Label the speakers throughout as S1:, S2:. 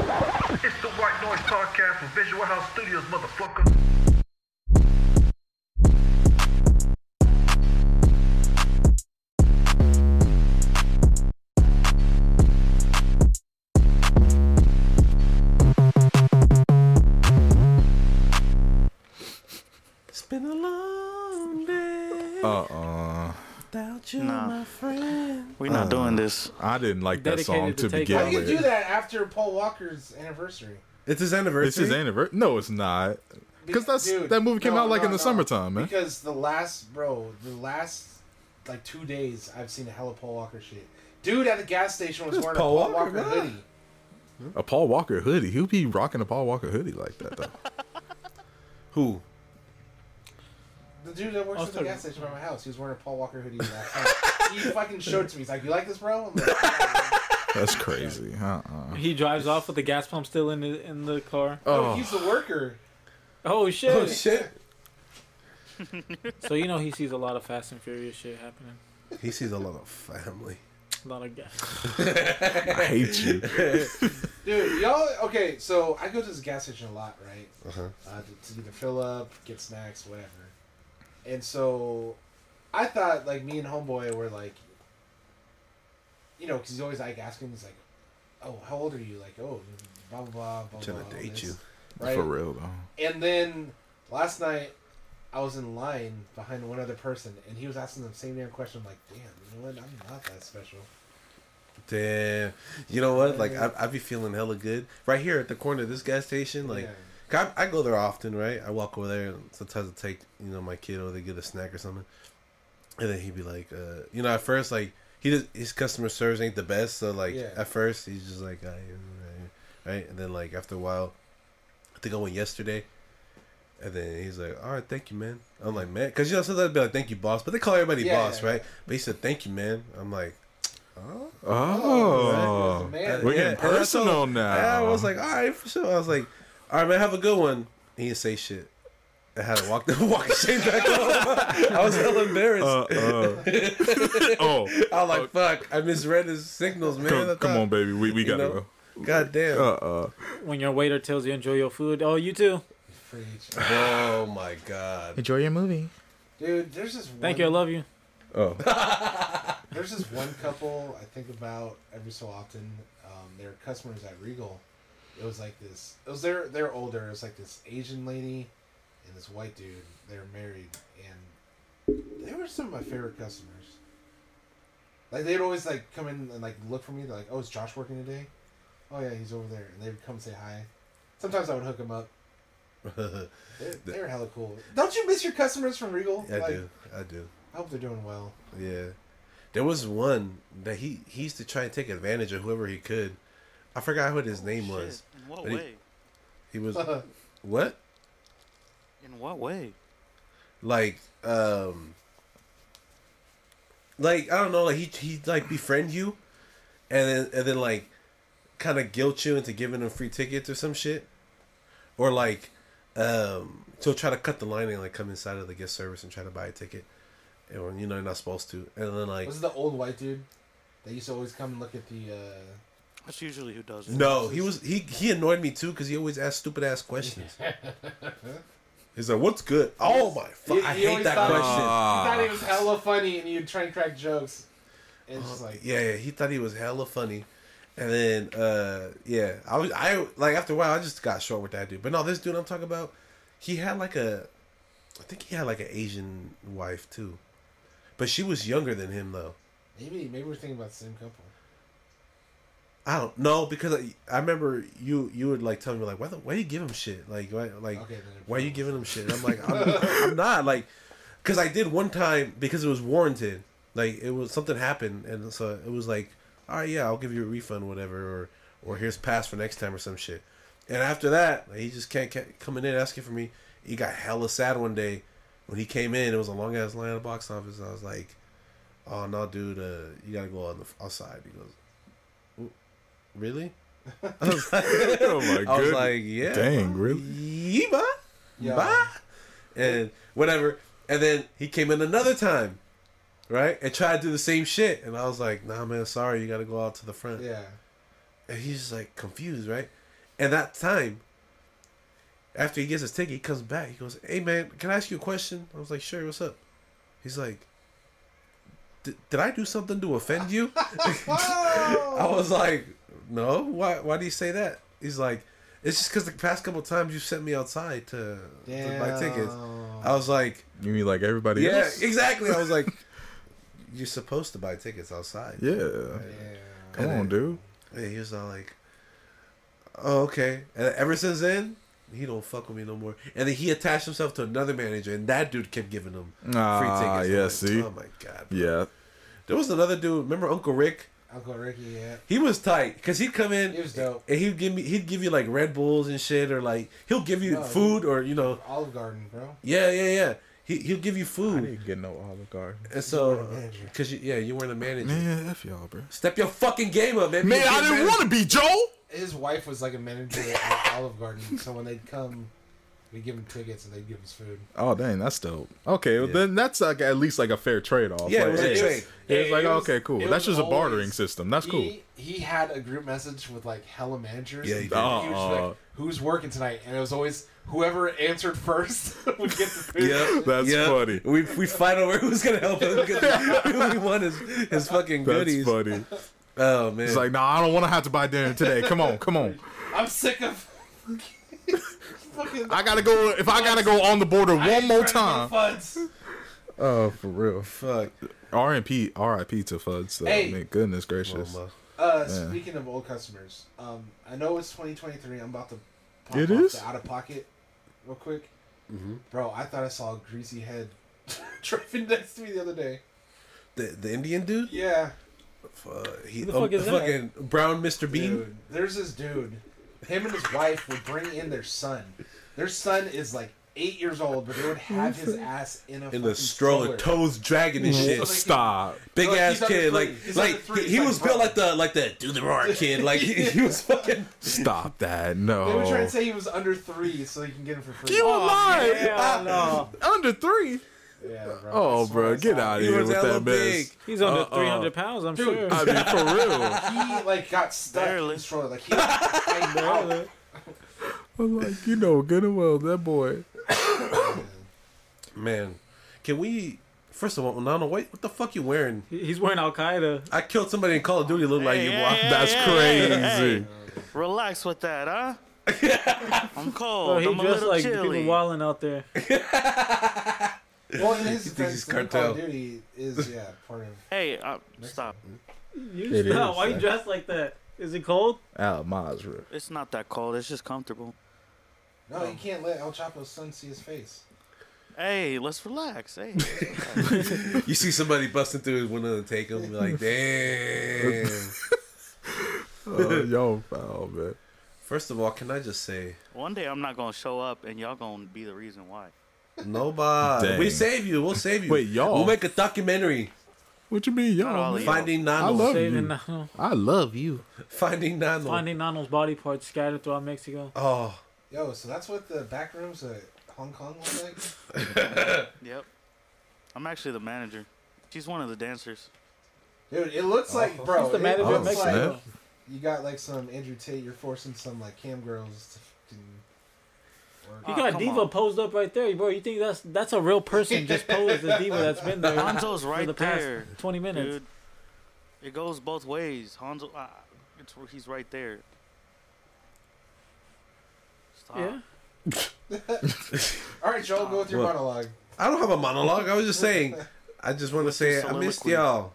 S1: It's the White Noise Podcast from Visual House Studios, motherfucker.
S2: It's been a long day
S3: Uh-uh.
S2: without you,
S4: Nah.
S2: my friend.
S4: We're not doing
S2: Uh,
S4: this.
S3: I didn't like that
S5: Dedicated
S3: song
S5: to
S3: to
S5: take-
S3: begin
S5: Why
S6: How do you do
S3: with.
S6: that after Paul Walker's anniversary?
S2: It's his anniversary.
S3: It's his anniversary. No, it's not. Because that's
S6: Dude,
S3: that movie came
S6: no,
S3: out like
S6: no,
S3: in the
S6: no.
S3: summertime, man.
S6: Because the last, bro, the last like two days, I've seen a hella Paul Walker shit. Dude at the gas station was
S2: It's
S6: wearing
S2: Paul
S6: a Paul
S2: Walker,
S6: Walker,
S3: Ah.
S2: man.
S6: hoodie.
S3: A Paul Walker hoodie. Who be rocking a Paul Walker hoodie like that though?
S2: Who?
S6: The dude that works at the
S5: Also-
S6: gas station by my house, he was wearing a Paul Walker hoodie last night. he fucking showed it to me. He's like, "You like this, bro?" I'm like, "Yeah,
S3: That's crazy. Uh-uh.
S5: He drives off with the gas pump still in the in the car.
S6: bro." No,
S3: Oh,
S6: he's the worker.
S5: Oh shit!
S2: Oh shit!
S5: So you know he sees a lot of Fast and Furious shit happening.
S2: He sees a lot of family.
S5: A lot of gas.
S3: I hate you.
S6: Dude, y'all okay? So I go to this gas station a lot, right? Uh, to, to either fill up, get snacks, whatever. And so, I thought like me and homeboy were like, you know, because he's always like asking, he's like, "Oh, how old are you?" Like, "Oh, blah blah blah." blah
S2: Trying to
S6: blah, all
S2: date
S6: this."
S2: you.
S6: right?
S3: For real though.
S6: And then last night, I was in line behind one other person, and he was asking the same damn question. I'm like, "Damn, you know what? I'm not that special."
S2: Damn. You know what? Like I, I be feeling hella good right here at the corner of this gas station. Like
S6: Yeah.
S2: 'cause I, I go there often, right? I walk over there and sometimes I take you know my kid over to get a snack or something, and then he'd be like, uh, you know, at first like he does, his customer service ain't the best, so like
S6: Yeah.
S2: at first he's just like, I, right, and then like after a while, I think I went yesterday. And then he's like, "All right, thank you, man." I'm like, "Man," because you know sometimes I'd be like, "Thank you, boss," but they call everybody
S6: Yeah,
S2: boss,
S6: yeah,
S2: right? But he said, "Thank you, man." I'm like,
S6: Oh,
S3: Oh.
S6: man. Yeah,
S3: We're getting
S2: and that's
S3: personal
S2: all-
S3: now.
S2: yeah, I
S3: Um,
S2: was like, all right, for sure. I was like, all right, man, have a good one. He didn't say shit. I had to walk the walk shit back home. I was hella embarrassed.
S3: uh, uh. oh,
S2: I was like, fuck, I misread his signals, man. I
S3: come,
S2: thought-
S3: come on, baby. We we
S2: you
S3: gotta
S2: know? God damn.
S3: go. Uh, uh.
S5: When your waiter tells you enjoy your food, oh you too.
S6: Preach.
S2: Oh my god.
S3: Enjoy your movie.
S6: Dude, there's this. one-
S5: Thank you, I love you.
S3: Oh,
S6: There's this one couple I think about every so often. Um, their customers at Regal. It was like this. It was their. They're older. It was like this Asian lady and this white dude. They're married, and they were some of my favorite customers. Like they'd always like come in and like look for me. They're like, "Oh, is Josh working today? Oh yeah, he's over there." And they'd come say hi. Sometimes I would hook them up. They're, they're hella cool. Don't you miss your customers from Regal?
S2: I
S6: Like,
S2: do. I do.
S6: I hope they're doing well.
S2: Yeah. There was one that he, he used to try and take advantage of whoever he could. I forgot what his name was.
S4: In what
S2: But he-
S4: way?
S2: He was what?
S4: In what way?
S2: like um like I don't know like he he like befriend you and then and then like kind of guilt you into giving him free tickets or some shit or like um so try to cut the line and like come inside of the guest service and try to buy a ticket and when you know you're not supposed to and then like
S6: Was it the old white dude that used to always come and look at the? uh
S4: That's usually who does it.
S2: no he was he he annoyed me too because he always asked stupid ass questions he's like what's good oh my fuck
S6: He-
S2: I
S6: he
S2: hate
S6: always
S2: that
S6: thought-
S2: question
S6: He thought it was hella funny, and you'd try and crack jokes. And it's just like,
S2: Uh, yeah, yeah, he thought he was hella funny. And then uh yeah, I was I like after a while I just got short with that dude. But no, this dude I'm talking about, he had like a I think he had like an Asian wife too. But she was younger than him though.
S6: maybe maybe we're thinking about the same couple.
S2: I don't know because I, I remember you you would like tell me like why the, why you give him shit like why like
S6: Okay, then it's
S2: why are you
S6: wrong.
S2: giving him shit and I'm like I'm, I'm not like because I did one time because it was warranted like it was something happened and so it was like all right yeah I'll give you a refund whatever or or here's pass for next time or some shit and after that like, he just can't, can't coming in asking for me he got hella sad one day when he came in it was a long ass line at the box office and I was like oh no dude uh, you gotta go on the outside he goes really? I was like,
S3: oh my
S2: I was
S3: goodness.
S2: like yeah.
S3: Dang, really?
S2: Yeeba.
S6: Yeah.
S2: Bye. And whatever. And then he came in another time, right? And tried to do the same shit. And I was like, nah, man, sorry. You got to go out to the front.
S6: Yeah,
S2: And he's just like confused, right? And that time, after he gets his ticket, he comes back. He goes, "Hey man, can I ask you a question?" I was like, "Sure, what's up?" He's like, "Did did I do something to offend you?" I was like, "No. Why? Why do you say that?" He's like, "It's just because the past couple times you sent me outside to, to buy tickets."
S6: Damn.
S2: I was like,
S3: You mean like everybody
S2: "Yeah,
S3: else?
S2: exactly." I was like, "You're supposed to buy tickets outside."
S3: Yeah.
S6: Damn.
S3: Come on, dude.
S2: Yeah, he was all like, "Oh, okay." And ever since then, he don't fuck with me no more. And then he attached himself to another manager, and that dude kept giving him free
S3: Ah,
S2: tickets. I'm
S3: yeah,
S2: like,
S3: see?
S2: Oh my god. bro."
S3: Yeah.
S2: There was another dude. Remember Uncle Rick?
S6: Uncle Ricky, yeah.
S2: He was tight because he'd come in.
S6: He was dope.
S2: And he'd give me, he'd give you like Red Bulls and shit, or like he'll give you
S6: No,
S2: food, or you know,
S6: Olive Garden, bro.
S2: yeah, yeah, yeah. He he'll give you
S3: I
S2: food,
S3: didn't get no Olive Garden.
S2: and
S6: You
S2: so
S6: weren't a manager.
S2: because you, yeah, you weren't a manager.
S3: Man, F y'all, bro.
S2: Step your fucking game up, man. Be
S3: Man,
S2: a
S3: I
S2: good
S3: didn't
S2: manager.
S3: want to be Joe.
S6: His wife was like a manager at Olive Garden, so when they'd come, we'd give them tickets and they'd give us food.
S3: Oh dang, that's dope. Okay, well, then that's like at least like a fair trade off.
S2: Yeah, it
S3: like,
S2: was a trade.
S3: yeah, it's
S6: Yeah,
S3: like oh,
S6: it was-
S3: okay, cool.
S6: it
S3: That's
S6: was
S3: just a bartering
S6: always-
S3: system. That's cool.
S6: He, he had a group message with like hella managers.
S2: Yeah, he
S6: and
S2: did.
S6: he was
S3: Uh-uh.
S6: like, who's working tonight? And it was always whoever answered first would get the food.
S2: Yep,
S3: That's
S2: yep.
S3: funny.
S2: We we fight over who's gonna help him. 'cause we want his his fucking
S3: That's
S2: goodies.
S3: funny.
S2: Oh man,
S3: It's like, nah, I don't want to have to buy dinner today. Come on, come on.
S6: I'm sick of fucking.
S3: I gotta go. If I gotta go on the border
S6: I ain't
S3: one more
S6: trying to go
S3: time.
S6: Fuds.
S3: Oh, for real.
S2: fuck.
S3: R.I.P. R.I.P. to Fuds. Though.
S6: Hey.
S3: Man, goodness gracious.
S2: Mama.
S6: Uh,
S3: Yeah.
S6: Speaking of old customers, um, I know it's 2023. I'm about to pop
S3: It
S6: off
S3: is?
S6: the out of pocket real quick.
S2: Mm-hmm.
S6: Bro, I thought I saw a greasy head driving next to me the other day.
S2: The the Indian dude.
S6: Yeah,
S2: Fuck. He,
S5: Who the
S2: oh,
S5: fuck is that?
S2: fucking brown Mr. Bean.
S6: dude. There's this dude. Him and his wife would bring in their son. Their son is like eight years old, but they would have his ass in a
S2: In
S6: fucking
S2: the stroller, toes dragging and shit.
S6: Like-
S3: Stop.
S2: Big
S6: Look,
S2: ass
S6: he's under
S2: kid,
S6: three.
S2: like
S6: He's under
S2: like
S6: three.
S2: he,
S6: He's
S2: he
S6: like,
S2: was
S6: bro.
S2: built like the like the do the roar kid. Like he, he was fucking.
S3: Stop that.
S6: They were trying to
S3: No.
S6: say "Oh, he was under three, so he can get him for free.
S3: You a lie.
S5: Hell no.
S3: Under three.
S6: Yeah, bro.
S3: Oh,
S6: That's what I
S3: bro, get
S6: saw.
S3: out of
S2: He
S3: here
S2: was
S3: with
S2: hella
S3: that mess.
S2: big.
S5: He's under
S3: Uh-uh.
S5: 300 pounds, I'm
S6: Dude.
S5: sure.
S3: I mean, for real.
S6: He like got stuck in
S4: Barely.
S6: the stroller. Like he, I know.
S3: I'm like, you know, good and well, that boy.
S2: Man, can we? First of all, Nana, wait, what the fuck you wearing?
S5: He- He's wearing Al Qaeda.
S2: I killed somebody in Call of Duty. Look like
S4: Hey,
S2: you.
S4: hey,
S2: wa-
S4: hey,
S3: That's
S4: hey,
S3: crazy.
S4: hey, hey. Relax with that, huh? I'm
S5: Oh,
S4: cold.
S5: he
S4: I'm a
S5: dressed
S4: little
S5: like the
S4: chilly.
S5: people wilding out there.
S6: Well, in his defense,
S2: he's
S6: the Call of
S2: cartel.
S6: Duty is yeah part of.
S4: Hey, uh, stop.
S5: You
S3: It
S5: stop.
S3: is,
S5: Why you
S3: uh,
S5: dressed like that? Is it cold?
S3: Al Mazra.
S4: It's not that cold. It's just comfortable.
S6: No, you can't let El Chapo's son see his face.
S4: Hey, let's relax. Hey.
S2: You see somebody busting through his window to take him. Like damn.
S3: Oh, yo, foul, man.
S2: First of all, can I just say,
S4: One day I'm not gonna show up, and y'all gonna be the reason why.
S2: nobody,
S3: Dang.
S2: we save you. We'll save you.
S3: Wait, y'all?
S2: We'll make a documentary.
S3: What you mean,
S4: Not
S3: y'all?
S4: all of
S3: man?
S4: y'all.
S2: Finding
S3: I
S2: Nano.
S3: love you.
S5: Saving Nano.
S3: I love you.
S2: Finding Nano.
S5: Finding Nano's body parts scattered throughout Mexico.
S2: oh,
S6: Yo, so that's what the back rooms of Hong Kong look like.
S4: Yep. I'm actually the manager. She's one of the dancers.
S6: Dude, it looks like bro.
S5: He's the
S6: it
S5: manager
S3: oh,
S5: of
S6: looks like
S5: Mexico.
S3: snap.
S6: you got like some Andrew Tate. You're forcing some like cam girls to fucking.
S5: You
S6: Work.
S4: Oh,
S5: got
S4: come
S5: Diva
S4: on.
S5: posed up right there, bro. You think that's that's a real person just posed as Diva that's been there
S4: Hanzo's
S5: for
S4: right
S5: the past
S4: there,
S5: 20 minutes?
S4: dude. It goes both ways. Hanzo, uh, it's he's right there. Stop.
S5: Yeah.
S6: All right, Joel, go with your
S2: What?
S6: monologue.
S2: I don't have a monologue. I was just saying. I just want to say I missed
S4: soliloquy.
S2: y'all.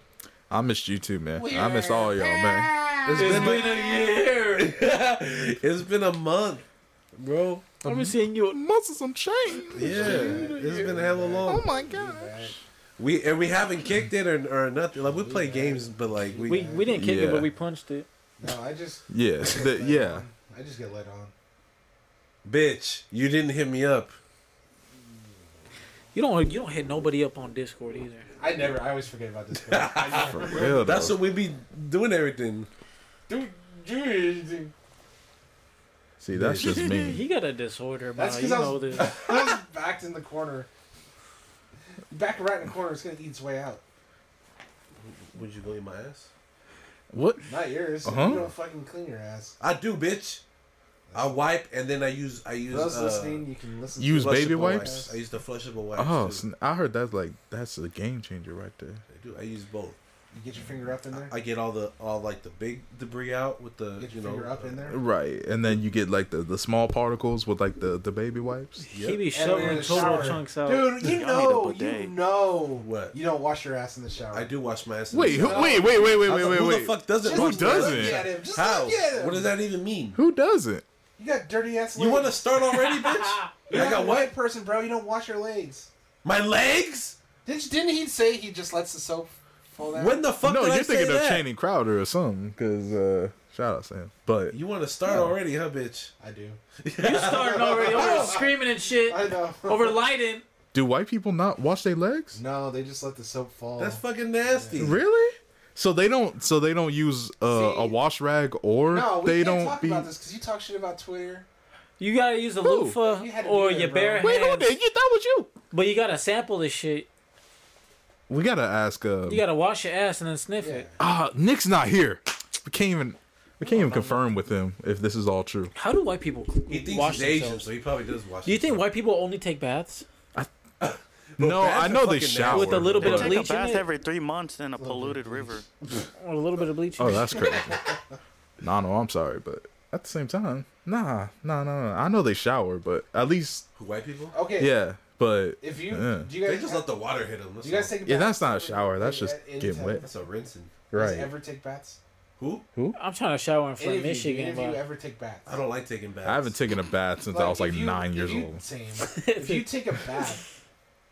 S3: I missed you too, man. I missed all y'all, man.
S2: It's
S5: It's
S2: been,
S5: been a year.
S2: it's been a month, bro.
S5: I've been seeing you.
S3: Muscles some change.
S2: Yeah, it's been hella long.
S3: my god.
S2: We and we haven't kicked it or, or nothing. Like we play games, but like we,
S5: We, we didn't kick
S3: Yeah.
S5: it, but we punched it.
S6: No, I just.
S3: Yes, that, yeah.
S6: I just get let on.
S2: bitch, you didn't hit me up.
S5: You don't you don't hit nobody up on Discord either.
S6: I never. I always forget about this. Girl. I
S3: For
S6: never,
S3: real,
S2: That's
S3: though.
S2: what we be doing everything.
S6: dude, dude,
S3: See, that's just me.
S5: He got a disorder, bro.
S6: That's
S5: You
S6: 'cause I
S5: know
S6: was-
S5: this.
S6: I was backed in the corner. Back right in the corner. It's gonna eat its way out.
S2: Would you go eat my ass?
S3: What?
S6: Not yours.
S3: Uh-huh.
S6: You don't fucking clean your ass.
S2: I do, bitch. I wipe and then I use I use.
S6: those
S2: uh,
S6: listening, you can listen.
S3: use
S6: to
S3: baby
S2: flushable
S3: wipes?
S2: I use the flushable wipes.
S3: Oh,
S2: too.
S3: sn- I heard that's like that's a game changer right there.
S2: I do. I use both.
S6: You get your finger up in there.
S2: I get all the all like the big debris out with the
S6: get
S2: you
S6: your
S2: know uh,
S6: finger up in there.
S3: Right, and then you get like the, the small particles with like the, the baby wipes.
S5: He be
S6: And when you're in
S5: shoveling
S6: the
S5: total
S6: shower.
S5: chunks out.
S6: Dude, you
S4: Y'all
S6: know,
S4: need a bidet.
S6: you know,
S2: What?
S6: you don't wash your ass in the shower.
S2: I do wash my ass. in the
S3: Wait, who,
S2: shower.
S3: wait, wait, wait, wait,
S2: How
S3: wait,
S2: the-
S3: wait,
S2: who
S3: wait.
S2: the fuck doesn't?
S6: Just
S3: Who
S6: look
S2: wash their ass?
S3: doesn't?
S6: at him, just
S2: How?
S6: look at him.
S2: What does that even mean?
S3: Who doesn't?
S6: You got dirty ass legs.
S2: You want to start already, bitch?
S6: You're
S2: I
S6: not
S2: got
S6: a
S2: what?
S6: white person, bro. You don't wash your legs.
S2: My legs?
S6: Didn't didn't he say he just lets the soap fall down?
S2: When the fuck
S3: no,
S2: did
S3: you're
S2: I say
S3: thinking of
S2: that?
S3: Channing Crowder or something. Cause uh, shout out Sam, but
S2: You want to start already, huh, bitch?
S6: I do.
S5: You starting already over there screaming and shit
S6: I know.
S5: over lighting.
S3: do white people not wash their legs?
S6: no, they just let the soap fall.
S2: That's fucking nasty.
S3: Really? So they don't. So they don't use uh, a
S6: See?
S3: wash rag, or
S6: no, we
S3: they
S6: can't
S3: don't
S6: talk
S3: be.
S6: about this because you talk shit about Twitter.
S5: You gotta use a loofah
S6: You had to
S5: or
S6: do it,
S5: your
S6: bro.
S5: bare
S3: Wait, who
S5: hands,
S3: did? You, that was you.
S5: but you gotta sample this shit.
S3: We gotta ask. Uh,
S5: You gotta wash your ass and then sniff
S6: Yeah.
S5: it.
S3: ah, Nick's not here. We can't even. We can't even confirm with him if this is all true.
S5: How do white people
S2: He thinks
S5: wash
S2: he's Asian,
S5: themselves?
S2: so he probably does wash.
S5: Do you think white people only take baths
S3: no,
S2: baths
S3: I
S2: are
S3: know they
S2: fucking
S3: shower
S5: with a little bit
S3: but-
S5: of
S4: Take a
S5: bleach in
S4: bath
S5: it?
S4: every three months in a polluted river.
S5: or a little bit of bleach? in
S3: Oh,
S5: it?
S3: that's crazy. nah, no, I'm sorry, but at the same time, nah, nah, nah, nah. I know they shower, but at least
S2: Who, white people?
S6: Okay.
S3: yeah, but
S6: If you
S3: Yeah.
S6: do, you
S2: They
S6: guys
S2: just let the water hit them.
S6: do you guys take?
S3: yeah,
S6: baths
S3: that's not a
S6: every-
S3: shower. That's
S6: at
S3: just
S6: any
S3: getting
S6: time?
S3: wet.
S2: That's a rinsing.
S6: You guys
S3: Right.
S6: Ever take baths?
S2: Who?
S5: I'm trying to shower
S6: Any
S5: in Flint,
S6: of you, any
S5: Michigan.
S6: of you
S5: But
S6: ever take baths?
S2: I don't like taking baths.
S3: I haven't taken a bath since I was like
S6: if you-
S3: nine
S6: if
S3: years
S6: you-
S3: old.
S6: Same. if you take a bath,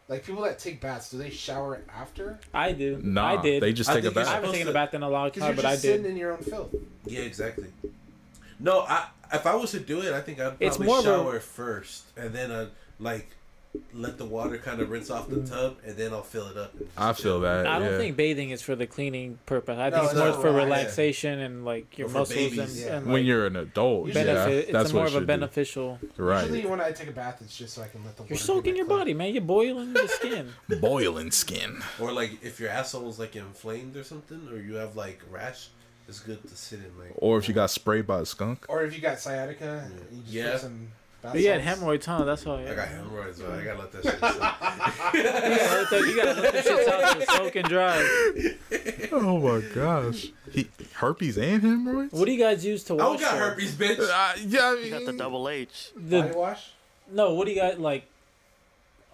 S6: like people that take baths, do they shower after?
S5: I do.
S3: Nah,
S5: I did.
S3: they just
S2: I
S3: take a
S2: think you
S5: I
S3: bath.
S5: haven't taken a bath in a long
S6: Because you're
S5: time, Uh, but
S6: just
S5: I
S6: sitting
S5: did.
S6: in your own filth.
S2: Yeah, exactly. No, I if I was to do it, I think I'd probably
S5: It's more of a-
S2: shower first, and then I like let the water kind of rinse off the
S5: Mm.
S2: tub, and then I'll fill it up. and just
S3: I feel
S2: chill.
S3: that.
S5: I don't
S3: yeah.
S5: think bathing is for the cleaning purpose. I
S6: No,
S5: think it's
S6: it's
S5: more
S6: not
S5: for
S6: relaxing.
S5: relaxation and like your
S2: Or for
S5: muscles and,
S2: babies,
S6: yeah.
S5: and like,
S3: when you're an adult,
S5: benefit.
S3: yeah,
S5: it's
S3: that's
S5: a more
S3: what
S5: of
S3: you
S5: a
S3: should do.
S5: beneficial.
S6: Usually
S3: Right,
S6: when I take a bath, it's just so I can let the water.
S5: You're
S6: hit
S5: soaking
S6: my
S5: your
S6: clothes.
S5: body, man. You're boiling the skin.
S3: boiling skin.
S2: Or like if your asshole's like inflamed or something, or you have like rash, it's good to sit in like.
S3: Or if you got sprayed by a skunk,
S6: Or if you got sciatica, you just
S2: Yeah.
S6: put some. bath
S5: But you had
S6: salts.
S5: hemorrhoids, huh? That's all.
S2: I
S5: Yeah.
S2: got hemorrhoids, but I gotta let that shit. sit.
S5: You gotta let that- you gotta let them shits out to soak and dry.
S3: oh my gosh, he, herpes and hemorrhoids.
S5: What do you guys use to
S2: I don't
S5: wash?
S2: got
S5: your-
S2: herpes, bitch.
S3: Uh, yeah, I
S4: You got the
S3: mean-
S4: double H.
S5: The-
S6: Body wash.
S5: no, what do you got? Like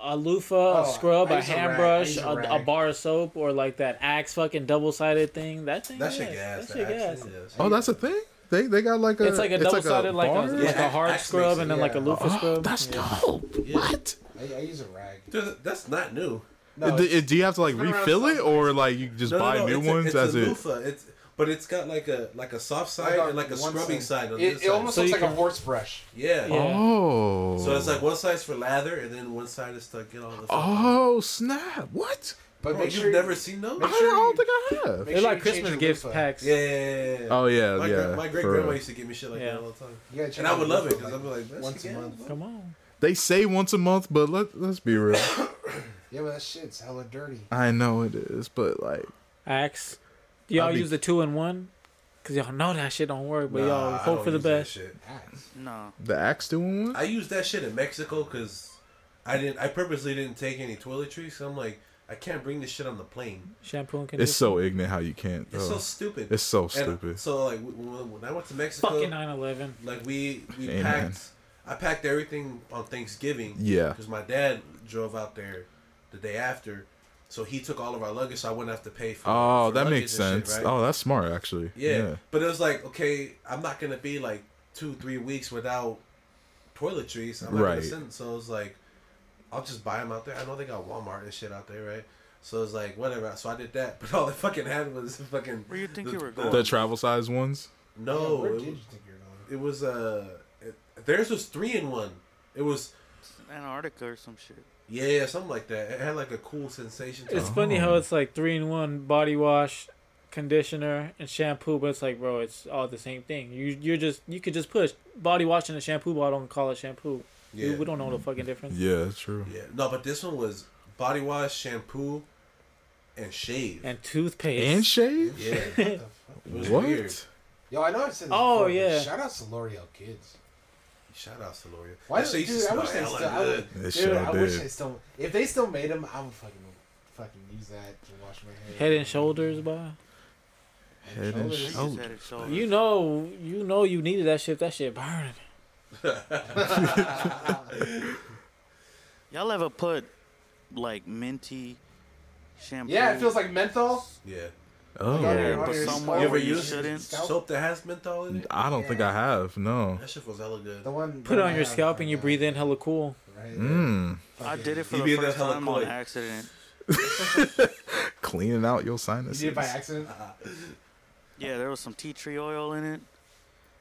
S5: a loofah, a
S6: Oh,
S5: scrub,
S6: I
S5: a
S6: use a
S5: hand
S6: rag. I
S5: brush,
S6: use a
S5: a, a,
S6: rag.
S5: bar of soap, or like that axe fucking double sided thing. That thing.
S2: That shit
S5: yes,
S2: gas.
S5: That shit gas.
S2: Uh,
S3: Oh, that's a thing. They they got like a.
S5: It's like a double sided, like,
S3: bar?
S5: a, like
S2: Yeah,
S5: a hard
S2: axe
S5: scrub
S2: makes
S5: and
S2: it,
S5: then like a
S6: yeah.
S5: loofah scrub.
S3: That's
S5: yeah.
S3: dope. What?
S6: I, I use a rag.
S2: Dude, that's not new.
S6: No,
S3: Uh, do,
S6: it's-
S3: do you have to like
S6: been around
S3: refill it
S6: some-
S3: or like you just buy new
S2: it's a-
S3: ones
S2: it's
S3: as
S2: a
S3: it?
S2: loofah. It's but it's got like a like a soft
S6: I
S2: side
S6: got
S2: and like a
S6: one
S2: scrubbing side. on
S6: It,
S2: this
S6: it
S2: side.
S6: almost
S5: So
S6: looks
S5: you
S6: like a
S5: can-
S6: horse brush.
S2: yeah.
S5: Yeah.
S3: Oh.
S2: So it's like one side's for lather, and then one side is to get all the.
S3: Oh snap! What?
S6: But
S2: Bro,
S6: make
S2: you've
S6: sure you-
S2: never seen those?
S3: I
S6: Make sure
S3: don't
S6: you-
S3: think I have.
S6: make
S5: They're
S6: sure you
S5: like
S6: change
S5: Christmas
S6: your
S5: gifts
S6: loofah.
S5: packs.
S2: Yeah, yeah, yeah, yeah.
S3: Oh yeah,
S2: my,
S3: yeah.
S2: gra- my great
S3: for
S2: grandma
S3: real.
S2: used to give me shit like
S5: Yeah.
S2: that all the time.
S6: You gotta change
S2: And I would
S6: your
S2: love it
S6: loofah,
S2: because I'm like, that's
S6: once a
S2: gas,
S6: month.
S2: bro.
S5: Come on.
S3: They say once a month, but let let's be real.
S6: Yeah, but that shit's hella dirty.
S3: I know it is, but like
S5: Axe. Do y'all
S3: I'd be-
S5: use the two in one? Because y'all know that shit don't work, but
S2: Nah,
S5: y'all
S2: I
S5: hope
S2: don't
S5: for the
S2: use that
S5: best.
S2: shit.
S6: Axe.
S4: No.
S3: the axe doing one.
S2: I used that shit in Mexico because I didn't. I purposely didn't take any toiletries. So I'm like, I can't bring this shit on the plane.
S5: Shampoo and conditioner.
S3: It's so ignorant how you can't.
S2: It's
S3: though.
S2: so stupid.
S3: It's so
S2: And
S3: stupid.
S2: so like w- w- when I went to Mexico,
S5: fucking 911.
S2: like we we
S3: Amen.
S2: packed. I packed everything on Thanksgiving.
S3: Yeah.
S2: Because my dad drove out there the day after, so he took all of our luggage. So I wouldn't have to pay for.
S3: Oh,
S2: for
S3: that
S2: luggage
S3: makes
S2: and shit,
S3: sense.
S2: right?
S3: Oh, that's smart actually.
S2: Yeah.
S3: yeah.
S2: But it was like, okay, I'm not gonna be like two, three weeks without toiletries. I'm not gonna
S3: Right.
S2: send. So it was like, I'll just buy them out there. I know they got Walmart and shit out there, right? So it's like whatever. So I did that, but all they fucking had was fucking.
S4: Where you think
S2: the-
S4: you were
S2: the-
S4: going?
S3: The travel size ones.
S2: No,
S6: Where
S2: it,
S6: did you
S2: was-
S6: think you were going?
S2: it was uh, it, theirs was three in one. It was
S4: Antarctica or some shit.
S2: yeah, something like that. It had like a cool sensation. To
S5: It's
S2: it.
S5: funny how
S3: Oh.
S5: it's like three in one body wash, conditioner, and shampoo, but it's like, bro, it's all the same thing. You you're just you could just push body wash in a shampoo bottle and call it shampoo.
S2: Yeah.
S5: We, we don't know the fucking difference.
S3: Yeah, true.
S2: yeah. No, but this one was body wash, shampoo, and shave.
S5: And toothpaste.
S3: And shave.
S2: yeah.
S6: What the fuck?
S2: It was
S3: What?
S2: weird.
S6: Yo, I know I've said this
S5: Oh,
S6: before, but
S5: yeah.
S6: Shout out to L'Oreal Kids.
S2: Shout out Sonoria.
S6: Why
S2: That
S6: do
S2: shit used to smell
S6: dude, I wish they
S2: hella
S6: still. I would,
S3: It
S6: dude,
S3: sure
S6: I wish
S3: did.
S6: they still. If they still made them, I would fucking fucking use that to wash my hair.
S5: Head and shoulders, boy.
S3: Head and
S4: He just
S3: Oh.
S4: had it shoulders.
S5: You know, you know, you needed that shit. That shit burning.
S4: Y'all ever put like minty shampoo?
S6: Yeah, it feels like menthol.
S2: Yeah.
S3: Oh,
S6: Yeah,
S4: but
S6: Water is-
S4: somewhere
S2: You ever
S4: where you
S2: use it?
S4: shouldn't.
S6: Scalp?
S2: Soap that has menthol in it?
S3: I don't think I have. No.
S2: That shit was hella good.
S6: The one. the
S5: Put it
S6: one
S5: on
S6: I
S5: your
S6: have
S5: scalp
S6: right
S5: and you
S6: now.
S5: breathe in hella cool.
S6: Right.
S3: Mm.
S4: I did it for
S2: You
S4: the
S2: be in that
S4: first
S2: hella
S4: time on
S2: coy.
S4: accident.
S3: Cleaning out your
S6: You
S3: sinuses.
S6: did it by accident.
S4: Yeah, there was some tea tree oil in it.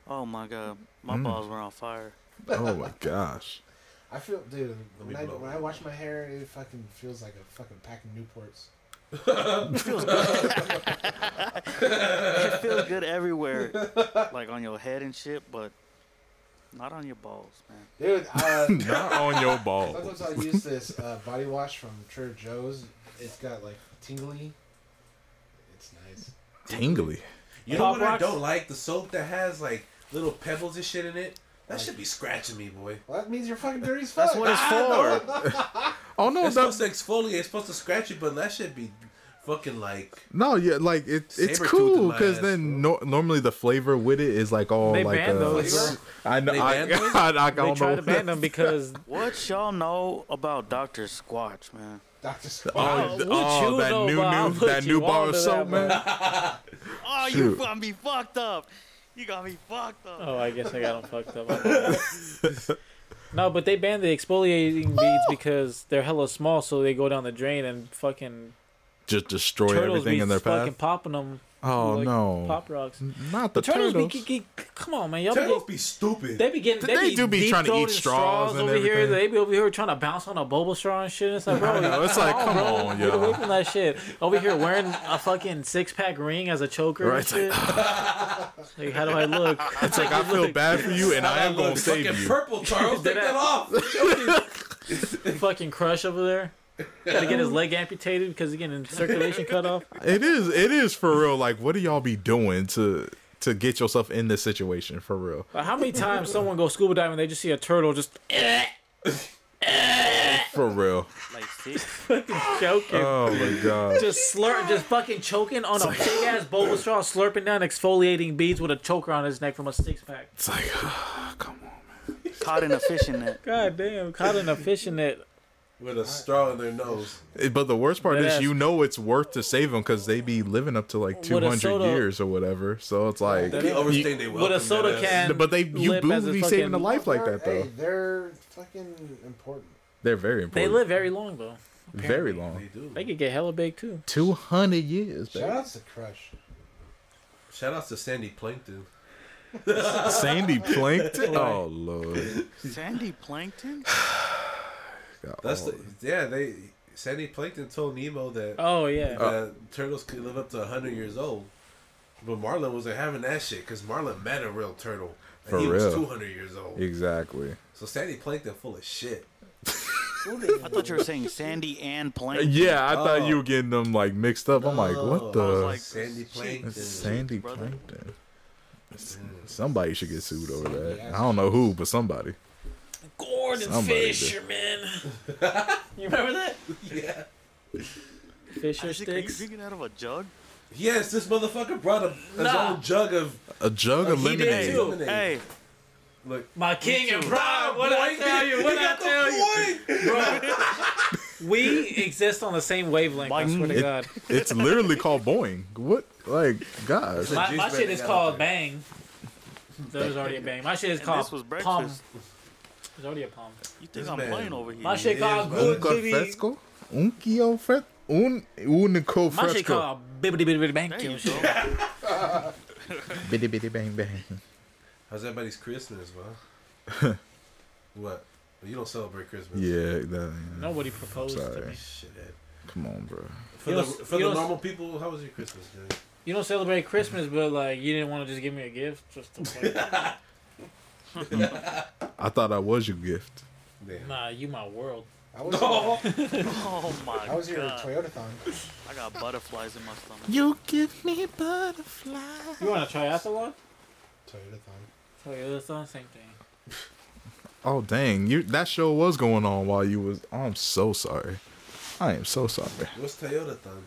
S4: Oh my god, my
S3: Mm.
S4: balls were on fire.
S3: oh my gosh.
S6: I feel, dude. When
S2: me
S6: I,
S2: blow.
S6: when I wash my hair, it fucking feels like a fucking pack of Newports.
S4: It feels good everywhere, like on your head and shit, but not on your balls, man.
S6: Dude, uh,
S3: Not on your
S6: sometimes
S3: balls.
S6: I use this uh, body wash from Trader Joe's. It's got like tingly. It's nice.
S3: Tingly.
S2: You know what I
S5: Pop Rocks?
S2: don't like? The soap that has like little pebbles and shit in it. That should be scratching me, boy.
S6: Well, that means you're fucking dirty as fuck.
S4: That's what it's for.
S3: Oh no,
S2: It's
S3: that,
S2: supposed to exfoliate. It's supposed to scratch you, but that should be fucking like.
S3: no, yeah, like it, it's
S2: Saber tooth in
S3: cool
S2: my
S3: because
S2: ass,
S3: then no, normally the flavor with it is like all
S5: They
S3: like
S5: banned
S3: uh,
S5: those,
S6: bro.
S3: I know,
S2: They
S3: I,
S2: banned those?
S3: I, I
S5: They
S3: don't
S5: tried
S3: know.
S5: to ban them because
S4: What y'all know about Doctor Squatch, man?
S6: Doctor
S3: Oh,
S5: Would
S3: oh,
S5: you
S3: that
S5: know,
S3: new,
S5: bro? I
S3: new
S5: put
S3: that
S5: you
S3: new bar
S5: onto
S3: of
S5: that,
S3: soap,
S5: bro.
S3: man.
S4: Oh, you
S3: Shoot.
S4: got me fucked up. You got me fucked up.
S5: Oh, I guess I got them fucked up. I know. no, but they banned the exfoliating beads because they're hella small, so they go down the drain and fucking
S3: Just destroy
S5: turtles
S3: everything
S5: be
S3: in their
S5: fucking
S3: path.
S5: popping them.
S3: Oh
S5: like
S3: no,
S5: Pop rocks.
S3: not the,
S5: The turtles,
S3: turtles.
S5: be, be, come on, man, y'all
S2: Turtles
S5: be.
S2: be stupid.
S5: They be getting. They,
S3: They
S5: be
S3: do be
S5: deep
S3: trying to eat
S5: throating
S3: straws and
S5: over here.
S3: everything.
S5: They be over here trying to bounce on a boba straw and shit. It's like, bro,
S3: No, it's like, come
S5: bro,
S3: on,
S5: get away
S3: yo.
S5: from that shit. Over here wearing a fucking six pack ring as a choker
S3: Right,
S5: and shit. like, how do I look?
S3: It's like I feel bad for you, and I am gonna
S2: Look,
S3: save
S2: fucking
S3: you.
S2: purple, Charles. Take
S5: Dead
S2: that off.
S5: fucking crush over there. Gotta get his leg amputated because he's getting circulation cut off.
S3: It is. It is for real. Like, what do y'all be doing to to get yourself in this situation for real?
S5: But how many times someone goes scuba diving and they just see a turtle just
S3: For real.
S4: Like, Oh, see,
S5: choking?
S3: Oh my god.
S5: just slurp, just fucking choking on a big ass bowl of straw, slurping down exfoliating beads with a choker on his neck from a six pack.
S3: It's like, come on.
S4: caught in a fishing net.
S5: God damn, caught in a fishing net.
S2: With a straw in their nose.
S3: Eh, But the worst part
S5: Deadass.
S3: is, you know, it's worth to save them because they be living up to like
S5: With a
S3: two hundred
S5: soda.
S3: years or whatever. So it's like,
S2: They be overstaying they
S5: With a soda can.
S3: but they you
S5: Lip as
S3: do
S5: a
S3: be saving
S5: fucking-
S3: a life like that
S6: Hey,
S3: though.
S6: they're fucking important.
S3: They're very
S5: They
S3: important.
S5: live very long though.
S3: very
S2: They
S3: long.
S2: do.
S5: They could get hella big too.
S3: Two hundred years.
S6: Shout
S3: Baby.
S6: outs to Crush.
S2: Shout outs to Sandy Plankton.
S3: Sandy Plankton. Oh lord.
S4: Sandy Plankton?
S3: Got
S2: That's
S3: all-
S2: the, yeah. They Sandy Plankton told Nemo that
S5: Oh yeah.
S3: Uh,
S2: that turtles could live up to hundred years old. But Marlin wasn't having that shit because Marlin met a real turtle. And
S3: For
S2: he
S3: real.
S2: was two hundred years old.
S3: exactly.
S2: So Sandy Plankton full of shit.
S3: Oh.
S4: I thought you were saying Sandy and Plankton.
S3: Yeah, I
S2: Oh.
S3: thought you were getting them like mixed up. I'm like, what the?
S2: I
S4: was like,
S2: Sandy
S4: shit.
S2: Plankton.
S3: It's Sandy
S4: brother.
S3: Plankton. Somebody should get sued over that.
S6: Yeah.
S3: I don't know who, but somebody.
S5: Gordon
S3: Somebody did.
S5: Fisherman. you remember that?
S2: Yeah.
S5: Fisher
S4: Isaac, are you
S5: sticks.
S4: drinking out of a jug?
S2: Yes, this motherfucker brought a, his
S5: Nah.
S2: own jug of
S3: A jug of
S2: he did
S3: lemonade.
S2: too. Lemonade.
S4: Hey,
S2: look.
S5: My king and pride. What
S2: boy,
S5: I tell you? What I tell you?
S2: Boy,
S5: We exist on the same wavelength. I swear to
S3: It-
S5: God.
S3: It's literally called Boeing. What? Like, gosh.
S5: My,
S2: juice
S5: my
S2: bag
S5: shit is
S2: got
S5: called
S2: up there.
S5: Bang. There's already a Bang. My shit is
S4: and
S5: called
S4: this was breakfast.
S5: Palm. There's already a Palm.
S4: You think
S2: This
S4: I'm
S2: man-
S4: playing over here?
S5: My shit
S2: is,
S5: called
S2: man.
S5: Good
S3: Un
S5: Bibbidi.
S3: fresco? Un kio fresco? Un unico
S5: My shit
S3: fresco.
S5: called Bibbidi Bibbidi Bang.
S4: There
S5: Kill
S4: you
S5: shit.
S4: go.
S3: Bitty bitty bang bang.
S2: How's everybody's Christmas, man? what? Well, you don't celebrate Christmas.
S3: Yeah, that, yeah.
S5: Nobody proposed to
S3: Sorry.
S5: me.
S2: Shit.
S3: Come on, bro.
S2: For
S5: You
S2: the,
S5: don't-
S2: for
S5: you
S2: the
S5: don't-
S2: normal people, how was your Christmas, dude?
S5: You don't celebrate Christmas, but like you didn't want to just give me a gift. Just to, like,
S3: I thought I was your gift.
S2: Damn.
S5: nah, you my world.
S6: I was,
S4: Oh my
S6: I was your
S4: god.
S6: Toyotathon.
S4: I got butterflies in my stomach.
S3: You give me butterflies.
S5: You want to try triathlon?
S6: Toyotathon.
S5: Tell you the same thing.
S3: Oh dang, you that show was going on while you was. Oh, I'm so sorry. I am so sorry.
S2: What's Toyota thon?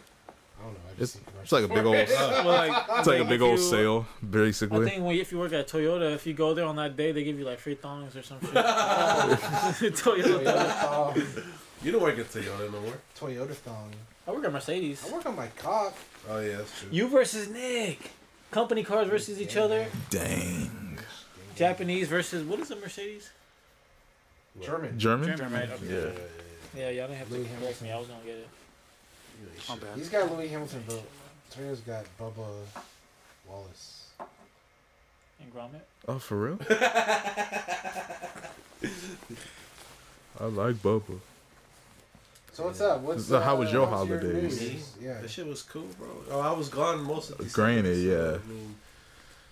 S6: I don't know. I just
S3: It's,
S6: see
S3: it's
S6: commercials.
S3: like a big old. It's
S5: Well, like,
S3: like a big old
S5: if you-
S3: sale,
S5: I
S3: basically.
S5: think when, if you work at Toyota, if you go there on that day, they give you like free thongs or some shit. Toyota. thong.
S6: Toyota thong.
S2: You don't work at Toyota no more.
S6: Uh, Toyota thong.
S5: I work at Mercedes.
S6: I work on my cock.
S2: Oh yeah, that's true.
S5: You versus Nick. Company cars versus each other.
S3: Dang.
S5: Japanese versus what is a Mercedes?
S6: German.
S3: German?
S5: German, right? Okay.
S3: Yeah.
S5: Yeah, y'all didn't have to
S6: Louis
S5: correct me. I was gonna get it.
S4: My bad.
S6: He's got Louis Hamilton, but Toyota's got Bubba Wallace.
S5: And grommet.
S3: Oh, for real? I like Bubba.
S6: So what's up? What's
S3: So how
S6: uh,
S3: was your
S6: how's
S3: holidays?
S6: news? yeah.
S2: That shit was cool, bro. Oh, I was gone most of December.
S3: Granted,
S2: so,
S3: yeah.
S2: I mean,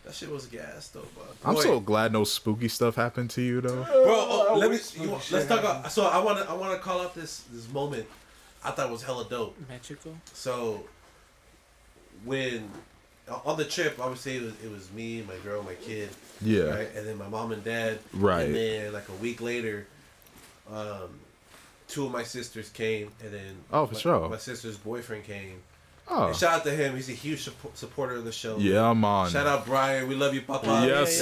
S2: that shit was gas though, bro.
S3: I'm
S2: Boy,
S3: so glad no spooky stuff happened to you though.
S2: Bro, oh,
S6: I
S2: let me.
S6: wish
S2: You,
S6: some
S2: want-
S6: shit
S2: let's talk about.
S6: happened.
S2: So I wanna I wanna call out this this moment. I thought was hella dope.
S5: Mexico.
S2: So when on the trip, obviously it was, it was me, my girl, my kid,
S3: Yeah.
S2: right, and then my mom and dad,
S3: Right.
S2: And then like a week later, um, two of my sisters came, and then
S3: Oh, for
S2: my,
S3: sure.
S2: my sister's boyfriend came.
S3: Oh.
S2: And shout out to him; he's a huge suppo- supporter of the show.
S3: Yeah, man.
S2: Shout out Brian, we love you, Papa.
S3: Yes,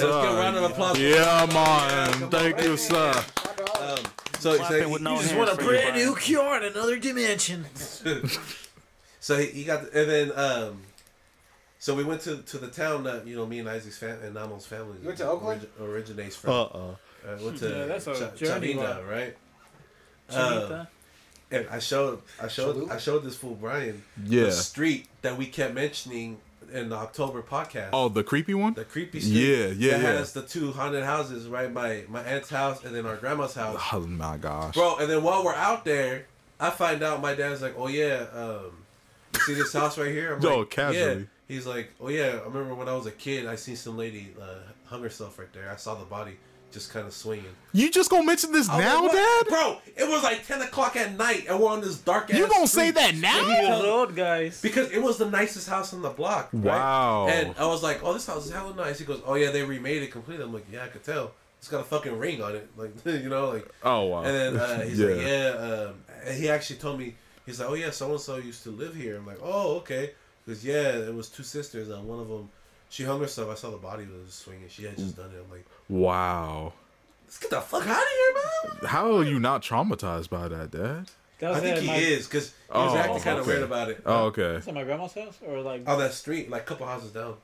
S2: Let's give a
S3: sir.
S2: round of applause.
S3: Yeah,
S2: come
S3: man.
S2: on.
S3: Thank you, sir.
S2: Um, so, so
S4: Clapping
S2: he-
S4: with no
S2: you just
S4: hands
S2: want a
S4: for
S2: brand
S4: Brian.
S2: new
S5: car in another dimension.
S2: So he, he got, and then um, so we went to to the town that you know me and Isaac's fam- and Namo's family.
S6: You went to Oakland?
S2: orig- originates from. Uh,
S3: Uh-uh.
S2: went to
S5: Yeah, that's a
S2: Ch-
S5: journey,
S2: Chavina,
S5: bro.
S2: right? Uh,
S5: Chavita.
S2: and I showed I showed
S6: Cholula?
S2: I showed this fool Brian
S3: Yeah.
S2: the street that we kept mentioning in the October podcast.
S3: Oh, the creepy one?
S2: The creepy street.
S3: Yeah, yeah,
S2: That had
S3: yeah.
S2: us the two haunted houses right by my aunt's house and then our grandma's house.
S3: Oh my gosh.
S2: Bro, and then while we're out there, I find out my dad's like, "Oh yeah, um, you see this house right here?" I'm
S3: Yo,
S2: like,
S3: casually.
S2: Yeah. He's like, "Oh yeah, I remember when I was a kid, I seen some lady uh, hung herself right there. I saw the body just kind of swinging."
S3: You just gonna mention this
S2: I was
S3: now,
S2: like,
S3: Dad?
S2: "What?" Bro, it was like ten o'clock at night, and we're on this dark.
S3: You
S2: ass
S3: gonna say
S2: street.
S3: that now?
S5: He's old guys.
S2: Because it was the nicest house on the block. right?
S3: Wow.
S2: And I was like, "Oh, this house is hella nice." He goes, "Oh yeah, they remade it completely." I'm like, "Yeah, I could tell. It's got a fucking ring on it, like you know, like."
S3: Oh wow.
S2: And then uh, he's like, yeah. Um, and he actually told me, he's like, oh yeah, so and so used to live here. I'm like, oh okay, because yeah, it was two sisters, and one of them, she hung herself. I saw the body was swinging. She had
S3: Mm.
S2: just done it. I'm like,
S3: Wow.
S2: let's get the fuck out of here, man.
S3: How are you not traumatized by that, Dad?
S5: That
S2: I
S5: was
S2: think
S5: at
S2: he
S5: my,
S2: is because he was
S3: Oh,
S2: acting kind of
S3: okay.
S2: weird about it.
S3: Oh, okay.
S5: That's at my grandma's house or like.
S2: On that street, like a couple houses down.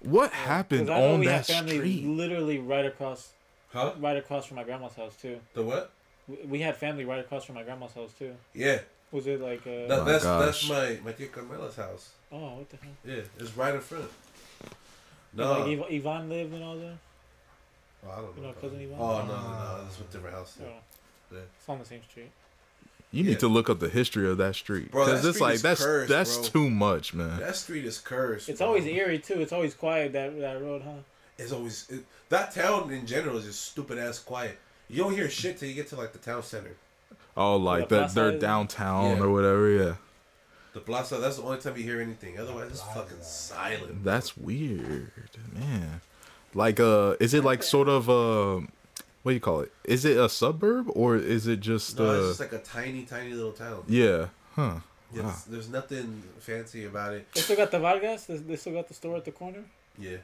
S3: What
S2: Uh,
S5: 'cause
S3: happened
S5: I know
S3: on
S5: we
S3: that
S5: have family
S3: street?
S5: literally right across,
S2: Huh?
S5: right across from my grandma's house too.
S2: The what?
S5: We- We had family right across from my grandma's house too.
S2: Yeah,
S5: Was it like? Uh,
S2: that,
S3: Oh My
S2: that's that's
S3: gosh.
S2: my my tia Carmela's house.
S5: Oh, what the hell?
S2: Yeah, it's right in front. No,
S5: Like Yv- Yvonne lived and all that.
S2: oh, I don't
S5: you
S2: know.
S5: know, cousin Yvonne?
S2: Oh no, no, no, that's with different house.
S5: Oh,
S2: Yeah.
S5: it's on the same street.
S3: You
S2: Yeah.
S3: need to look up the history of that street
S2: Bro,
S3: because
S2: that
S3: it's
S2: street
S3: like
S2: is
S3: that's
S2: cursed,
S3: that's
S2: bro.
S3: too much, man.
S2: That street is cursed.
S5: It's
S2: bro.
S5: always eerie too. It's always quiet that that road, huh?
S2: It's always it, that town in general is just stupid ass quiet. You don't hear shit till you get to like the town center,
S3: Oh, like
S5: the
S3: that
S5: plaza
S3: they're
S5: is-
S3: downtown
S2: Yeah.
S3: or whatever. Yeah,
S2: the plaza. That's the only time you hear anything. Otherwise, it's fucking silent.
S3: that's weird, man. Like, uh, is it like sort of uh, what do you call it? Is it a suburb or is it just
S2: No,
S3: uh,
S2: it's just like a tiny, tiny little town.
S3: yeah, huh?
S2: It's, there's nothing fancy about it.
S5: They still got the Vargas. They, they still got the store at the corner.
S2: Yeah,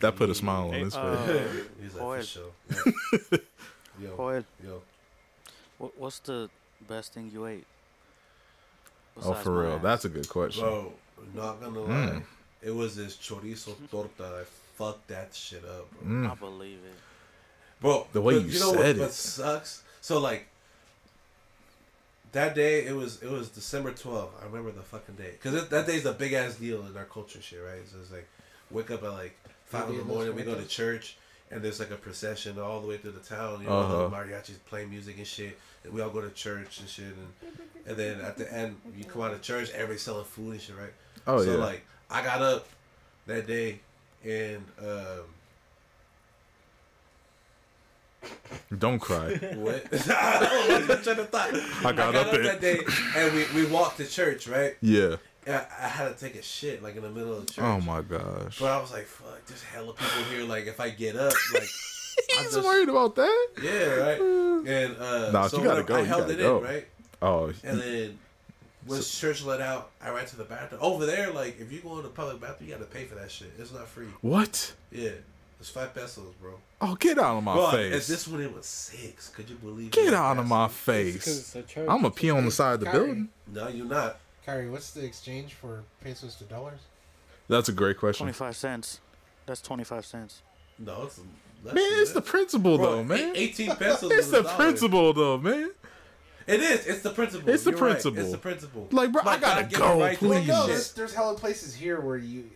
S3: That put a smile on
S4: Hey,
S3: his face.
S4: uh,
S2: he's like
S4: Hoy.
S2: for sure. Yeah. yo,
S4: Hoyt,
S2: yo,
S4: wh- what's the best thing you ate?
S3: Oh,
S4: Besides
S3: for
S4: my
S3: real,
S4: ass?
S3: that's a good question.
S2: bro. Not gonna lie,
S3: Mm.
S2: it was this chorizo torta. I fucked that shit up, bro.
S3: Mm.
S4: I believe it.
S2: Bro,
S3: The way
S2: but
S3: you
S2: know what,
S3: said it.
S2: What sucks. So like that day, it was it was December twelfth. I remember the fucking day because that day's a big ass deal in our culture, shit, right? So it's like wake up at like five in the morning, we go to church, and there's like a procession all the way through the town. You know, the
S3: Uh-huh.
S2: mariachis playing music and shit, and we all go to church and shit, and and then at the end, you come out of church, everybody's selling food and shit, right?
S3: Oh
S2: so
S3: yeah,
S2: like I got up that day and um
S3: don't cry.
S2: what? I don't know what you're trying to thought.
S3: I got, up, there.
S2: that day and we, we walked to church, right?
S3: Yeah.
S2: And I, I had to take a shit like in the middle of church.
S3: Oh my gosh.
S2: But I was like, fuck, there's hella people here. Like if I get up, like
S3: He's
S2: just-
S3: worried about that.
S2: Yeah, right. And uh,
S3: Nah,
S2: so
S3: you gotta
S2: whatever,
S3: go,
S2: I
S3: you
S2: held
S3: gotta
S2: it
S3: go.
S2: in, right?
S3: Oh,
S2: And then when church let out, I ran to the bathroom. Over there, like if you go to the public bathroom, you gotta pay for that shit. It's not free.
S3: what?
S2: Yeah, it's five pesos, bro.
S3: Oh, get out of my
S2: Well, at
S3: face!
S2: this one it was six. Could you believe? it?
S3: get out of my
S5: It's 'cause
S3: face!
S5: it's a church.
S3: I'm gonna pee on the side of the
S6: Kyrie.
S3: building.
S2: No, you're not.
S6: Kyrie, what's the exchange for pesos to dollars?
S3: That's a great question. Man,
S4: 25 cents. That's 25 cents.
S2: No, it's less than
S3: it's the
S2: that.
S3: principle
S2: Bro,
S3: though, man.
S2: eight- Eighteen pesos.
S3: It's
S2: is a
S3: the
S2: dollar.
S3: principle though, man.
S2: It is. It's the principle.
S3: It's the
S2: You're right.
S3: principle.
S2: It's the principle.
S3: Like, bro,
S2: My
S3: I gotta
S2: God-given
S3: go,
S2: right to
S3: please.
S2: do
S6: No,
S3: Yeah.
S6: there's,
S2: shit.
S6: there's hella places here where you,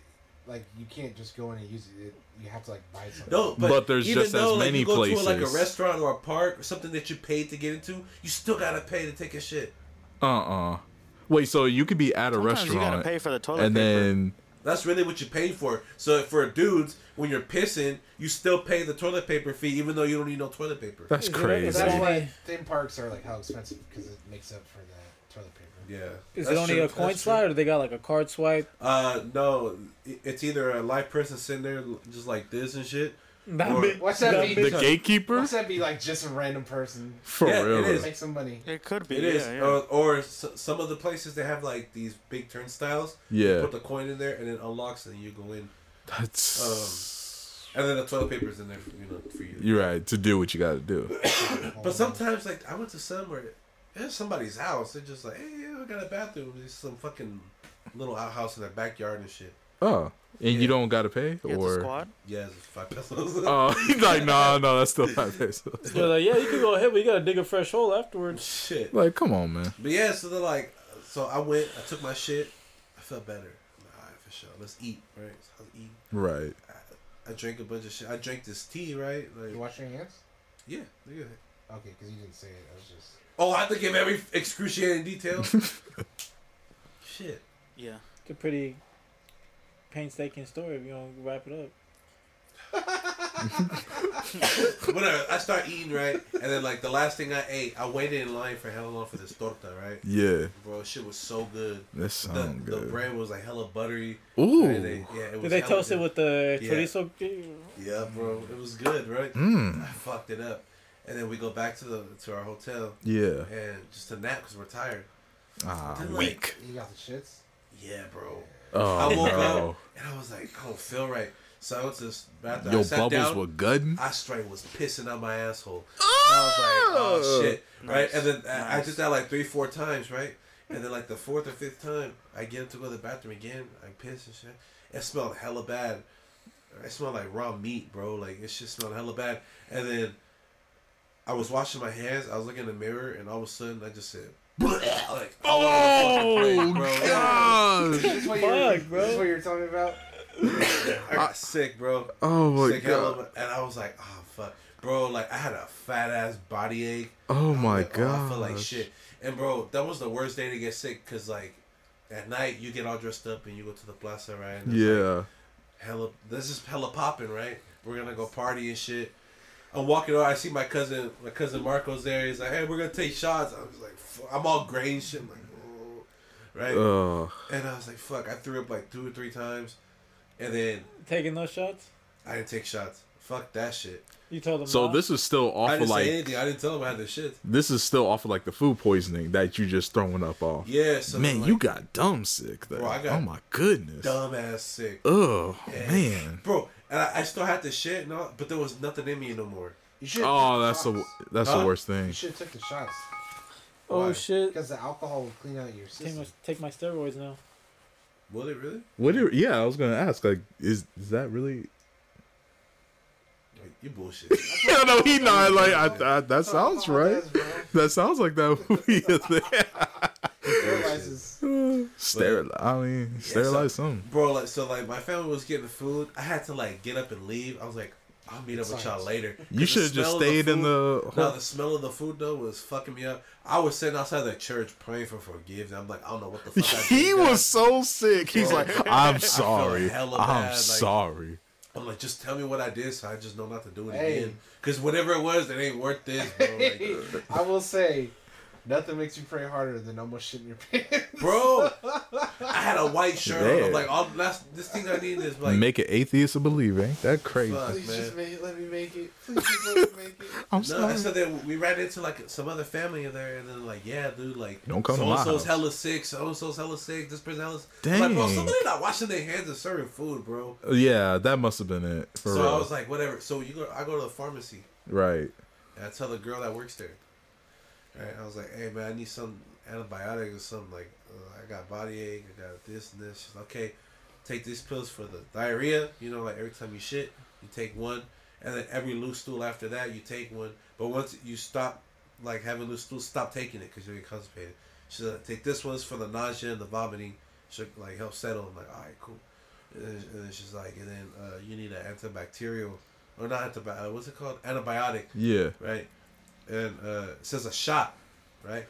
S6: like, you can't just go in and use it. You have to like buy something.
S2: No, but,
S3: But there's
S2: even
S3: just as
S2: though, like,
S3: many
S2: you go To, like a
S3: places.
S2: restaurant or a park or something that you paid to get into, you still gotta pay to take a shit.
S3: Uh uh Wait, so you could be at a
S4: Sometimes you gotta
S3: restaurant
S4: pay for the toilet
S3: and
S4: paper.
S3: then
S2: That's really what you paid for. So for dudes, when you're pissing, you still pay the toilet paper fee, even though you don't need no toilet paper.
S3: that's
S5: Is there- is
S3: crazy.
S6: That's
S5: that-
S6: why
S5: Exactly.
S6: theme parks are like how expensive because it makes up for the toilet paper.
S2: yeah.
S5: Is
S2: That's
S5: it only
S2: true.
S5: a coin
S2: That's true.
S5: slide, or they got like a card swipe?
S2: Uh, no, i- it's either a live person sitting there just like this and shit.
S5: That
S2: Or-
S5: bit-
S6: What's that
S5: that
S6: mean?
S5: bit-
S3: The gatekeeper?
S6: What's that be like? Just a random person
S3: For
S2: Yeah, it
S3: real.
S2: is.
S6: make some money.
S4: It could be.
S2: It
S4: yeah,
S2: is,
S4: yeah.
S3: Oh,
S2: or, or s- some of the places they have like these big turnstiles. You
S3: Yeah.
S2: put the coin in there and it unlocks and you go in,
S3: That's
S2: and then the toilet paper's in there, for, you know, for you.
S3: you're right, to do what you gotta do.
S2: But sometimes, like I went to somewhere, it's somebody's house. They're just like, hey, yeah, I got a bathroom. There's some fucking little outhouse in their backyard and shit.
S3: Oh. And
S2: Yeah.
S3: you don't gotta pay?
S4: You have the
S3: Or
S4: squad.
S2: Yeah, it's five pesos.
S3: Oh he's like, nah, no, that's still five pesos.
S5: They're like, yeah, you can go ahead, but you gotta dig a fresh hole afterwards.
S2: shit.
S3: Like, come on man.
S2: But yeah, so they're like, so I went, I took my shit, I felt better. I'm like, all right, for sure. Let's eat, right? So I was eating.
S3: Right.
S2: I drank a bunch of shit. I drank this tea, right?
S6: You
S2: Like,
S6: wash your hands?
S2: yeah, look at that.
S6: Okay, because you didn't say it. I was just.
S2: Oh, I have to give every excruciating detail. shit.
S4: Yeah.
S5: It's a pretty painstaking story if you don't wrap it up.
S2: Whatever. I start eating, right? And then, like, the last thing I ate, I waited in line for hella long for this torta, right?
S3: Yeah.
S2: Bro, shit was so good.
S3: That
S2: The,
S3: sounds
S2: the
S3: good.
S2: bread was like hella buttery. And they-
S3: Ooh.
S2: yeah, it was
S5: Did they
S2: hella
S5: toast
S2: good.
S5: it with the
S2: Yeah.
S5: chorizo? eh,
S2: Yeah, bro, it was good, right?
S3: Mm.
S2: I fucked it up, and then we go back to the to our hotel
S3: Yeah.
S2: and just to nap because we're tired.
S3: Ah,
S2: Didn't like-
S3: weak.
S6: You got the shits?
S2: Yeah, bro. I
S3: Oh,
S2: woke
S3: bro.
S2: up and I was like, I don't feel right. So I went to this bathroom. I
S3: Your
S2: sat
S3: bubbles
S2: down.
S3: were good.
S2: I straight was pissing out my asshole. I was like, oh shit, right?
S4: Nice.
S2: And then I- I
S4: Nice.
S2: did that like three, four times, right? And then like the fourth or fifth time, I get up to go to the bathroom again. I piss and shit. It smelled hella bad. It smelled like raw meat, bro. Like it shit smelled hella bad. And then I was washing my hands. I was looking in the mirror, and all of a sudden, I just said, "Bleh," like,
S3: Oh
S2: bro.
S3: god.
S6: This is what you were-
S5: Fuck, bro.
S6: This is what you were talking about?
S2: I got sick, bro.
S3: Oh my
S2: sick hella
S3: god.
S2: bad. and I was like, oh fuck, bro. Like I had a fat ass body ache.
S3: Oh my
S2: Like, oh, I
S3: god.
S2: feel like shit. And bro, that was the worst day to get sick because like at night you get all dressed up and you go to the plaza, right? And it's, like,
S3: Yeah.
S2: hella, this is hella popping, right? We're gonna go party and shit. I'm walking over. I see my cousin, my cousin Marco's there. He's like, hey, we're gonna take shots. I was like, fuck. I'm all gray and shit. I'm like, oh. right?
S3: Oh.
S2: and I was like, fuck. I threw up like two or three times, and then
S5: Taking those shots?
S2: I didn't take shots. Fuck that shit.
S5: You told them.
S3: So
S5: not?
S3: this is still
S2: I
S3: off of
S2: didn't
S3: like
S2: say anything. I didn't tell him I had the shit.
S3: this is still off of like the food poisoning that you just throwing up off.
S2: Yeah, so
S3: man,
S2: like,
S3: you got dumb sick though.
S2: Bro, I got
S3: oh my goodness.
S2: dumbass sick.
S3: Oh
S2: Yeah.
S3: man.
S2: Bro, and I, I still had the shit, no, but there was nothing in me no more.
S6: You should.
S3: Oh, that's the that's
S2: Huh?
S3: the worst
S6: You
S3: thing.
S6: should have took the shots
S5: Oh
S2: Why?
S5: shit.
S6: because the alcohol will clean out your
S5: Take
S6: system.
S5: my, take my steroids now.
S2: Will it really?
S3: What? do- yeah, I was gonna ask. Like, is is that really?
S2: Like, you bullshit.
S3: Yeah, no, he not. Like, I, I, that sounds
S6: Alcohol
S3: right.
S6: does, bro.
S3: That sounds like that would be a thing.
S6: It sterilizes.
S3: Sterilize. I mean, sterilize something.
S2: Bro, like so, like my family was getting food. I had to like get up and leave. I was like, I'll meet up with y'all
S6: Science.
S2: later.
S3: You should have just stayed in the.
S2: No, the smell of the food though was fucking me up. I was sitting outside the church praying for forgiveness. I'm like, I don't know what the fuck. I
S3: he
S2: did, God.
S3: was so sick. He's
S2: Bro.
S3: like, I'm sorry.
S2: hella
S3: I'm
S2: bad, like-
S3: sorry.
S2: I'm like, just tell me what I did, so I just know not to do it
S6: Hey.
S2: again. Because whatever it was, it ain't worth this, bro. Like,
S6: I will say, Nothing makes you pray harder than almost shitting your pants.
S2: bro. I had a white shirt. on.
S3: Yeah.
S2: I'm like, all that's this thing I need is like,
S3: Make an atheist a believer. Ain't that crazy?
S2: Fuck.
S6: Please
S2: man.
S6: just make, let me make it. Please just let me make it.
S3: I'm
S2: no.
S3: sorry.
S2: And so then we ran into like some other family in there, and then like, yeah, dude, like,
S3: Don't come to
S2: So
S3: my
S2: and so's
S3: house.
S2: hella sick. So and so's hella sick. This person hella. Sick. I'm Like, bro,
S3: Dang.
S2: somebody not washing their hands and serving food, bro.
S3: yeah, that must have been it. For
S2: so
S3: real.
S2: I was like, whatever. So you go, I go to the pharmacy.
S3: right.
S2: And I tell the girl that works there. Right? I was like, hey man, I need some antibiotic or something. Like, uh, I got body ache. I got this and this. She's like, okay, take these pills for the diarrhea. You know, like every time you shit, you take one, and then every loose stool after that, you take one. But once you stop, like having loose stool, stop taking it because you're getting constipated. She's like, take this one's for the nausea and the vomiting. She like help settle. I'm like, all right, cool. And then, and then she's like, and then uh, you need an antibacterial, or not antibiotic. What's it called? Antibiotic
S3: Yeah.
S2: right? And uh, it says a shot, right?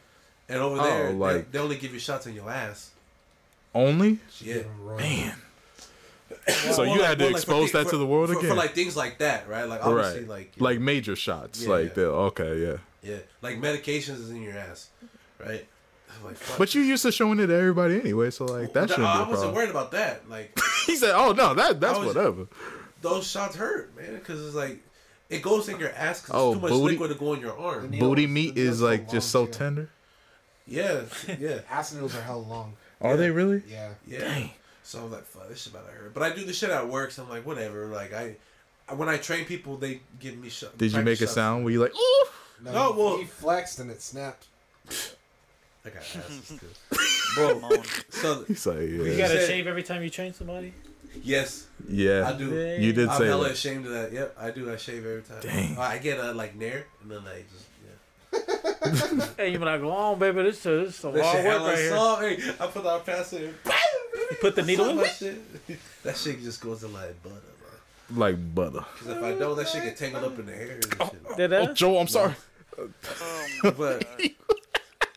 S2: And over
S3: Oh,
S2: there, they-
S3: like-
S2: they, only give you shots in your ass.
S3: Only.
S2: Yeah.
S3: Man.
S2: Well,
S3: So you
S2: like-
S3: had to
S2: well, like, for
S3: expose
S2: thi-
S3: that to the world
S2: for,
S3: again.
S2: for like things like that, right? Like obviously,
S3: right. Like,
S2: like you know,
S3: major shots.
S2: Yeah,
S3: like
S2: yeah.
S3: the okay, yeah.
S2: yeah, like medications is in your ass, right? I'm like, fuck.
S3: But you used to showing it to everybody anyway, so like that
S2: Th-
S3: shouldn't
S2: I
S3: be a
S2: wasn't
S3: problem.
S2: worried about that. Like
S3: he said, "Oh no, that that's
S2: I was-
S3: whatever."
S2: those shots hurt, man, because it's like it goes in your ass because
S3: Oh,
S2: too much
S3: booty-
S2: liquid to go in your arm.
S6: Needles,
S3: Booty
S6: the
S3: meat
S6: needles
S3: is
S6: go
S3: like just so
S6: long, too.
S3: tender.
S2: Yeah, yeah,
S6: Ass noodles are hell long.
S3: Are they really?
S6: Yeah.
S2: Yeah. So I'm like, fuck, this shit about to hurt. But I do the shit at work, so I'm like, whatever. Like I, I- when I train people, they give me shit.
S3: Did you make a sound where you like, "Ooh"?
S2: No, well-
S6: he flexed and it snapped.
S2: I got asses too.
S4: Come
S2: Bro,
S4: on.
S2: so
S3: He's like,
S5: You
S3: "Yeah,
S5: gotta
S2: Said-
S5: shave every time you train somebody.
S2: yes, I
S3: yeah."
S2: do.
S3: You did
S2: I'm
S3: say
S2: hella
S3: that.
S2: ashamed of that. Yep, I do. I shave every time.
S3: Dang.
S2: I get a like nair, and then like just. Yeah.
S5: Hey, you be like, "Go on, baby, this is, this is a
S2: That
S5: lot
S2: shit
S5: of work
S2: hella
S5: right here."
S2: soft. Hey, I put the alpaca in.
S5: You put the needle in.
S2: that shit. That shit just goes in like butter, bro.
S3: Like butter.
S2: Because if I
S5: Oh
S2: don't, that shit get tangled up in the hair and shit.
S5: Did
S3: Oh,
S5: that?
S3: Joe, I'm sorry.
S4: Um,
S2: But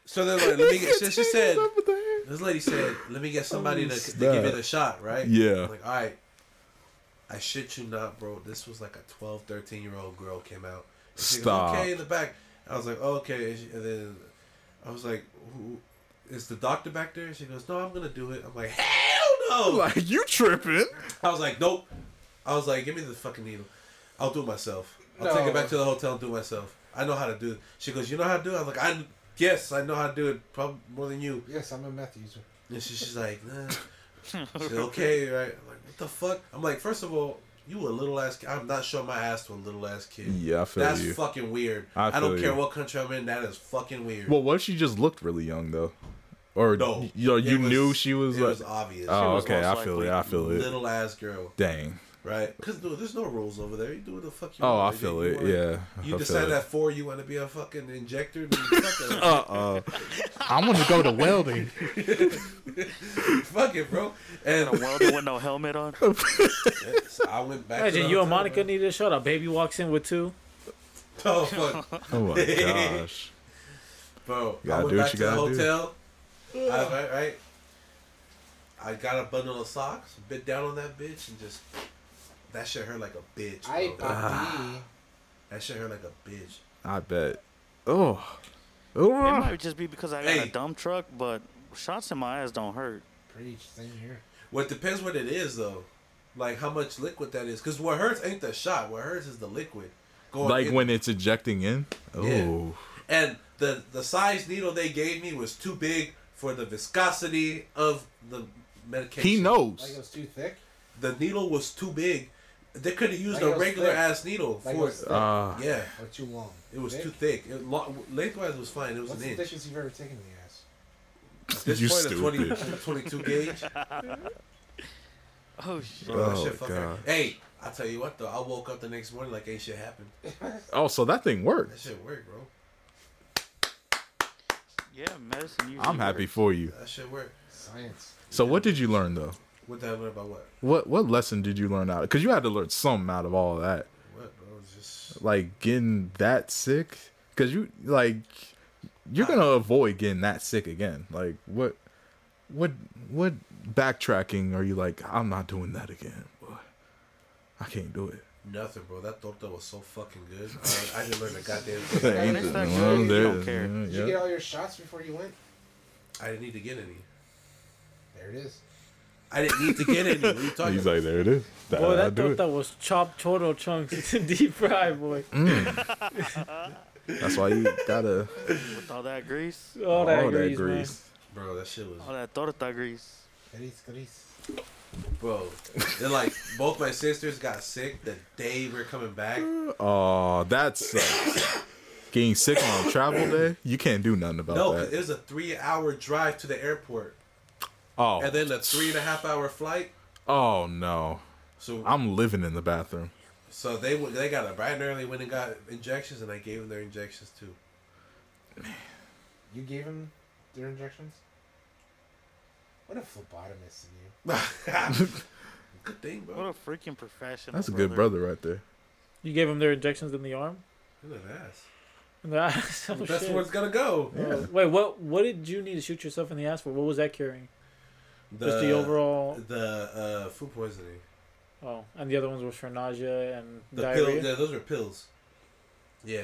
S2: so then, like, let me get. She, she said,
S3: Up with the hair.
S2: This lady said, "Let me get somebody
S3: Oh,
S2: to, to
S3: snap.
S2: give it a shot, right?"
S3: Yeah.
S2: I'm like, all right. I shit you not, bro. This was like a 12, 13 year old girl came out. And she goes,
S3: Stop.
S2: okay, in the back. I was like, okay. And, she, and then I was like, Who, is the doctor back there? And she goes, no, I'm gonna do it. I'm like, hell no.
S3: Like you tripping?
S2: I was like, nope. I was like, give me the fucking needle. I'll do it myself. I'll
S6: No.
S2: take it back to the hotel and do it myself. I know how to do it. She goes, you know how to do it? I'm like, I yes, I know how to do it. Probably more than you.
S6: Yes, I'm a meth user.
S2: And she, she's like, nah. She said, okay, right? I'm like, what the fuck? I'm like, first of all, you a little ass kid. I'm not showing my ass to a little ass kid.
S3: Yeah, I feel
S2: That's
S3: you.
S2: fucking weird.
S3: I
S2: I, don't
S3: feel
S2: care
S3: you.
S2: what country I'm in. That is fucking weird.
S3: well, what if she just looked really young though? Or
S2: no,
S3: you, know, you
S2: It was-
S3: knew she was
S2: It
S3: like,
S2: was obvious.
S3: oh,
S4: was
S3: okay,
S4: most
S3: I feel
S4: likely
S3: it. I feel it.
S2: little ass girl,
S3: Dang.
S2: right? Because dude, there's no rules over there. You do what the fuck you
S3: Oh, I
S2: want. nigga.
S3: feel
S2: You
S3: it.
S2: wanna-
S3: Yeah.
S2: You
S3: I
S2: decide
S3: feel it.
S2: that four, you want to be a fucking injector. Then you fucking,
S3: Uh-uh. I want to go to welding.
S2: fuck it, bro. And
S4: a welder with no helmet on.
S2: so I went back. to
S5: Imagine
S2: the
S5: you
S2: hotel,
S5: and Monica need a shot. A baby walks in with two.
S2: bro. Oh fuck.
S3: Oh my gosh.
S2: Bro,
S3: gotta
S2: I went
S3: do what
S2: back
S3: you
S2: to the
S3: gotta do.
S2: hotel. I, right, right. I got a bundle of socks, bit down on that bitch, and just that shit hurt like a bitch. Bro.
S6: I
S3: Ah.
S6: uh,
S2: that shit hurt like a bitch.
S3: I bet. Oh.
S4: It
S3: Oh.
S4: might just be because I got
S2: Hey.
S4: a dump truck, but shots in my ass don't hurt.
S6: preach. Same here.
S2: Well, it depends what it is though, like how much liquid that is. Cause what hurts ain't the shot. What hurts is the liquid. Going
S3: Like
S2: in-
S3: when it's ejecting in? Oh.
S2: and the the size needle they gave me was too big for the viscosity of the medication.
S3: He
S6: Like it
S3: knows.
S6: was too thick.
S2: the needle was too big. They could have used
S6: Like it
S2: a
S6: was
S2: regular
S6: thick.
S2: ass needle
S6: Like it
S2: for
S6: was
S2: it.
S6: thick.
S3: Ah.
S2: Yeah,
S6: or too long.
S2: uh, it was
S6: Thick?
S2: too thick. It, lo- lengthwise was fine. It was
S6: What's
S2: an
S6: the
S2: inch.
S6: thickest you've ever taken in the ass?
S2: At this
S3: You
S2: point, a 20,
S3: stupid.
S2: 22 gauge.
S4: Oh shit.
S2: Bro, that
S3: Oh,
S2: shit fucking-
S3: God.
S2: Hey, I tell you what though, I woke up the next morning like ain't shit happened.
S3: Oh, so that thing
S2: That
S3: worked.
S2: shit worked, bro.
S4: Yeah, medicine. Usually
S3: I'm happy
S4: works.
S3: for you.
S2: That shit worked.
S6: Science.
S3: So what did you learn though?
S2: What did I learn about what?
S3: What what lesson did you learn out? Because you had to learn something out of all that.
S2: What, bro? It's Just
S3: Like getting that sick. Because you like you're gonna avoid getting that sick again. Like what what what backtracking are you like? I'm not doing that again. Boy. I can't do it.
S2: Nothing, bro. That torta was so fucking good. I, I didn't learn a goddamn
S3: There
S2: thing.
S4: Hey.
S3: ain't
S4: it's
S3: nothing
S4: not
S3: wrong
S4: good. You
S3: there.
S4: don't care.
S3: Yeah,
S6: Did
S3: yeah.
S6: you get all your shots before you went?
S2: I didn't need to get any.
S6: There it is.
S2: I didn't need to get any. What are you talking
S3: He's
S2: about?
S3: like, there it is. That,
S5: Boy,
S3: I
S5: that
S3: do it.
S5: torta was chopped choro chunks and deep fried, boy.
S3: Mm. That's why you gotta
S4: With all that grease,
S5: All that
S3: Oh,
S5: grease,
S2: Bro, that shit was.
S4: all that torta grease.
S6: Grease, grease.
S2: Bro, they're like both my sisters got sick the day we are coming back.
S3: Oh, that's getting sick on travel day. You can't do nothing about
S2: No, 'cause
S3: that.
S2: it was a three-hour drive to the airport,
S3: oh,
S2: and then a three and a half hour flight.
S3: oh no,
S2: So,
S3: I'm living in the bathroom.
S2: so they went- they got up bright and early, went and got injections, and I gave them their injections too.
S6: You gave him their injections? What a phlebotomist in you.
S2: Good thing,
S4: What
S2: bro.
S4: a freaking professional.
S3: That's a good brother right there.
S5: man. You gave them their injections in the arm?
S2: Look at that ass.
S5: In the ass? Oh,
S2: That's
S5: shit.
S2: where it's gonna go.
S5: Oh, Wait, what what did you need to shoot yourself in the ass for? What was that curing? Just the overall.
S2: the uh, food poisoning.
S5: Oh, and the other ones were for nausea and
S2: The
S5: diarrhea.
S2: pill, yeah, those are pills. Yeah,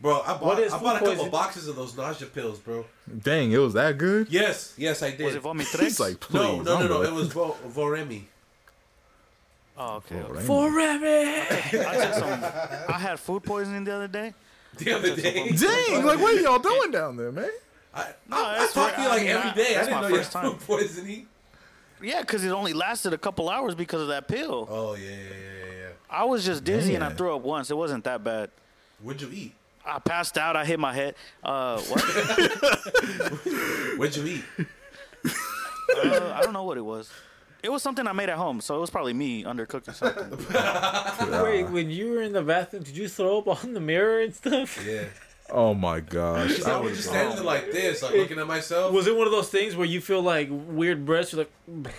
S2: bro, I bought
S5: What is
S2: I bought a
S5: food
S2: couple
S5: poison-
S2: boxes of those nausea pills, bro.
S3: Dang, it was that good.
S2: Yes, yes, I did.
S4: Was it Vomitrex?
S3: He's like, please.
S2: no, no, no,
S3: I'm
S2: no.
S3: like,
S2: It was Vo- Voremi.
S4: Oh, okay.
S3: all
S4: okay.
S3: right.
S5: Forever!
S4: I took some. I had food poisoning the other day.
S2: The other day,
S3: Dang, like what are y'all doing down there, man?
S2: I,
S4: No,
S2: I, I
S4: that's
S2: talk to you
S4: where- I
S2: like
S4: mean,
S2: every
S4: I-
S2: day. I
S4: that's
S2: didn't
S4: my
S2: know you had
S4: first time.
S2: food poisoning.
S4: Yeah, because it only lasted a couple hours because of that pill.
S2: Oh yeah, yeah, yeah, yeah, yeah.
S4: I was just dizzy and I
S3: Man.
S4: threw up once. It wasn't that bad.
S2: What'd you eat?
S4: I passed out. I hit my head. Uh, what?
S2: What'd you eat?
S4: uh, I don't know what it was. It was something I made at home, so it was probably me undercooking something.
S5: Wait, when you were in the bathroom, did you throw up on the mirror and stuff?
S2: Yeah,
S3: Oh my gosh.
S2: I was just standing there like this, like looking at myself.
S5: Was it one of those things where you feel like weird breaths? You're like,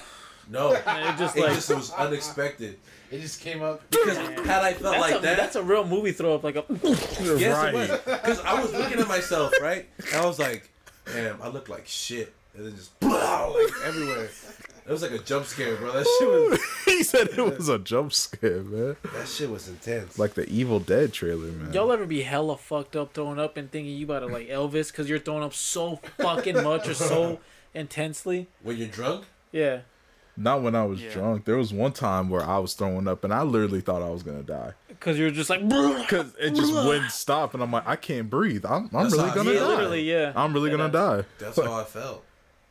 S2: No, it
S5: and it just like
S2: just was unexpected.
S6: It just came up.
S2: Because had I felt
S5: that's,
S2: like
S5: a,
S2: that,
S5: that's a real movie throw up. Like a
S2: yes, it was. Because I was looking at myself, right? And I was like, damn, I look like shit, and then just blow like everywhere. It was like a jump scare, bro. That shit was
S3: he said it was a jump scare, man.
S2: that shit was intense.
S3: Like the Evil Dead trailer, man.
S5: y'all ever be hella fucked up throwing up and thinking you about to like Elvis because you're throwing up so fucking much or so intensely?
S2: when you're drunk.
S5: Yeah.
S3: Not when I was
S4: Yeah.
S3: drunk. There was one time where I was throwing up and I literally thought I was gonna die.
S5: Because you're just like,
S3: Cause it just wouldn't stop, and I'm like, I can't breathe. I'm, I'm
S2: That's
S3: really
S2: how I
S3: gonna
S2: feel.
S3: die.
S5: Literally, yeah.
S3: I'm really
S5: Yeah,
S3: gonna die.
S2: That's how I felt.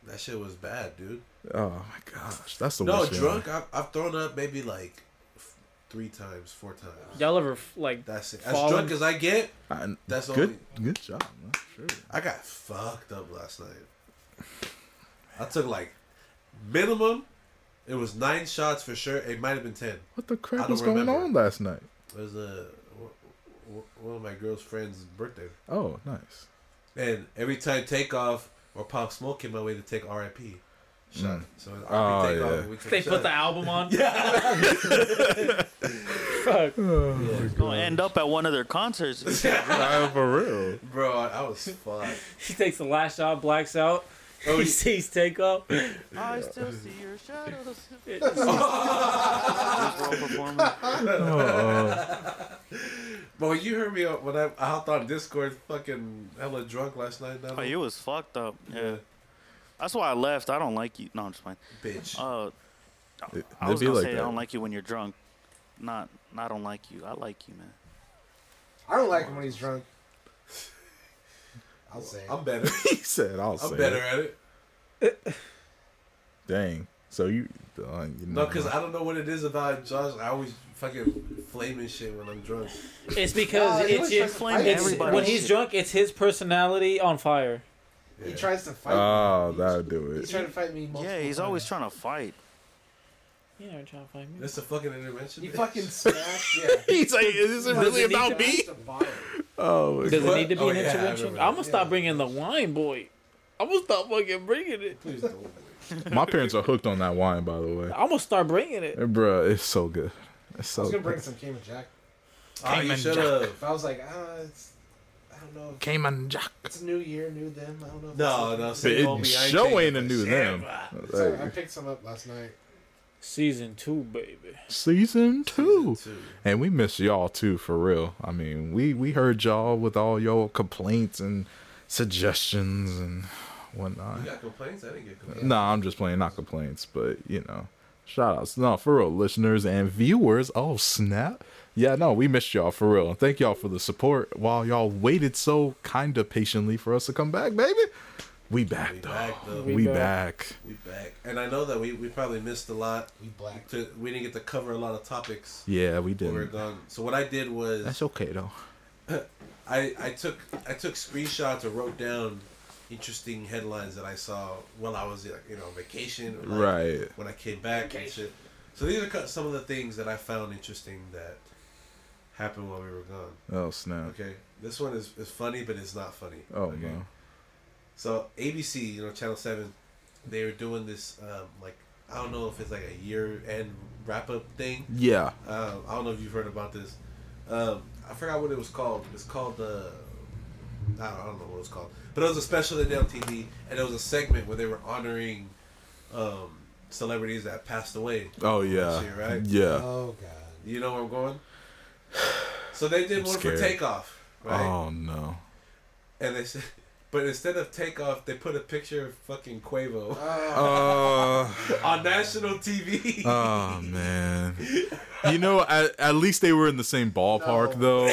S2: That shit was bad, dude.
S3: Oh my gosh, that's the
S2: No,
S3: worst. feeling.
S2: drunk. I've, I've thrown up maybe like f- three times, four times.
S5: y'all ever like
S2: That's it. As
S5: Fallen-
S2: drunk as I get,
S3: I-
S2: That's
S3: good. Good job, man. Sure.
S2: I got fucked up last night. I took like minimum. It was nine shots for sure. It might have been ten.
S3: What the
S2: I
S3: crap
S2: don't
S3: was going
S2: remember.
S3: on last night?
S2: It was a wh- wh- one of my girl's friend's birthday,
S3: Oh, nice.
S2: and every time takeoff or pop smoke came my way to take R.I.P. shot. So RIP
S3: Oh,
S2: takeoff,
S3: yeah.
S2: and we took
S5: they
S2: a
S5: put the
S2: shot.
S5: album on? Yeah. Fuck.
S4: Gonna end up at one of their concerts.
S3: Nah, Uh, for real.
S2: bro. I was fucked.
S5: He takes the last shot, blacks out.
S2: Oh,
S5: he
S2: yeah.
S5: sees take up.
S4: I still see your shadows. Rock performer.
S3: Uh,
S2: Bro, you heard me when I, I hopped on Discord, fucking hella drunk last night. Now,
S4: Oh, you was fucked up. Yeah. That's why I left. I don't like you. No, I'm just playing.
S2: bitch.
S4: Uh,
S3: It,
S4: I
S3: it'd
S4: was
S3: be
S4: gonna
S3: like
S4: say
S3: that.
S4: I don't like you when you're drunk. Not, not I don't like you. I like you, man.
S6: I don't like him when he's drunk. I'll say it.
S2: I'm better.
S3: he said, "I'll say."
S2: I'm
S3: it.
S2: better at it.
S3: Dang. So you, uh, you
S2: No,
S3: know,
S2: because I don't know what it is about Josh. I always fucking flaming shit when I'm drunk.
S5: It's because
S6: No, he
S5: it's,
S6: was
S5: it's,
S6: just like
S5: it's-
S4: everybody.
S5: when he's drunk, it's his personality on fire.
S6: He tries to fight
S3: Oh,
S6: me.
S3: that'll do
S6: He's
S3: it.
S6: trying to fight me multiple
S4: Yeah, he's
S6: times.
S4: always trying to fight.
S5: You know, trying to find me.
S2: That's a fucking intervention.
S6: He
S2: bitch.
S6: fucking smashed, yeah. He
S3: He's like, "Is this really
S5: it need
S3: about
S5: to-
S3: me?"
S6: smashed a bottle.
S3: Oh,
S5: Does it
S2: What?
S5: need to be
S2: Oh,
S5: an
S2: yeah, I
S5: intervention?
S2: remember
S5: I'm gonna
S2: that.
S5: stop bringing the wine, boy. I'm gonna stop fucking bringing it.
S2: Please don't.
S3: my parents are hooked on that wine, by the way.
S5: I'm gonna start bringing it.
S3: Bruh, it's so good. It's so
S6: I was gonna
S3: good.
S6: bring some Cayman Jack.
S2: Ah, you should have.
S6: If I was like, ah, it's, I don't know. If
S3: Cayman Jack.
S6: it's new year, new them. I don't know. If
S2: No,
S6: it's
S2: no.
S3: It
S2: homie, I
S3: show
S2: taking
S3: ain't a
S2: that
S3: new
S2: shit,
S3: them.
S2: bruh.
S6: So I picked some up last night.
S5: Season two, baby.
S3: Season two.
S2: Season two.
S3: And we miss y'all too, for real. I mean, we we heard y'all with all your complaints and suggestions and whatnot.
S2: You got complaints? I didn't get complaints.
S3: No, I'm just playing, not complaints, but you know, shout outs. No, for real, listeners and viewers. Oh, snap. Yeah, no, we missed y'all for real. Thank y'all for the support while y'all waited so kind of patiently for us to come back, baby. We back,
S2: We
S3: though.
S2: back, though.
S3: We,
S5: We
S3: back.
S5: back.
S2: We back, and I know that we, we probably missed a lot.
S6: We blacked
S2: To, we didn't get to cover a lot of topics.
S3: Yeah, we
S2: when we were
S3: did.
S2: done. So what I did was
S3: That's okay, though.
S2: I, I took I took screenshots or wrote down interesting headlines that I saw while I was like, you know on vacation. or, like,
S3: Right.
S2: When I came back and shit. So these are cut- some of the things that I found interesting that happened while we were gone.
S3: Oh, snap.
S2: Okay, this one is, is funny, but it's not funny.
S3: Oh,
S2: okay?
S3: no.
S2: So ABC, you know, Channel Seven, they were doing this um, like I don't know if it's like a year end wrap up thing.
S3: Yeah.
S2: Um, I don't know if you've heard about this. Um, I forgot what it was called. It's called the. I don't, I don't know what it's called, but it was a special that did on TV, and it was a segment where they were honoring um, celebrities that passed away.
S3: Oh, yeah.
S2: shit, right?
S3: Yeah.
S6: Oh god.
S2: You know where I'm going. So they did
S3: I'm
S2: one
S3: scared.
S2: for Takeoff, right?
S3: Oh, no.
S2: And they said, but instead of Takeoff, they put a picture of fucking Quavo
S3: Uh,
S2: on national TV.
S3: oh, man. You know, at, at least they were in the same ballpark, though.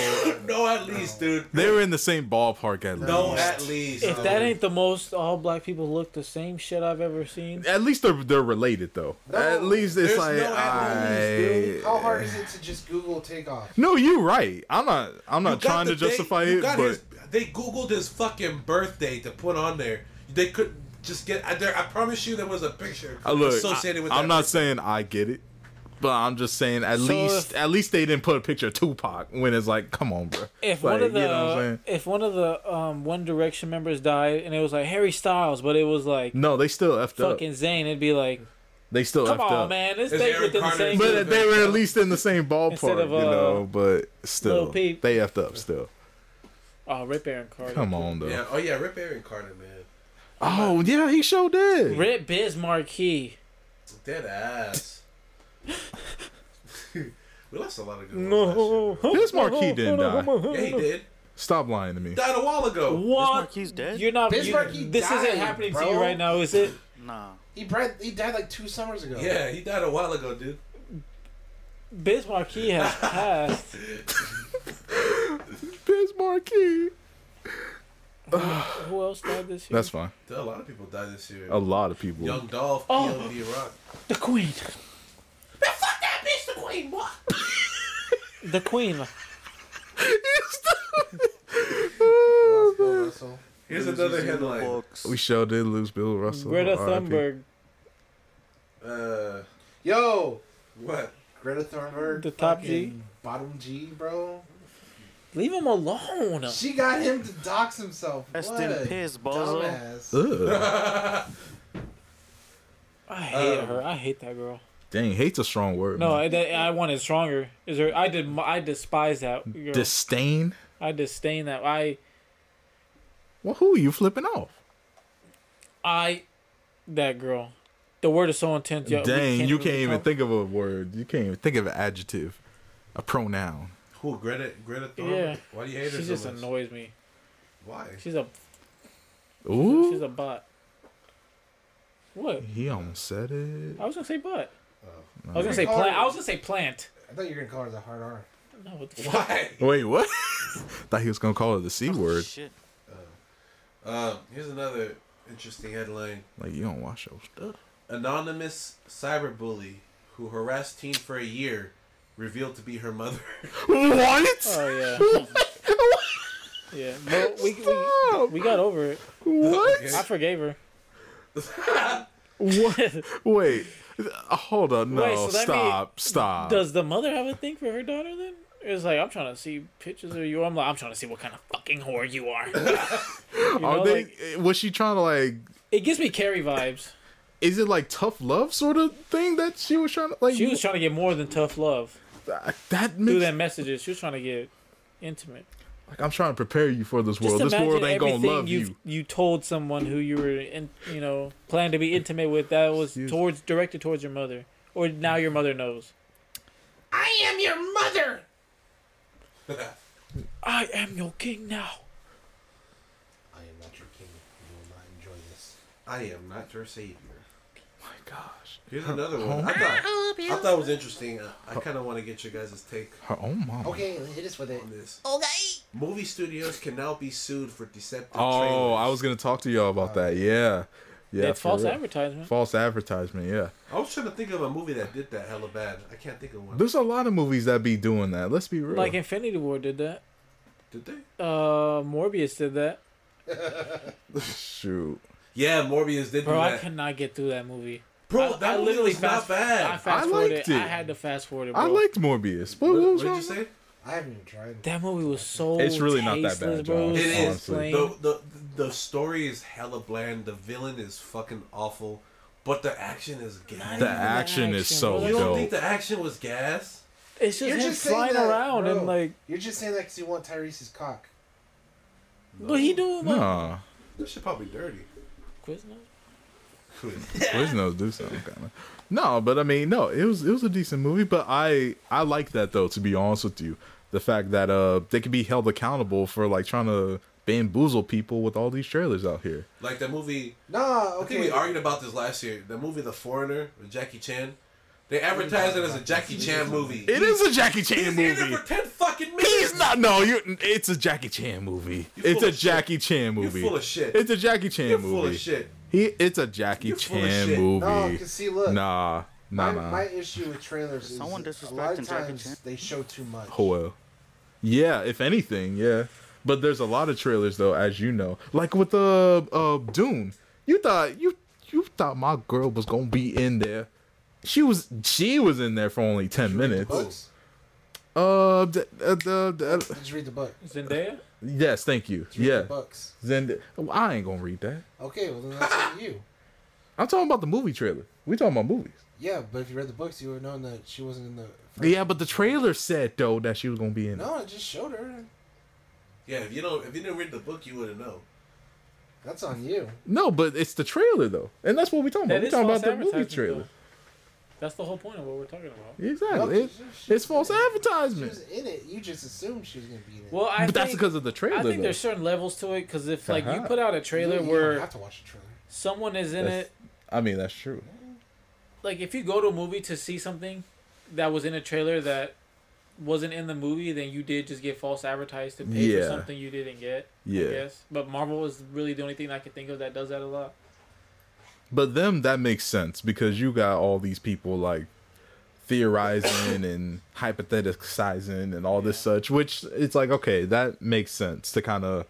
S2: no, at least, dude.
S3: They were in the same ballpark at
S2: No,
S3: least.
S2: at least.
S5: If that ain't the most all black people look the same shit I've ever seen.
S3: At least they're they're related though. at least it's
S2: there's
S3: like
S2: no at
S3: I.
S6: How hard is it to just Google takeoff?
S3: No, you're right. I'm not. I'm not
S2: You got
S3: trying
S2: the
S3: to justify
S2: day- you
S3: it,
S2: got
S3: but
S2: his- they googled his fucking birthday to put on there. They could just get. I, there, I promise you, there was a picture
S3: uh, look,
S2: associated
S3: I,
S2: with.
S3: am
S2: that
S3: not
S2: birthday.
S3: saying I get it, but I'm just saying at
S5: So
S3: least
S5: if-
S3: at least they didn't put a picture of Tupac when it's like, come on, bro.
S5: If
S3: like,
S5: one of the
S3: you know what I'm saying?
S5: if one of the um One Direction members died and it was like Harry Styles, but it was like
S3: No, they still effed
S5: fucking
S3: up.
S5: Zayn, it'd be like,
S3: They still
S5: come
S3: effed
S5: on,
S3: up.
S5: man, this
S2: Is
S5: they
S2: Aaron
S5: within the
S2: Carter-
S5: same.
S3: But
S2: Instead of,
S3: they
S2: uh,
S3: were at least in the same ballpark,
S5: of,
S3: you
S5: uh,
S3: know. But still,
S5: Lil Peep.
S3: they effed up. Still,
S5: oh, rip Aaron Carter.
S3: come on though.
S2: Yeah. Oh yeah, Rip Aaron Carter, man.
S3: Oh yeah, he sure did.
S5: Rip Biz Marquee.
S2: Dead ass. we lost a lot of good. ones
S5: No,
S3: Biz Marquee didn't die.
S2: last year. Yeah, he did.
S3: Stop lying to me.
S2: Died a while ago.
S5: What?
S4: Marquis dead?
S5: You're not.
S6: Biz
S5: you-
S6: Markie
S5: this
S6: died,
S5: isn't happening to you
S6: bro.
S5: right now, is it?
S4: Nah.
S6: He bred, he died like two summers ago.
S2: Yeah, he died a while ago, dude.
S5: Biz Marquee has passed.
S3: Biz Marquee.
S5: Who else died this year?
S3: That's fine.
S2: A lot of people died this year.
S3: A lot of people.
S2: Young Dolph,
S5: Oh.
S2: PLB Rock.
S5: the Queen. The Queen.
S6: Bill Russell.
S2: Here's
S4: Loses
S2: another
S4: in the
S2: headline.
S4: books.
S3: we sure did lose Bill Russell.
S5: Greta
S3: RIP.
S5: Thunberg.
S2: Uh,
S6: Yo,
S2: what?
S6: Greta Thunberg.
S5: The top G.
S6: fucking Bottom G, bro.
S5: Leave him alone.
S6: She got him to dox himself.
S4: Rest
S6: what
S4: in
S6: a
S4: piss, bozo.
S6: dumbass.
S3: Ugh.
S5: I hate
S2: Um,
S5: her. I hate that girl.
S3: Dang, hate's a strong word.
S5: No,
S3: man.
S5: I, that- I wanted stronger. Is her? I did. I despise that girl.
S3: disdain.
S5: I disdain that. I.
S3: Well, who are you flipping off?
S5: I. That girl. The word is so intense. yo, we
S3: Dang, you can't even
S5: come-
S3: think of a word. You can't even think of an adjective, a pronoun.
S2: Who? Greta? Greta Thunberg?
S5: Yeah.
S2: Why do you hate her
S5: She
S2: so
S5: just
S2: much?
S5: annoys me.
S2: Why?
S5: She's a.
S3: Ooh,
S5: She's a bot. What?
S3: he almost said it.
S5: I was gonna say butt.
S3: No.
S5: I was gonna say plant. I was gonna say plant.
S6: I thought you were gonna call her the hard R.
S5: No, what the fuck?
S2: Why?
S3: Wait, what? Thought he was gonna call it the c
S4: Oh,
S3: word.
S4: Shit.
S2: Um, here's another interesting headline:
S3: Like you don't wash your stuff.
S2: Anonymous cyberbully who harassed teen for a year revealed to be her mother.
S3: What?
S5: Oh yeah. yeah. But we,
S3: Stop.
S5: we we got over it.
S3: What?
S5: I forgave her. what?
S3: Wait, th- hold on, no,
S5: Wait, so that mean-
S3: stop, stop.
S5: Does the mother have a thing for her daughter then? It's like I'm trying to see pictures of you. I'm like I'm trying to see what kind of fucking whore you are. You
S3: Are
S5: know,
S3: they?
S5: like,
S3: was she trying to like?
S5: it gives me Carrie vibes.
S3: Is it like tough love sort of thing that she was trying to like?
S5: She was trying to get more than tough love
S3: that, that
S5: through
S3: makes
S5: them messages. She was trying to get intimate.
S3: like I'm trying to prepare you for this
S5: Just
S3: world. This
S5: imagine
S3: world ain't gonna
S5: everything
S3: love
S5: you've-
S3: you.
S5: You told someone who you were, in, you know, planned to be intimate with that was
S3: Excuse-
S5: towards directed towards your mother. or now your mother knows.
S6: I am your mother.
S5: I am your king now.
S6: I am not your king. You will not enjoy this.
S2: I am not your savior.
S3: My gosh.
S2: Here's another one. I thought, I thought it was interesting. I- I kind of want to get your guys' take
S3: Her oh own mom.
S6: Okay, hit us with it.
S2: on this. Movie studios can now be sued for deceptive
S3: Oh,
S2: trailers.
S3: I was gonna talk to y'all about that. Yeah, yeah.
S5: That's
S3: for
S5: false
S3: real.
S5: advertisement.
S3: False advertisement. Yeah.
S2: I was trying to think of a movie that did that hella bad. I can't think of one.
S3: There's a lot of movies that be doing that. Let's be real.
S5: Like Infinity War did that.
S2: Did they?
S5: Uh, Morbius did that.
S3: Shoot.
S2: Yeah, Morbius did
S5: Bro,
S2: do
S5: I
S2: that.
S5: could not get through that movie.
S2: Bro,
S5: I-
S2: that
S5: I
S2: movie was not
S5: fast- I
S2: bad.
S5: fast
S3: I
S5: forwarded.
S3: liked it.
S5: I had to fast forward it. Bro.
S3: I liked Morbius. What,
S2: What,
S3: what
S2: what
S3: was
S2: did
S3: wrong?
S2: you say?
S6: I haven't even tried.
S5: that movie was so.
S3: It's really not that
S5: tasteless,
S3: bad,
S5: bro.
S3: John.
S2: It
S5: so
S2: is.
S3: Honestly.
S5: plain.
S2: The, the the story is hella bland. The villain is fucking awful, but the action is gas.
S3: The action is
S5: action,
S3: so
S5: bro.
S2: you don't think
S3: dope.
S2: the action was gas?
S5: It's just
S6: You're
S5: him
S6: just saying
S5: flying
S6: that,
S5: around
S6: bro.
S5: and like,
S6: You're just saying that because you want Tyrese's cock.
S5: but he doing like
S3: Nah,
S2: This shit probably dirty.
S5: Quiznos.
S3: Quiznos do something kind of. No, but I mean, no, it was it was a decent movie, but I I like that though. To be honest with you, the fact that uh they could be held accountable for like trying to bamboozle people with all these trailers out here.
S2: Like that movie.
S6: Nah,
S2: I think
S6: okay.
S2: we argued about this last year. The movie The Foreigner with Jackie Chan. They advertised it as a Jackie Chan movie.
S3: It is a Jackie
S2: He's
S3: Chan
S2: in it
S3: movie.
S2: for ten fucking minutes.
S3: He's not. No, you. It's a Jackie Chan movie.
S2: You
S3: It's
S2: full
S3: a
S2: of shit.
S3: Jackie Chan movie.
S2: full of shit.
S3: It's a Jackie Chan
S2: You're
S3: movie.
S2: full of shit.
S3: He. It's a Jackie
S2: You're full of
S3: Chan
S2: shit.
S3: movie.
S6: No, because see, look.
S3: nah, nah,
S6: My,
S3: nah.
S6: my issue with trailers is
S4: Someone
S6: a lot of
S4: disrespecting Jackie
S6: times
S4: Chan.
S6: they show too much.
S3: Oh, well. Yeah, if anything, yeah. But there's a lot of trailers though, as you know. Like with the uh, Dune, you thought you you thought my girl was gonna be in there. She was she was in there for only ten minutes.
S6: Books?
S3: Uh, d- uh, d- uh, d- uh,
S6: Did you read the book?
S5: Zendaya.
S3: yes, thank you.
S6: Did you read
S3: Yeah,
S6: The books.
S3: Zend. I ain't gonna read that.
S6: Okay, well then that's on you.
S3: I'm talking about the movie trailer. We talking about movies.
S6: Yeah, but if you read the books, you would have known that she wasn't in the. First.
S3: Yeah, but the trailer said though that she was gonna be in. it.
S6: No, I just showed her.
S2: Yeah, if you don't, if you didn't read the book, you wouldn't know.
S6: That's on you.
S3: No, but it's the trailer though, and that's what we talking about.
S5: That
S3: We
S5: is
S3: talking
S5: false
S3: about the movie
S5: advertisement,
S3: trailer.
S5: though. That's the whole point of what we're talking about.
S6: No,
S3: Exactly.
S6: she-
S3: It-
S6: she-
S3: it's false
S6: She
S3: advertisement.
S6: was in it. You just assumed she was gonna be in it.
S5: Well, I
S3: but
S5: think,
S3: that's because of the trailer.
S5: I think
S3: though.
S5: there's certain levels to it because if like you
S3: Uh-huh.
S5: put out a
S6: You-
S5: trailer
S6: you
S5: where
S6: don't have to watch the trailer.
S5: someone is in
S3: That's-
S5: it,
S3: I mean, that's true.
S5: like if you go to a movie to see something that was in a trailer that wasn't in the movie, then you did just get false advertised to pay for
S3: Yeah.
S5: something you didn't get. I
S3: Yeah,
S5: guess. But Marvel is really the only thing I can think of that does that a lot.
S3: but them that makes sense because you got all these people like theorizing and hypotheticizing and all this such, which it's like okay, that makes sense to kind of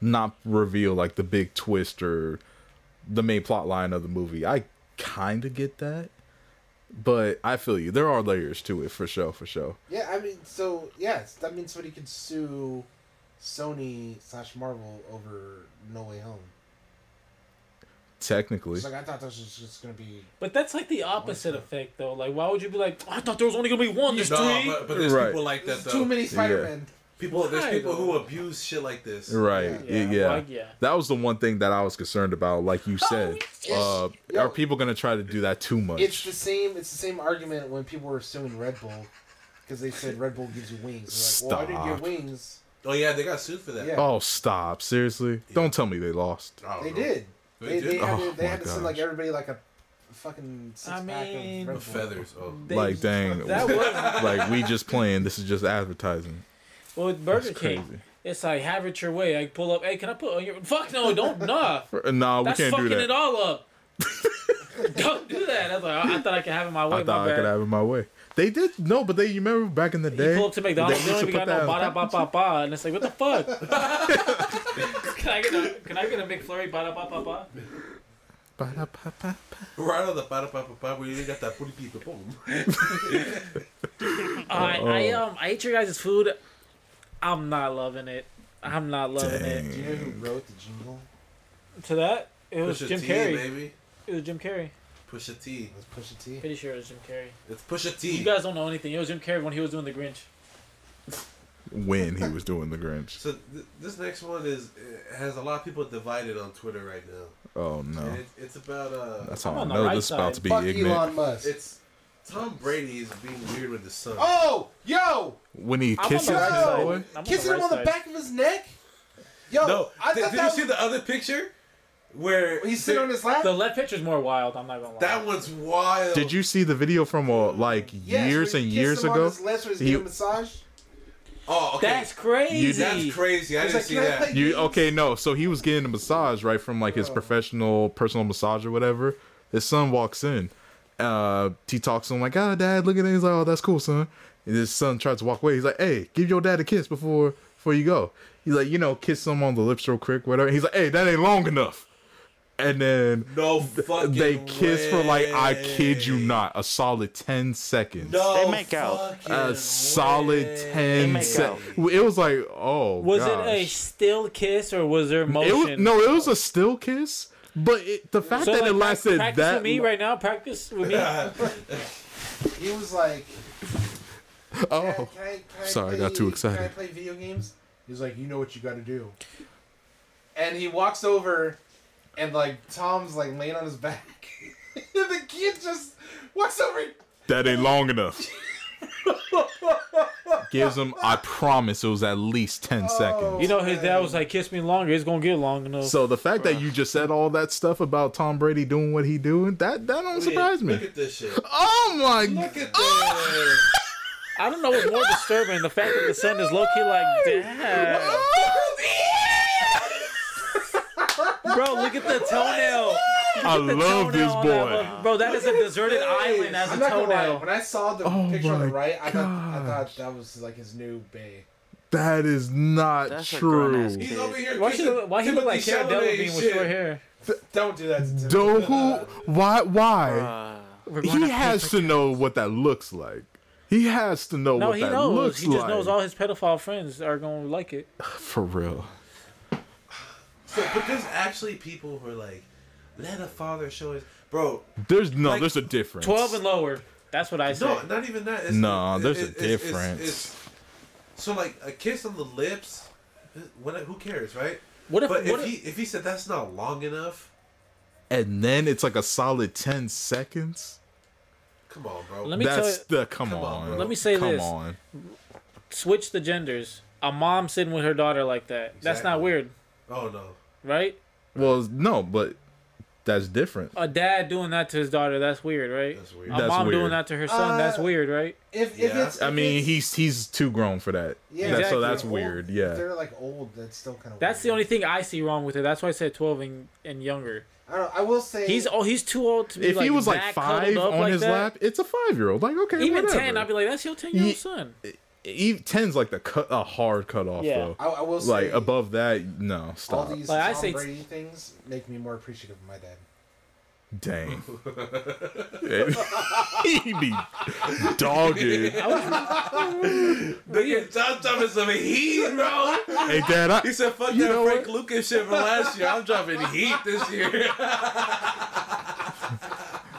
S3: not reveal like the big twist or the main plot line of the movie. I kind of get that, but I feel you. There are layers to it for sure, for sure.
S6: Yeah, I mean, so yes, that means somebody could sue Sony slash Marvel over No Way Home.
S3: Technically,
S6: It's like I thought this was just gonna be.
S5: But that's like the opposite effect, though. Like, why would you be like, I thought there was only gonna be one? There's
S2: No,
S5: three.
S2: but, but there's
S3: Right.
S2: people like that
S6: There's
S2: though.
S6: too many Spider Men.
S2: people. There's
S5: Why,
S2: people who
S5: though?
S2: abuse shit like this.
S3: Right.
S5: Yeah.
S3: Yeah.
S5: Like, yeah.
S3: That was the one thing that I was concerned about. Like you said, uh,
S6: Oh, Yo.
S3: are people going to try to do that too much?
S6: It's the same. It's the same argument when people were suing Red Bull because they said Red Bull gives you wings. They're like, well, I didn't
S3: Stop.
S6: get wings.
S2: Oh yeah, they got sued for that.
S6: Yeah.
S3: oh, stop. Seriously? Don't tell me they lost.
S2: I don't
S6: They
S2: know.
S6: did.
S2: They
S6: They,
S2: did?
S6: they had
S3: Oh,
S6: to, they had
S3: my
S6: to send like
S3: gosh.
S6: everybody like a fucking six
S5: I
S6: pack of
S5: mean-
S6: Red
S2: The
S6: Bull.
S2: feathers. Oh.
S5: They-
S3: like, dang.
S5: That was
S3: like, we just playing. This is just advertising.
S5: well, with Burger
S3: That's
S5: King.
S3: crazy.
S5: It's like have it your way. I pull up. Hey, can I put on your? Fuck no, don't nah.
S3: For- Nah, we
S5: That's
S3: can't do
S5: fucking it
S3: that.
S5: all up. don't do that. That's like I, I thought I could have it my way.
S3: I thought
S5: my
S3: I could
S5: bad.
S3: have it my way. They did. No, but they, you remember back in the
S5: You
S3: day?
S5: pull up to McDonald's, they
S3: used
S5: don't
S3: to
S5: even
S3: put that
S5: got no
S3: on
S5: ba da ba
S3: packages.
S5: ba ba, and it's like what the fuck? can I get a can I get a McFlurry ba da ba ba ba?
S3: Ba-da-ba-ba.
S2: Right on the pa pa pa pa where you got that booty pee boom.
S5: I I
S3: Oh.
S5: um I ate your guys' food. I'm not loving it. I'm not loving it.
S6: Do you know who wrote the jingle?
S5: To that, it was
S2: Push a T,
S5: Jim Carrey.
S2: baby.
S5: It was Jim Carrey.
S2: Push a T.
S6: It was Pusha T.
S5: Pretty sure it was Jim Carrey.
S2: It's push a
S5: You
S2: T.
S5: guys don't know anything. It was Jim Carrey when he was doing the Grinch.
S3: When he was doing the Grinch.
S2: So th- this next one is it has a lot of people divided on Twitter right now.
S3: Oh, no.
S2: And it, it's about uh.
S3: That's how
S5: I'm
S3: I
S5: on the
S3: know
S5: right
S3: this is about
S5: side.
S3: to be
S6: Fuck
S3: ignorant.
S6: Elon Musk.
S2: It's Tom Brady is being weird with his son.
S6: Oh, yo,
S3: When he
S5: I'm on
S3: kisses
S5: the
S3: his
S5: right side.
S3: boy,
S5: I'm on the
S6: kissing him
S5: right
S6: on the
S5: side.
S6: back of his neck. Yo,
S2: No,
S6: I
S2: did,
S6: thought
S2: did
S6: that
S2: you see
S6: was,
S2: the other picture where
S6: he's sitting on his lap.
S5: The left picture's more wild. I'm not gonna lie.
S2: That one's wild.
S3: did you see the video from uh, like
S6: Yes, where
S3: years
S6: he
S3: and
S6: kissed
S3: years
S6: him on
S3: ago?
S6: his lips where he's
S3: He-
S6: giving him a massage.
S2: Oh, okay.
S5: That's crazy.
S3: You-
S2: That's crazy. I
S6: He's
S2: didn't
S6: like,
S2: see
S6: "Can I
S2: that.
S6: play
S3: You okay? No, so he was getting a massage right from like his professional personal massage or whatever. His son walks in. Uh, he talks to him like, "Oh, dad, look at it." He's like, "Oh, that's cool, son." And his son tries to walk away. He's like, "Hey, give your dad a kiss before before you go." He's like, "You know, kiss him on the lips real quick, whatever." He's like, "Hey, that ain't long enoff." And then
S2: No fucking
S3: they kiss for like I kid you
S2: way.
S3: not, a solid ten seconds.
S2: No
S4: They make out.
S2: fucking
S3: a solid
S2: way.
S3: ten
S4: make
S3: seconds. It was like, oh,
S5: was
S3: gosh.
S5: it a still kiss or was there
S3: It
S5: motion?
S3: was, no, it was a still kiss, but it, the fact
S5: So
S3: that
S5: like,
S3: it
S5: prac-
S3: lasted
S5: practice
S3: that
S5: with me
S3: lo-
S5: right now. Practice with me.
S6: He was like,
S3: oh,
S6: "Dad, can I, can I
S3: Sorry, I
S6: play-
S3: got too excited.
S6: Can I play video games? He's like, you know what you got to do. And he walks over, and like Tom's like laying on his back, and the kid just walks over. and-
S3: that ain't long enough. Gives him, I promise, it was at least ten seconds.
S5: You know, his dad was like, "Kiss me longer. It's gonna get long enough."
S3: So the fact that you just said all that stuff about Tom Brady doing what he doing, that that don't surprise
S2: Look
S3: me.
S2: at this shit.
S3: Oh my! Oh!
S2: Look at this.
S5: I don't know what's more disturbing: the fact that the son is low key like, "Dad, bro, look at the toenail."
S3: I love this
S5: Toenail on that
S3: boy.
S5: mother- bro. That is a deserted island as
S6: I'm
S5: a
S6: not gonna lie.
S5: toenail.
S6: When I saw the
S3: Oh
S6: picture on the
S3: my
S6: right, I thought I thought that was like his new bay.
S3: That is not
S4: That's a
S3: true.
S4: grown-ass kid.
S2: He's over here.
S5: Why, she,
S2: kissing
S5: why he look
S2: Timothée
S5: like Cara
S2: Chalamet
S5: Delevingne with
S2: shit.
S5: short hair?
S6: Don't do that. To Tim.
S3: Don't who? Why? Why?
S4: Uh,
S5: We're going
S3: He
S5: after
S3: has to know what that looks like. He has to know
S5: No,
S3: what
S5: he
S3: that
S5: knows.
S3: looks
S5: He just
S3: like.
S5: knows all his pedophile friends are gonna like it.
S3: For real.
S2: So, but there's actually people who are like, let a father show his. Bro,
S3: There's no,
S2: Like,
S3: there's a difference.
S5: Twelve and lower. That's what I say.
S2: no, not even that. It's,
S3: No,
S2: it-
S3: there's a
S2: it- it's- it's-
S3: difference.
S2: it's- so, like, a kiss on the lips, what, who cares, right?
S5: What if?
S2: But
S5: what
S2: if
S5: if,
S2: he if he said that's not long enough,
S3: and then it's like a solid ten seconds.
S2: come on, bro.
S5: Let me tell
S3: That's
S5: you-
S3: the come,
S2: Come on,
S3: on.
S2: bro.
S5: Let me say
S3: come
S5: this.
S3: on.
S5: switch the genders? A mom sitting with her daughter like that. That's not
S2: Exactly.
S5: weird,
S2: Oh no.
S5: right?
S3: Well, no, but that's different.
S5: A dad doing that to his daughter. That's weird, right?
S2: That's weird.
S5: A
S3: That's
S5: mom doing
S3: weird.
S5: that to her son. that's
S6: Uh,
S5: weird, right?
S6: If, if
S2: Yeah.
S6: it's, if
S3: I mean,
S6: it's-
S3: he's he's too grown for that.
S6: Yeah,
S3: That- So
S5: Exactly.
S3: that's
S6: Old-
S3: weird.
S6: If
S3: Yeah.
S6: they're like old. That's still kind of.
S5: That's the only thing I see wrong with it. That's why I said twelve and, and younger.
S6: I don't. know, I will say
S5: He's oh, he's too old to be
S3: If
S5: like
S3: he was like
S5: that cuddled
S3: five
S5: up
S3: on
S5: like
S3: his
S5: that.
S3: lap, it's a five year old. Like okay,
S5: Even
S3: whatever.
S5: ten, I'd be like, that's your ten year
S3: Ye-
S5: old son.
S3: Eve- ten's like the cut a hard cutoff
S5: Yeah.
S3: though.
S6: I, I will say
S3: Like above that, no
S6: all
S3: stop.
S6: these
S5: Like, I
S6: Tom
S5: say-
S6: Brady things make me more appreciative of my dad.
S3: Dang. he be dogged.
S2: Nigga, John Tom is some heat, bro.
S3: Hey, Dad, I,
S2: He said, "Fuck
S3: You
S2: that
S3: know
S2: Frank Lucas shit from last year. I'm dropping heat this year."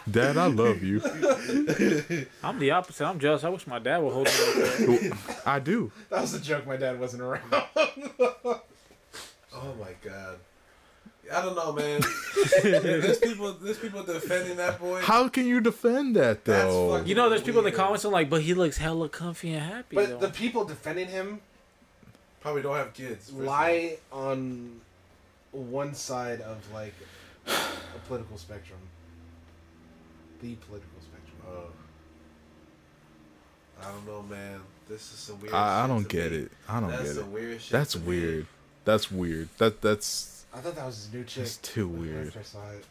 S3: Dad, I love you.
S5: I'm the opposite. I'm jealous. I wish my dad would hold me like that.
S3: I do.
S6: That was a joke. My dad wasn't around.
S2: oh my god. I don't know, man. there's people, there's people defending that boy.
S3: How can you defend that
S2: That's
S3: though?
S2: fucking-
S5: You know, there's people in the
S2: Weird.
S5: comments I'm like, but he looks hella comfy and happy.
S6: But
S5: though.
S6: the people defending him
S2: Probably don't have kids. first of
S6: lie on one side of like a political spectrum, the political
S2: all.
S6: spectrum.
S2: Oh. I don't know, man. This is some weird.
S3: I, I
S2: shit
S3: don't
S2: to
S3: get
S2: me.
S3: it. I don't
S2: That's
S3: get it.
S2: some weird shit.
S3: That's
S2: to me.
S3: weird. That's weird. That that's
S6: I thought that was his new chick.
S3: that's too
S6: when I
S3: weird.
S6: first saw it.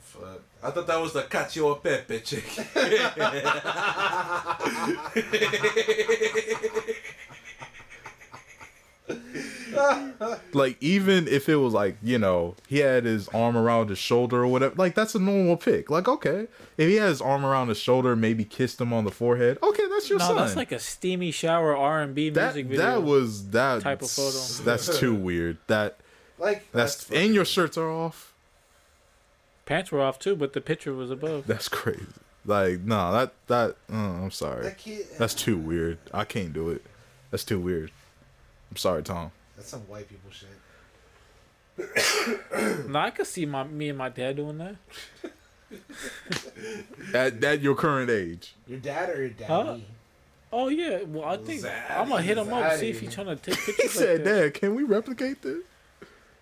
S2: Fuck. I thought that was the Cacio e Pepe chick.
S3: Like even if it was like you know he had his arm around his shoulder or whatever, like that's a normal pick. Like okay, if he had his arm around his shoulder, maybe kissed him on the forehead. Okay, that's your
S5: no,
S3: son.
S5: that's like a steamy shower R and B
S3: that
S5: music video.
S3: that was that
S5: type of photo.
S3: That's too weird. That
S6: Like
S3: that's, and your shirts are off.
S5: Pants were off too, but the picture was above.
S3: That's crazy. Like no, that that uh, I'm sorry.
S6: that kid.
S3: That's too weird. I can't do it. That's too weird. I'm sorry, Tom.
S6: That's some white people shit.
S5: no, I could see my me and my dad doing that.
S3: at, at your current age.
S6: Your dad or your daddy?
S5: Huh? Oh yeah, well I think I'm gonna hit him up see if he's trying to take pictures.
S3: He said,
S5: like that.
S3: Dad, can we replicate this?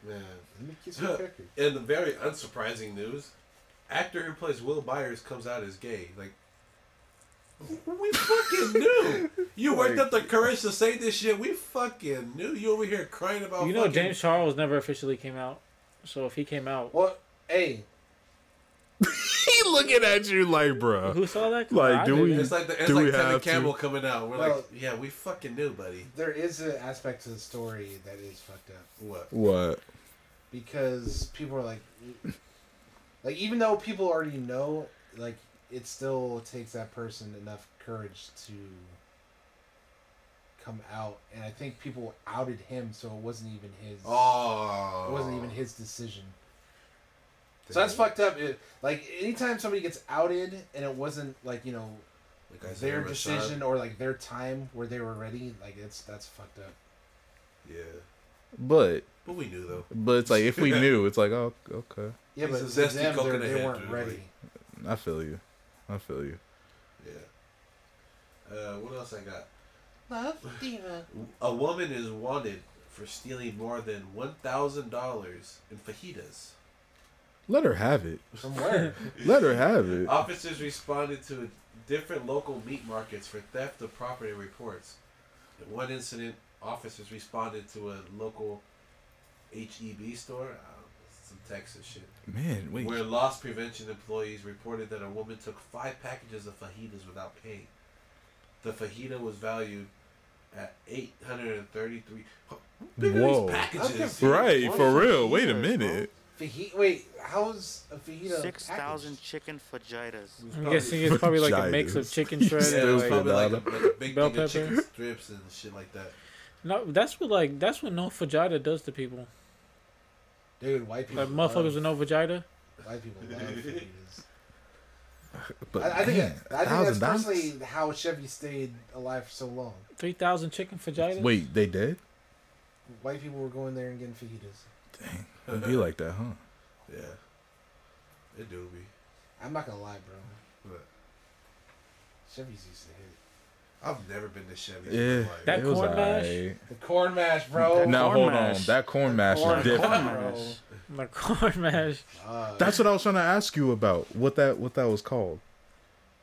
S6: Man, let me kiss your record.
S2: In the very unsurprising news, actor who plays Will Byers comes out as gay. Like, we fucking knew. You worked up the courage to say this shit. We fucking knew. You over here crying about.
S5: You know,
S2: fucking-
S5: James Charles never officially came out, so if he came out,
S6: Well, hey,
S3: He looking at you like, bruh.
S5: who saw that?
S3: Oh. Like,
S5: I
S3: do
S5: didn't.
S3: we-
S2: It's like the, it's
S3: Do we
S2: like Tevin
S3: have to?
S2: Campbell coming out. We're
S6: Well-
S2: like, yeah, we fucking knew, buddy.
S6: there is an aspect to the story that is fucked up.
S2: What?
S3: What?
S6: because people are like, like even though people already know, like it still takes that person enough courage to come out, and I think people outed him, so it wasn't even his.
S2: Oh,
S6: It wasn't even his decision. So that's fucked up. It, like anytime somebody gets outed and it wasn't like you know
S2: Like I said,
S6: their
S2: Rashad-
S6: decision or like their time where they were ready, like it's that's fucked up.
S2: Yeah,
S3: But
S2: but we knew though.
S3: but it's like if we knew, it's like oh okay.
S6: Yeah,
S2: He's
S6: but
S2: a
S6: to
S2: zesty
S6: them, they're-
S2: coconut
S6: they
S2: head,
S6: weren't
S2: dude,
S6: ready.
S2: like-
S3: I feel you. I feel you.
S2: Yeah. Uh, what else I got?
S6: Love diva.
S2: A woman is wanted for stealing more than one thousand dollars in fajitas.
S3: Let her have it.
S6: From where?
S3: Let her have it.
S2: Officers responded to different local meat markets for theft of property reports. In one incident, officers responded to a local HEB store, I don't know, some Texas shit,
S3: Man, wait.
S2: where loss prevention employees reported that a woman took five packages of fajitas without paying. The fajita was valued at eight hundred and thirty-three. Bigger
S3: Whoa.
S2: these packages.
S6: I'm
S3: Right, for real. Wait a
S6: Fajitas,
S3: minute.
S6: Fajita. Wait, how's a fajita? a
S4: Six thousand
S6: package?
S4: chicken fajitas.
S5: I'm guessing it's probably like a mix of
S3: Vaginas.
S5: chicken
S3: You
S5: shredded.
S2: Yeah, it was
S5: like-
S2: probably like a, like a big
S5: Bell
S2: thing of
S5: pepper.
S2: chicken strips and shit like that.
S5: No, that's what like that's what no fajita does to people.
S6: Dude, white people.
S5: Like motherfuckers with
S6: love,
S5: no vajita.
S6: White people love fajitas.
S3: But
S6: I, I think.
S3: man,
S6: I think that's
S3: $1,000?
S6: personally how Chevy stayed alive for so long.
S5: Three thousand chicken fajitas.
S3: Wait, they dead?
S6: White people were going there and getting fajitas.
S3: It'd be like that, huh?
S2: Yeah, it do be.
S6: I'm not gonna lie, bro.
S2: But
S6: Chevy's used to hit
S2: I've never been to Chevy's.
S3: Yeah.
S2: in my life.
S5: That
S3: it was
S5: corn mash?
S3: alright.
S6: it. The corn mash, bro.
S3: Now
S4: corn
S3: hold
S4: mash.
S3: on. That corn mash
S6: corn
S3: is different.
S6: mash.
S5: My corn mash.
S6: Uh,
S3: That's what I was trying to ask you about. What that what that was called.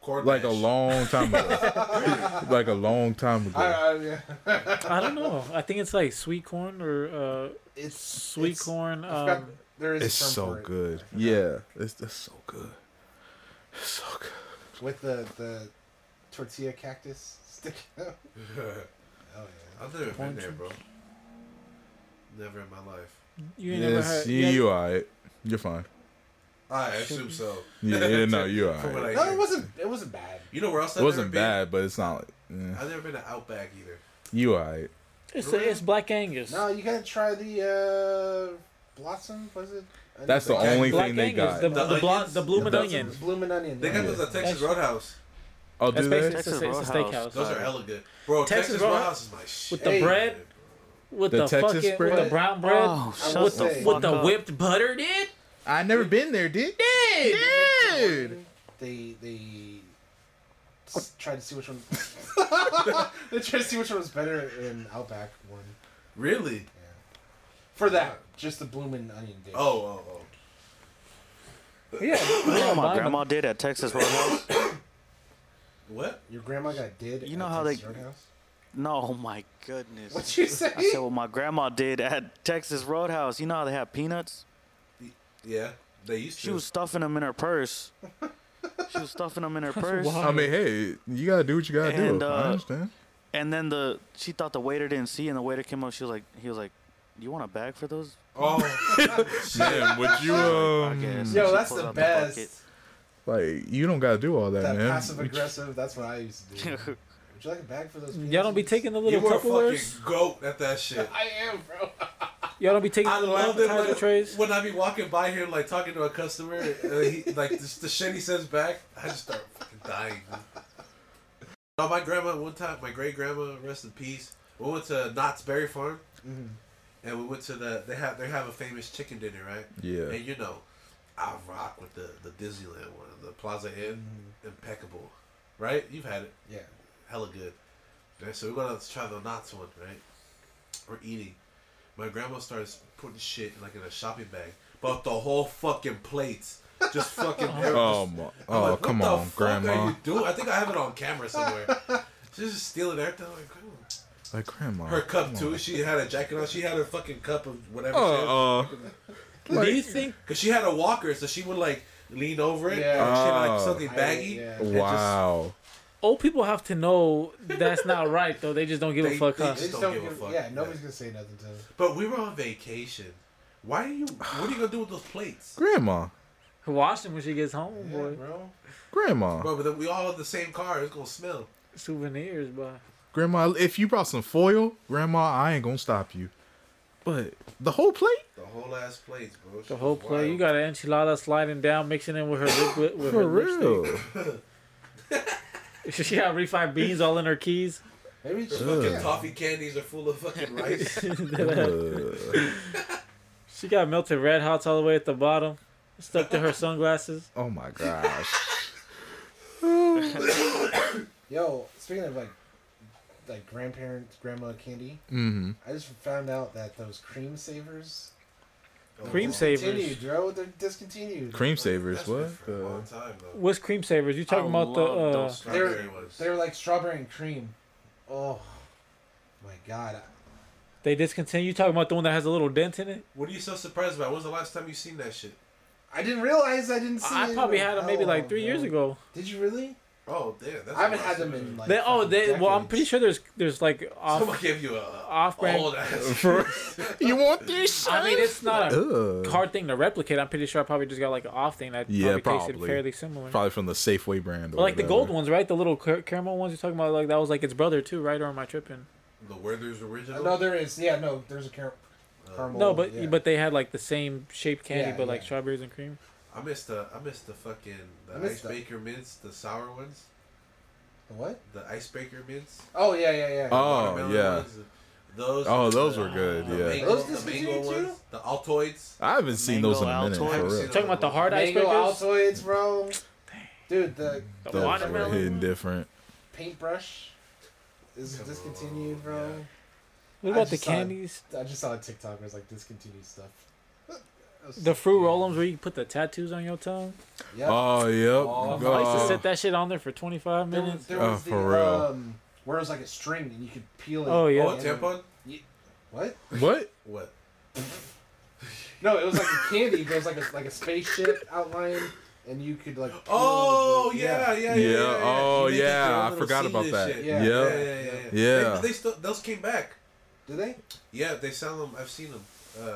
S2: Corn
S3: Like a
S2: mash.
S3: long time ago. like a long time ago.
S6: I, I, yeah.
S5: I don't know. I think it's like sweet corn or uh,
S6: It's
S5: sweet
S6: it's-
S5: corn.
S6: I forgot-
S5: Um,
S6: there is a
S3: it's
S6: term
S3: so
S6: for it.
S3: good. Yeah. It's that's so good. It's so good.
S6: With the the tortilla cactus sticking out. Oh yeah.
S2: I've never been
S5: Corn
S2: there,
S5: chips.
S2: bro. Never in my life.
S5: you ain't never
S3: Yes,
S5: had.
S3: you,
S5: yeah,
S3: you alright. You're fine.
S2: I assume so.
S3: Yeah, yeah, no, you are
S2: From what
S3: right.
S2: I
S6: No,
S2: hear.
S6: it wasn't. It wasn't bad.
S2: You know where else?
S3: It
S2: I've
S3: wasn't
S2: never
S3: bad, but it's not like
S2: been?
S3: eh.
S2: I've never been to Outback either.
S3: you alright.
S5: It's, it's Black Angus.
S6: No, you gotta try the uh, blossom. Was it? Uh,
S3: That's the only
S5: Black
S3: thing they
S5: Angus,
S3: got.
S5: the the,
S2: The
S5: blo-
S2: onions?
S5: the blooming
S3: The-
S5: onion.
S6: Bloomin' onion.
S2: They got
S6: yeah.
S2: those at Texas
S5: That's-
S2: Roadhouse.
S3: oh,
S5: That's
S3: do they?
S5: basically it's a,
S4: Texas
S5: it's a
S4: Roadhouse.
S5: steakhouse
S2: Those are
S4: Sorry.
S2: hella good, bro.
S5: Texas
S2: Texas,
S5: Roadhouse-
S2: Roadhouse is my shit.
S5: the bread?
S2: dude.
S5: with
S3: The
S5: the,
S3: Texas
S5: fucking
S3: bread?
S5: with the brown bread
S4: Oh,
S6: I
S4: shut
S6: will
S4: the
S6: say-
S4: fuck
S5: with the
S4: up.
S5: whipped butter, dude.
S3: I never been there, did? Dude.
S6: They they s- tried to see which one. they tried to see which one was better in Outback one.
S2: Really?
S6: For that, just the bloomin' onion dish.
S2: Oh, oh, oh.
S5: Yeah,
S4: Oh, my
S5: mine-
S4: grandma did at Texas Roadhouse.
S2: What?
S6: your grandma got did.
S4: You know
S6: at
S4: how
S6: Texas
S4: they-
S6: Roadhouse?
S4: no, my goodness.
S6: What you say?
S4: I said what my grandma did at Texas Roadhouse. You know how they have peanuts?
S2: Yeah, they used to.
S4: She was stuffing them in her purse. She was stuffing them in her purse.
S5: wild.
S3: I mean, hey, you gotta do what you gotta
S4: And,
S3: do.
S4: uh,
S3: I understand.
S4: And then the she thought the waiter didn't see, and the waiter came up. She was like, he was like, "You want a bag for those?"
S2: Oh,
S3: Man, would you
S4: I guess.
S3: um
S6: Yo,
S4: She
S6: that's
S4: pulled
S6: the
S4: out
S6: best.
S4: bucket.
S3: like you don't gotta do all that,
S6: that
S3: man.
S6: passive aggressive. That's what I used to do. Would you like a bag for those?
S5: Y'all don't be
S6: peanuts?
S5: taking the
S2: you
S5: little
S2: were a fucking
S5: Tupperwares.
S2: goat at that shit.
S6: I am, bro.
S5: Y'all don't be taking
S2: I
S5: the little
S2: love it
S5: appetizer trays.
S2: when, when I be walking by him, like talking to a customer, uh, he, like the, the shit he says back, I just start fucking dying. dude. No, my grandma one time, my great grandma, rest in peace. We went to Knott's Berry Farm,
S5: Mm-hmm.
S2: and we went to the they have they have a famous chicken dinner, right?
S3: Yeah.
S2: And you know, I rock with the the Disneyland one, the Plaza Inn,
S5: Mm-hmm.
S2: impeccable, right? You've had it,
S6: Yeah.
S2: hella good. Right, so we're gonna try the Knott's one, right? We're eating. My grandma starts putting shit like in a shopping bag, but the whole fucking plates. Just fucking.
S3: Oh, my,
S2: I'm
S3: oh
S2: like, what
S3: come
S2: the
S3: on,
S2: fuck Are
S3: grandma.
S2: you doing? I think I have it on camera somewhere. She's just stealing everything. I'm like, grandma.
S3: Like, grandma.
S2: Her
S3: Oh, come
S2: cup
S3: on.
S2: too. She had a jacket on. She had her fucking cup of whatever. she had.
S3: Uh, uh,
S5: Do you think
S2: Cause she had a walker, so she would like lean over it.
S6: Yeah.
S2: and she had like
S3: Oh.
S2: something
S6: I-
S2: baggy.
S6: yeah.
S2: and
S3: wow.
S5: old people have to know that's not right though? They just don't give
S2: They-
S5: a fuck.
S2: they
S5: Huh?
S6: They
S2: Just don't
S6: just don't
S2: give a
S6: give-
S2: fuck.
S6: Yeah, nobody's gonna say nothing to them.
S2: Just, but we were on vacation. Why are you? What are you gonna do with those plates?
S3: Grandma.
S5: Wash them when she gets home,
S6: Yeah,
S5: boy.
S6: bro.
S3: Grandma.
S2: Bro, but then we all in the same car. It's gonna smell.
S5: Souvenirs, boy.
S3: Grandma, if you brought some foil, Grandma, I ain't gonna stop you. But the whole plate?
S2: The whole ass plates, bro.
S5: The whole play. You got an enchilada sliding down, mixing in with her lip, with, with her
S3: For real.
S5: lipstick. she got refried beans all in her keys.
S6: Maybe just
S2: fucking
S6: yeah.
S2: toffee candies are full of fucking rice.
S3: Ugh.
S5: She got melted red hots all the way at the bottom, stuck to her sunglasses.
S3: oh my gosh.
S6: Yo, speaking of like, like grandparents, grandma candy.
S3: Mm-hmm.
S6: I just found out that those cream savers.
S5: Cream
S6: Discontinued,
S5: savers.
S6: bro. They're discontinued.
S3: Cream savers,
S2: That's been
S3: what?
S2: for a long
S3: The,
S2: time though.
S5: What's cream savers? You talking
S4: I
S5: about the?
S4: love
S5: Uh,
S4: those-
S2: Strawberry ones.
S6: They're like strawberry and cream. Oh my god.
S5: they discontinued. You talking about the one that has a little dent in it?
S2: What are you so surprised about? When's the last time you seen that shit?
S6: I didn't realize I didn't see.
S5: I
S6: it
S5: probably
S6: in
S5: had them
S6: hell,
S5: maybe like three
S6: bro.
S5: years ago.
S6: Did you really?
S2: Oh damn, that's
S6: I haven't
S2: the
S6: had
S2: last
S6: them
S2: time.
S6: in like.
S5: They, oh,
S6: fucking
S5: they. Well, I'm
S6: decades.
S5: pretty sure there's there's like
S2: Someone
S5: off.
S2: gave you a
S5: off-brand-
S2: old ass.
S3: you want this?
S5: I mean, it's not a
S3: Ugh.
S5: hard thing to replicate. I'm pretty sure I probably just got like an off thing that
S3: Yeah,
S5: probably, tasted
S3: probably.
S5: fairly similar.
S3: Probably from the Safeway brand. Or
S5: But like the gold
S3: whatever.
S5: ones, right? The little car- caramel ones you're talking about, like that was like its brother too, right? Or am I tripping?
S2: The Werther's original.
S6: No, there is. Yeah, no, there's a car- caramel.
S5: no, but
S6: yeah.
S5: but they had like the same shaped candy,
S6: Yeah,
S5: but like
S6: yeah.
S5: strawberries and cream.
S2: I missed the I missed the fucking
S6: I
S2: the
S6: missed
S2: ice
S6: that.
S2: baker mints, the sour ones,
S6: what?
S2: the ice baker mints.
S6: Oh yeah, yeah, yeah.
S3: Oh,
S2: watermelon
S3: yeah.
S2: ones, Those.
S3: Oh, those
S2: the-
S3: were good,
S2: the
S3: yeah.
S2: Mango,
S6: Those
S2: the mango
S6: discontinued too?
S2: ones, the Altoids.
S3: I haven't seen
S4: Mango
S3: those in a minute.
S4: Altoids.
S3: For
S2: I've
S3: real.
S2: seen
S5: Talking about the hard ice
S6: Mango
S5: breakers,
S6: Altoids, bro. Dude, the
S5: the
S3: Those were
S5: watermelon.
S3: hitting different.
S6: paintbrush is
S2: Come on,
S6: discontinued, bro.
S5: What
S6: I
S5: about the
S6: just saw it.
S5: candies?
S6: I just saw a TikTok. It was like discontinued stuff.
S5: The fruit roll-ups where you put the tattoos on your tongue.
S6: Yeah.
S3: Oh, yep.
S6: Oh,
S5: I used
S3: Oh.
S5: to set that shit on there for 25
S6: there was,
S5: minutes.
S6: there
S3: Oh,
S6: was the,
S3: for real.
S6: Um, where it was like a string and you could peel it.
S5: Oh, yeah.
S2: Oh, tampon.
S6: What?
S3: What?
S2: What?
S6: No, it was like a candy. There was like a like a spaceship outline, and you could like. peel
S2: Oh
S6: the-
S2: yeah, yeah, yeah.
S3: Yeah,
S2: yeah, yeah.
S3: oh,
S2: You make it
S3: yeah,
S2: your own
S3: I
S2: little
S3: forgot
S2: seed
S3: about
S2: and
S3: that.
S2: shit.
S6: Yeah.
S2: yeah,
S3: Yeah.
S2: yeah, yeah. yeah.
S3: Yeah.
S2: They, they still those came back.
S6: Do they?
S2: Yeah, they sell them. I've seen them. Uh,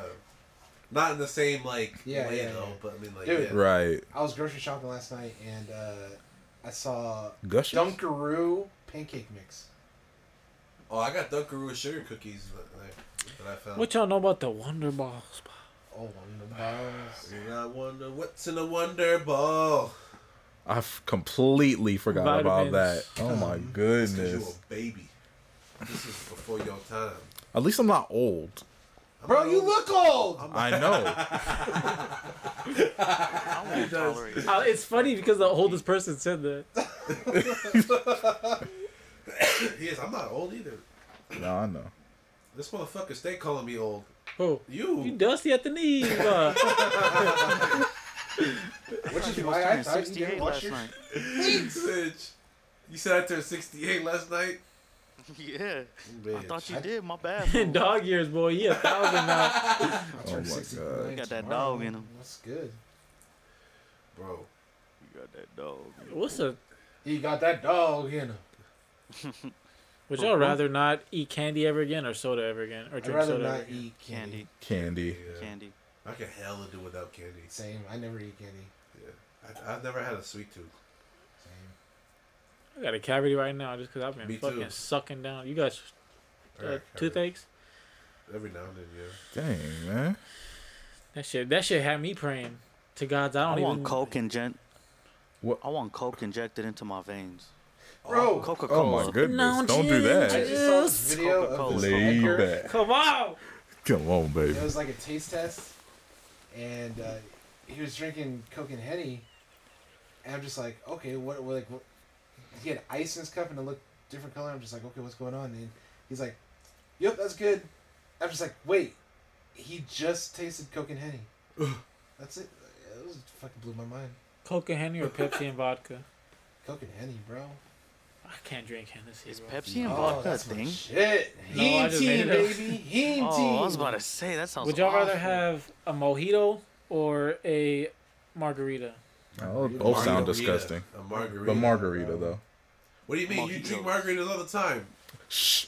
S2: not in the same like
S6: Yeah,
S2: way
S6: yeah,
S2: though,
S6: yeah.
S2: but I mean like
S6: Dude.
S2: yeah.
S3: Right.
S6: I was grocery shopping last night and uh, I saw
S3: Gush.
S6: Dunkaroo pancake mix.
S2: Oh, I got Dunkaroo sugar cookies that I, that I found.
S5: What y'all know about the Wonder Balls?
S6: Oh, one of the balls.
S2: And I wonder what's in a wonder ball.
S3: I f- completely forgot about that.
S5: Vitamins.
S3: Oh my
S2: It's 'cause you
S3: goodness.
S2: a baby. This is before your time.
S3: At least I'm not old.
S6: Bro, you look old.
S3: I know.
S4: I won't tolerate it.
S5: Uh, it's funny because the oldest person said that.
S2: Yes, I'm not old either.
S3: no, I know.
S2: This motherfucker stay calling me old.
S5: Oh,
S2: You,
S5: you dusty at the knees. bruh.
S6: Which is
S4: She
S6: why
S4: was
S6: I
S4: turning
S6: thought you
S4: 68
S6: didn't wash
S4: last
S6: your.
S4: night.
S2: bitch. You said I turned 68 last night.
S4: Yeah, I
S2: Bitch.
S4: thought
S6: I-
S4: you did. My bad. bro.
S5: Dog years, boy. He a thousand now.
S6: I
S3: Oh my
S6: turned 69
S3: God.
S4: Got that
S6: tomorrow.
S4: dog in him.
S6: That's good.
S2: bro.
S4: You got that dog.
S5: What's a?
S6: He got that dog in him.
S5: Would y'all rather not eat candy ever again, or soda ever again,
S6: Uh-huh.
S5: or
S6: I'd
S5: drink
S6: rather
S5: soda?
S6: not
S5: ever again?
S6: eat candy.
S4: Candy,
S3: Candy.
S2: Yeah.
S4: candy.
S2: I can hella do without candy.
S6: Same. I never eat candy.
S2: Yeah. I, I've never had a sweet tooth.
S6: Same.
S5: I got a cavity right now just because I've been
S2: Me
S5: fucking
S2: too.
S5: sucking down. You got uh,
S2: Alright,
S5: toothaches?
S2: Every now and then, yeah.
S3: Dang, man.
S5: That shit. That shit had me praying to God. I
S4: I,
S5: don't even.
S4: want coke inject.
S3: What-
S4: I want coke injected into my veins.
S6: Bro,
S4: Coca
S3: Oh
S4: Cola.
S3: my goodness.
S5: No,
S3: Don't do
S6: I
S3: that.
S5: Jesus.
S6: just saw this video of
S4: Coca-Cola.
S6: this
S3: Lay
S6: hacker.
S3: back.
S5: Come on.
S3: Come on, baby.
S6: It was like a taste test, and uh, he was drinking Coke and Henny, and I'm just like, okay, what, what like, what? he had ice in his cup and it looked different color. I'm just like, okay, what's going on? And he's like, yep, that's good. I'm just like, wait, he just tasted Coke and Henny. that's it. It was, fucking blew my mind.
S5: Coke and Henny or Pepsi and vodka?
S6: Coke and Henny, bro.
S5: I can't drink Hennessy.
S4: Is
S5: bro.
S4: Pepsi and vodka a
S6: Oh, my
S4: thing?
S6: Shit,
S5: No,
S6: heme
S5: I just made
S6: team,
S5: it up.
S6: baby, heme team.
S4: Oh, I was about to say that sounds.
S5: Would y'all rather
S4: awful.
S5: have a mojito or a margarita?
S3: Oh, both sound disgusting.
S2: A margarita.
S3: But margarita though.
S2: What do you mean? You drink margaritas all the time.
S3: Shh.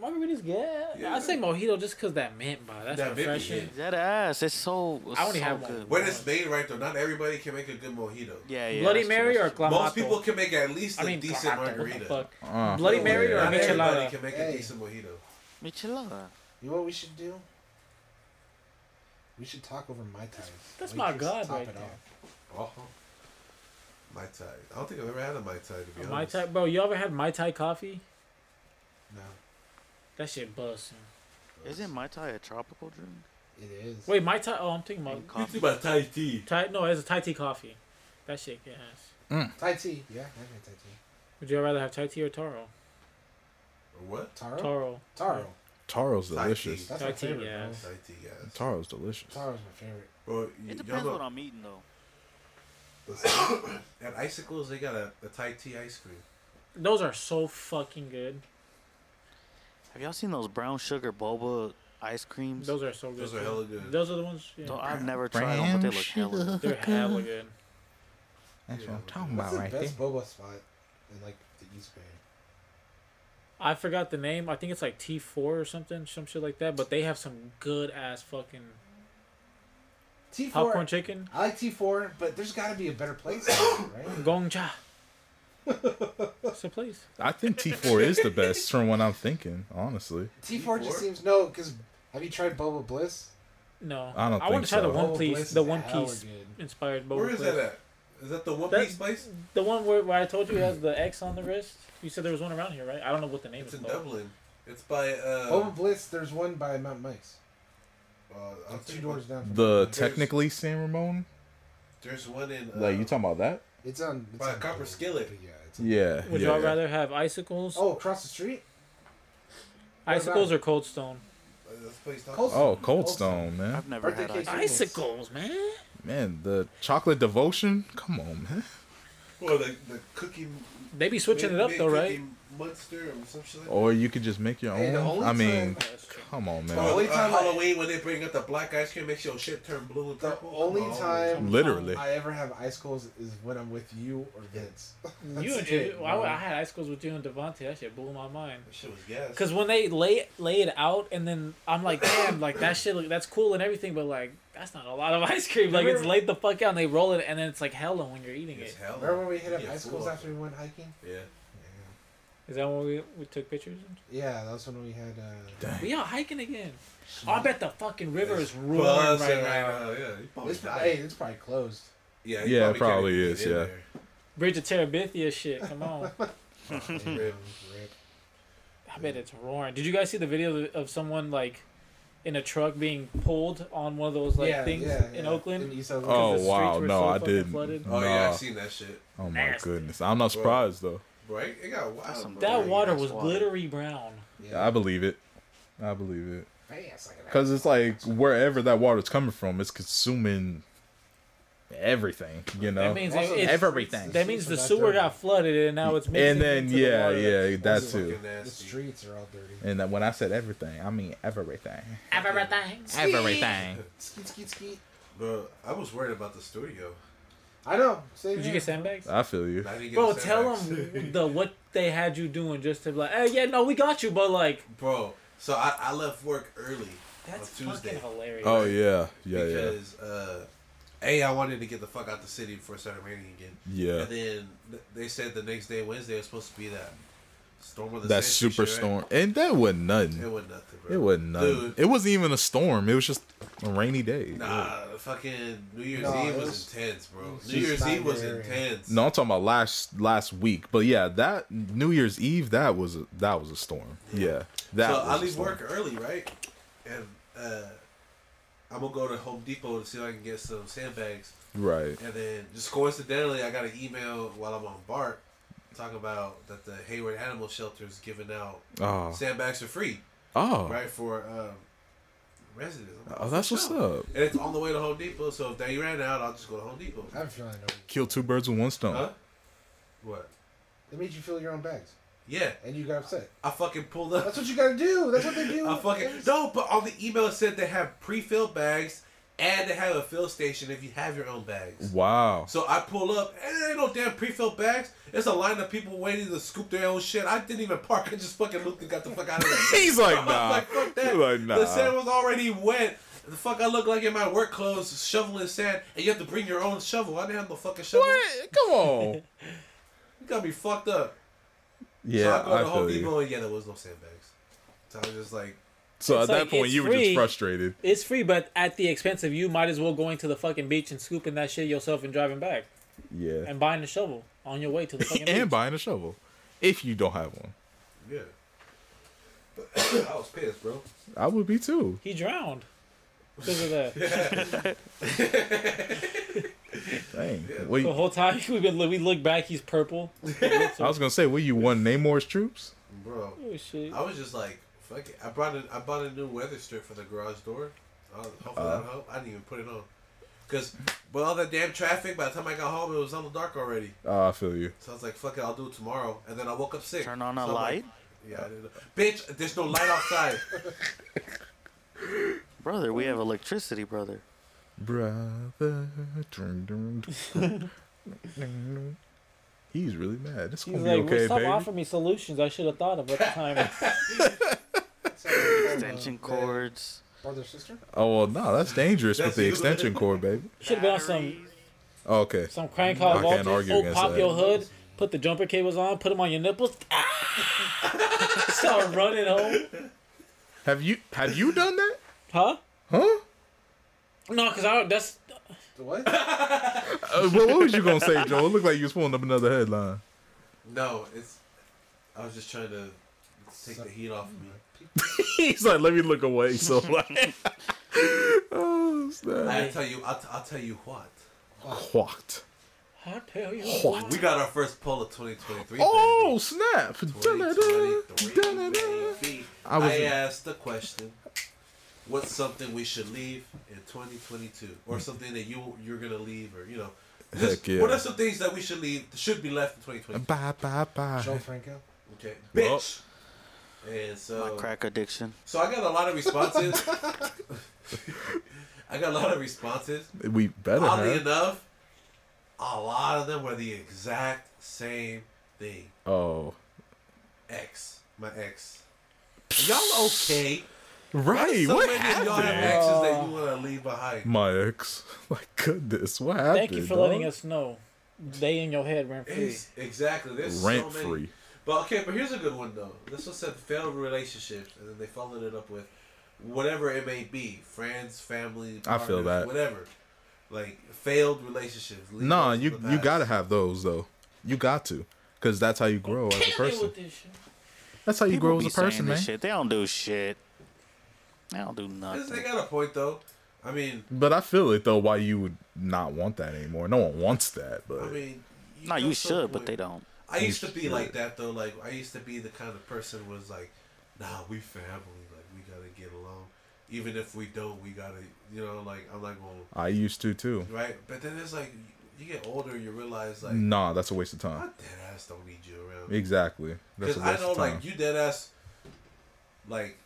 S5: Margarita's good.
S2: Yeah.
S5: I say mojito just cause that mint, bro. That's
S2: That mint be
S5: refreshing.
S2: good.
S4: that ass? It's so. It's
S5: I only
S4: so
S5: have one.
S4: good.
S2: When it's made right though, not everybody can make a good mojito.
S4: Yeah, yeah.
S5: Bloody
S4: that's
S5: Mary
S4: true,
S5: or
S4: that's true.
S5: clamato?
S2: Most people can make at least a
S5: I mean,
S2: decent
S5: clamato, what the
S2: margarita.
S5: fuck?
S3: Uh,
S5: Bloody
S2: No,
S5: Mary or
S2: not everybody
S5: michelada?
S2: can make
S6: Hey.
S2: a decent mojito.
S4: Michelada.
S6: You know what we should do? We should talk over my ties.
S5: that's my god right there.
S2: Oh. Mai Tai. I don't think I've ever had a Mai Tai to be
S5: A Mai
S2: honest.
S5: Tai, bro. You ever had Mai Tai coffee?
S6: No,
S5: That shit busting.
S4: Isn't Mai Tai a tropical drink?
S6: it is.
S5: Wait, Mai Tai. Oh, I'm thinking
S4: And
S5: about
S2: You
S4: coffee.
S2: think about Thai tea.
S5: Thai. No, it's a Thai tea coffee. That shit get ass.
S6: Thai tea. Yeah, I got Thai tea.
S5: Would you rather have Thai tea or Taro?
S2: Or what?
S6: Taro.
S5: Taro.
S6: Taro.
S3: Taro's
S2: Thai
S3: delicious.
S2: tea.
S6: That's
S5: Thai
S6: my
S5: tea,
S6: favorite.
S5: yeah.
S6: bro.
S2: Thai tea, yes.
S3: Taro's delicious.
S6: Taro's my favorite.
S2: Or y-
S4: It
S2: y'all
S4: depends
S2: know,
S4: what I'm eating though.
S2: at Icicles they got a, a Thai tea ice cream.
S5: Those are so fucking good.
S4: Have y'all seen those brown sugar boba ice creams?
S5: Those are so good.
S2: Those are
S5: too.
S2: hella good.
S5: Those are the ones. Yeah.
S4: Though I've never tried them, but they look hella good.
S5: They're hella good.
S3: That's what I'm talking
S6: What's
S3: about
S6: the
S3: right there.
S6: best boba spot in like the East Bay?
S5: I forgot the name. I think it's like T four or something, some shit like that. But they have some good ass fucking
S6: T four.
S5: popcorn chicken.
S6: I like T four, but there's got to be a better place, right?
S5: Gongcha. it's a place.
S3: I think T4 is the best from what I'm thinking, honestly.
S6: T four
S2: T4?
S6: just seems no. Cause have you tried Boba Bliss?
S5: No,
S3: I don't
S5: I want
S3: think
S5: to try the
S3: so.
S5: One
S2: Oh,
S6: Boba
S5: Piece,
S6: Bliss
S5: the
S6: is
S5: One
S6: hella
S5: Piece
S6: good.
S5: inspired Boba
S2: Where is
S5: Bliss.
S2: that at? Is that the One
S5: That's-
S2: Piece place?
S5: The one where, where I told you has the X on the wrist. You said there was one around here, right? I don't know what the name
S2: It's
S5: is.
S2: in
S5: though.
S2: Dublin. It's by uh,
S6: Boba Bliss. There's one by Mount Mike's.
S2: uh I'll
S6: Like
S2: tell you
S6: two
S2: what,
S6: doors down. From
S3: The
S2: There's-
S3: technically San Ramon,
S2: There's one in uh,
S3: like you talking about that?
S6: It's on. It's
S2: By
S6: on
S2: a copper
S6: Boba,
S2: skillet.
S6: but Yeah. It's on-
S3: Yeah.
S5: Would
S3: yeah,
S5: y'all
S3: yeah.
S5: rather have icicles,
S6: Oh, across the street. about
S5: icicles
S6: it?
S5: or Cold Stone?
S2: uh, this place not-
S6: Cold-
S3: Oh, Cold
S6: Cold
S3: Stone, man.
S4: I've never
S6: Birthday
S4: had
S6: cake.
S4: ice. cream.
S5: Icicles, man.
S3: Man, the chocolate devotion. Come on, man.
S2: Well, the the cookie.
S5: They be switching
S2: mid-
S5: it up
S2: mid-
S5: though, right?
S2: cookie Monster or some shit like that.
S3: Or you could just make your
S6: Hey, the
S3: own.
S6: only
S3: I mean,
S6: time-
S3: come on,
S2: Or,
S3: man.
S6: only
S2: uh,
S6: time I-
S2: Halloween when they bring out the black ice cream makes your shit turn blue and
S6: The
S2: purple.
S6: only
S2: Oh,
S6: time
S3: Literally.
S6: I ever have ice coals is when I'm with you or Vince.
S2: Oh,
S5: You and
S6: That's
S5: Jay,
S6: it,
S5: well,
S6: bro.
S5: I, I had icicles with you and Devontae. That shit blew my mind.
S2: That shit was gas.
S5: Cause when they lay lay it out, and then I'm like, damn, like that shit, look that's cool and everything, but like that's not a lot of ice cream. Like it's
S6: Remember-
S5: laid the fuck out, and they roll it, and then it's like hella when you're eating
S2: It's
S5: it.
S2: hell.
S6: Remember when we hit up
S2: Yeah,
S6: ice
S2: full
S6: coals
S2: of
S6: after we went hiking?
S2: it. Yeah.
S5: Is that when we, we took pictures?
S6: Yeah, that was when we had. Uh,
S5: We out hiking again. Oh, I bet the fucking river is roaring right,
S2: Buzzing
S5: now.
S2: Oh, Yeah. you probably
S6: it's, pro-
S2: died.
S6: hey, it's probably closed.
S2: Yeah,
S3: Yeah,
S2: it
S3: it probably is, yeah.
S5: Bridge of Terabithia shit. Come on.
S6: Rip, rip.
S5: I bet it's roaring. Did you guys see the video of someone like in a truck being pulled on one of those like things in Oakland?
S6: In East Oakland.
S3: Oh
S5: the streets
S3: wow,
S5: were
S3: no,
S5: so
S3: I
S5: fucking
S3: didn't.
S5: flooded.
S2: Oh yeah,
S3: Nah.
S2: I've seen that shit.
S3: Oh my
S5: Nasty.
S3: goodness, I'm not surprised though.
S2: Right? It got wild.
S4: Awesome.
S2: bro.
S5: That
S4: Yeah,
S5: water
S4: that's
S5: was
S4: water.
S5: glittery brown.
S3: I believe it. I believe it.
S6: Man, it's like an
S3: Cause it's like wherever that water's coming from, it's consuming everything, you know.
S5: That means it,
S6: Also,
S5: it's-
S3: everything.
S5: That means the
S6: Streets are
S5: sewer
S6: not dirty.
S5: got flooded and now it's mixing
S3: and then
S5: into the
S3: yeah,
S5: water.
S3: yeah, that
S6: Fucking
S3: too.
S2: Fucking
S6: The
S2: nasty.
S6: streets are all dirty.
S3: And that when I said everything, I mean everything.
S5: Everything.
S3: Everything.
S6: Skeet, skeet, skeet.
S2: Bro, I was worried about the studio.
S6: I know. Same
S5: Did you
S6: here.
S5: get sandbags?
S3: I feel you.
S2: I didn't get
S5: Bro,
S2: the
S5: tell
S2: setbacks.
S5: them the what they had you doing just to be like, hey, yeah, no, we got you, but like
S2: Bro, so I, I left work early
S5: that's
S2: on Tuesday
S5: fucking hilarious.
S3: Oh yeah, yeah, yeah.
S2: because uh, a I wanted to get the fuck out the city before it started raining again.
S3: Yeah.
S2: And then th- they said the next day, Wednesday, was supposed to be that storm of the
S3: That
S2: century
S3: super
S2: shit, right?
S3: storm, and that wasn't
S2: It
S3: nothing.
S2: wasn't nothing, bro.
S3: It wasn't nothing.
S2: Dude,
S3: It wasn't even a storm. It was just a rainy day.
S2: Nah, fucking New Year's
S6: No,
S2: Eve
S6: it
S2: was,
S6: was-
S2: intense, bro.
S6: was
S2: New Year's
S6: just
S2: Eve was
S6: Siberia.
S2: intense.
S3: No, I'm talking about last last week. But yeah, that New Year's Eve, that was a, that was a storm. Yeah, that.
S2: so
S3: was
S2: I
S3: a
S2: leave
S3: storm.
S2: work early, right? And uh, I'm gonna go to Home Depot to see if I can get some sandbags.
S3: Right.
S2: And then just coincidentally, I got an email while I'm on BART talking about that the Hayward Animal Shelter is giving out
S3: Oh.
S2: sandbags for free,
S3: Oh.
S2: right for um, residents. I'm like,
S3: Oh, that's what's up.
S2: And it's on the way to Home Depot, so if they ran out, I'll just go to Home Depot.
S6: I'm feeling no.
S3: Kill two birds with one stone.
S2: Huh? What?
S6: They made you fill your own bags,
S2: Yeah,
S6: and you got upset.
S2: I fucking pulled up.
S6: That's what you gotta do. That's what they do.
S2: I fucking no, but on the email it said they have pre-filled bags and they have a fill station if you have your own bags.
S3: Wow.
S2: So I pull up and there ain't no damn pre-filled bags. It's a line of people waiting to scoop their own shit. I didn't even park. I just fucking looked and got the fuck out of there.
S3: He's like,
S2: I'm
S3: nah.
S2: like, fuck that.
S3: He's like, nah.
S2: The sand was already wet. The fuck I look like in my work clothes shoveling sand, and you have to bring your own shovel. I didn't have no fucking shovel.
S3: What? Come on.
S2: You got me fucked up.
S3: yeah,
S2: so I go to
S3: I
S2: Home
S3: feel you.
S2: Depot, and yeah, there was no sandbags. So I was just like,
S3: So
S5: It's
S3: at that
S5: like,
S3: point,
S5: it's
S3: you were just
S5: free.
S3: frustrated.
S5: It's free, but at the expense of you, might as well going to the fucking beach and scooping that shit yourself and driving back
S3: Yeah.
S5: and buying a shovel on your way to the fucking
S3: And,
S5: beach.
S3: buying a shovel, if you don't have one,
S2: yeah. I was pissed, bro.
S3: I would be too.
S5: he drowned because of that.
S3: Dang. Wait,
S5: the whole time we've been we look back, he's purple.
S3: I was gonna say, were you one Namor's troops?
S2: Bro,
S5: Oh shit!
S2: I was just like, fuck it. I brought a, I bought a new weather strip for the garage door. I was, hopefully that'll help. I didn't even put it on. Because, with all that damn traffic, by the time I got home, it was almost dark already.
S3: Oh, I feel you.
S2: So I was like, fuck it, I'll do it tomorrow. And then I woke up sick.
S4: Turn on a
S2: So I'm like,
S4: light,
S2: yeah, I didn't know. Bitch, there's no light outside.
S4: brother. We have electricity, brother.
S3: Brother. dun, dun, dun, dun. He's really mad. This
S5: He's
S3: gonna be
S5: like, well,
S3: okay,
S5: stop
S3: baby.
S5: offering me solutions. I should have thought of at the time.
S6: uh,
S4: Extension cords.
S6: Brother, sister.
S3: Oh well, no, that's dangerous
S2: That's
S3: with the
S2: you.
S3: extension cord, baby.
S5: Should have been on some
S4: batteries.
S3: Oh, okay.
S5: some crank call
S3: I can't
S5: voltage.
S3: argue
S5: Oh,
S3: against
S5: pop
S3: that.
S5: your hood. Put the jumper cables on. Put them on your nipples. Ah! Start running home,
S3: Have you have you done that?
S5: huh?
S3: Huh?
S5: No, cause I that's
S6: The what?
S3: Uh, well, what was you gonna say, Joe? It looked like you was pulling up another headline.
S2: no, it's. I was just trying to take the heat off of me.
S3: He's like, let me look away. So like, oh snap!
S2: I'll tell you, I'll, t- I'll tell you what.
S3: Quacked.
S5: I tell you
S3: What?
S5: what.
S2: We got our first poll of 2023.
S3: Oh snap!
S2: baby.
S3: Da-da-da,
S2: 2023,
S3: da-da-da.
S2: baby.
S3: I was-
S2: I asked the question, what's something we should leave in 2022, or something that you you're gonna leave, or you know, just,
S3: Heck yeah.
S2: what are some things that we should leave should be left in 2022?
S3: Bye bye
S6: Joe
S3: bye.
S6: Franco.
S2: Okay,
S3: Well-
S2: bitch. And
S4: My
S2: so,
S4: crack addiction.
S2: so I got a lot of responses. I got a lot of responses.
S3: We better
S2: Oddly
S3: have.
S2: enough, a lot of them were the exact same thing.
S3: Oh,
S2: X, my ex. Are y'all okay?
S3: right.
S2: So
S3: What
S2: many of y'all have
S3: happened?
S2: exes that you want to leave behind.
S3: My ex. My goodness, what happened?
S5: Thank you for letting us know. They in your head rent free.
S2: It's- exactly. There's
S3: rent
S2: so many.
S3: free.
S2: But okay, but here's a good one though. This one said failed relationships, and then they followed it up with whatever it may be, friends, family,
S3: I feel
S2: partners,
S3: that.
S2: whatever. Like failed relationships. Leave
S3: Nah,
S2: those in
S3: you
S2: the
S3: you
S2: past.
S3: gotta have those though. You got to, cause that's how you grow as a person. That's how you
S4: People
S3: grow as
S4: be
S3: a
S4: saying
S3: person,
S4: this
S3: man.
S4: Shit. They don't do shit. They don't do
S2: Yes, They
S4: nothing.
S2: got a point though. I mean,
S3: But I feel it though. Why you would not want that anymore? No one wants that. But
S2: I mean.
S4: No,
S2: got
S4: you
S2: some
S4: should, but
S2: point.
S4: they don't.
S2: I used to be
S3: should.
S2: like that though. Like I used to be the kind of person who was like, "Nah, we family. Like we gotta get along. Even if we don't, we gotta. You know, like I'm not going
S3: I used to too.
S2: right." But then it's like you get older, you realize like,
S3: Nah, that's a waste of
S2: my
S3: time.
S2: dead ass don't need you around.
S3: Exactly. That's
S2: Because
S3: a
S2: I
S3: waste
S2: know
S3: of time.
S2: like you dead ass. Like,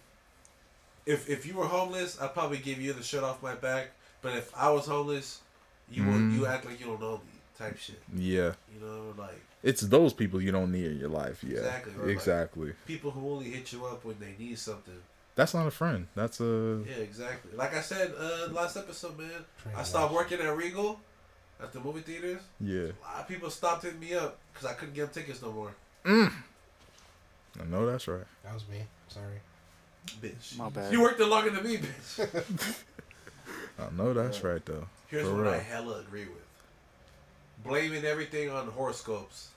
S2: if if you were homeless, I'd probably give you the shirt off my back. But if I was homeless, you would
S3: Mm.
S2: you act like you don't know me type shit.
S3: yeah,
S2: You know, like
S3: it's those people you don't need in your life. Yeah,
S2: Exactly,
S3: exactly.
S2: or, like- people who only hit you up when they need something.
S3: that's not a friend. That's a
S2: Yeah, exactly. Like I said uh, last episode, man,
S6: Train
S2: I stopped
S6: watch.
S2: working at Regal at the movie theaters.
S3: yeah.
S2: A lot of people stopped hitting me up because I couldn't get them tickets no more.
S3: I know that's right.
S6: That was me. Sorry.
S2: Bitch.
S4: My bad.
S2: You worked there longer than me, bitch.
S3: I know that's right though.
S2: Here's
S3: For
S2: what I
S3: real.
S2: hella agree with blaming everything on horoscopes.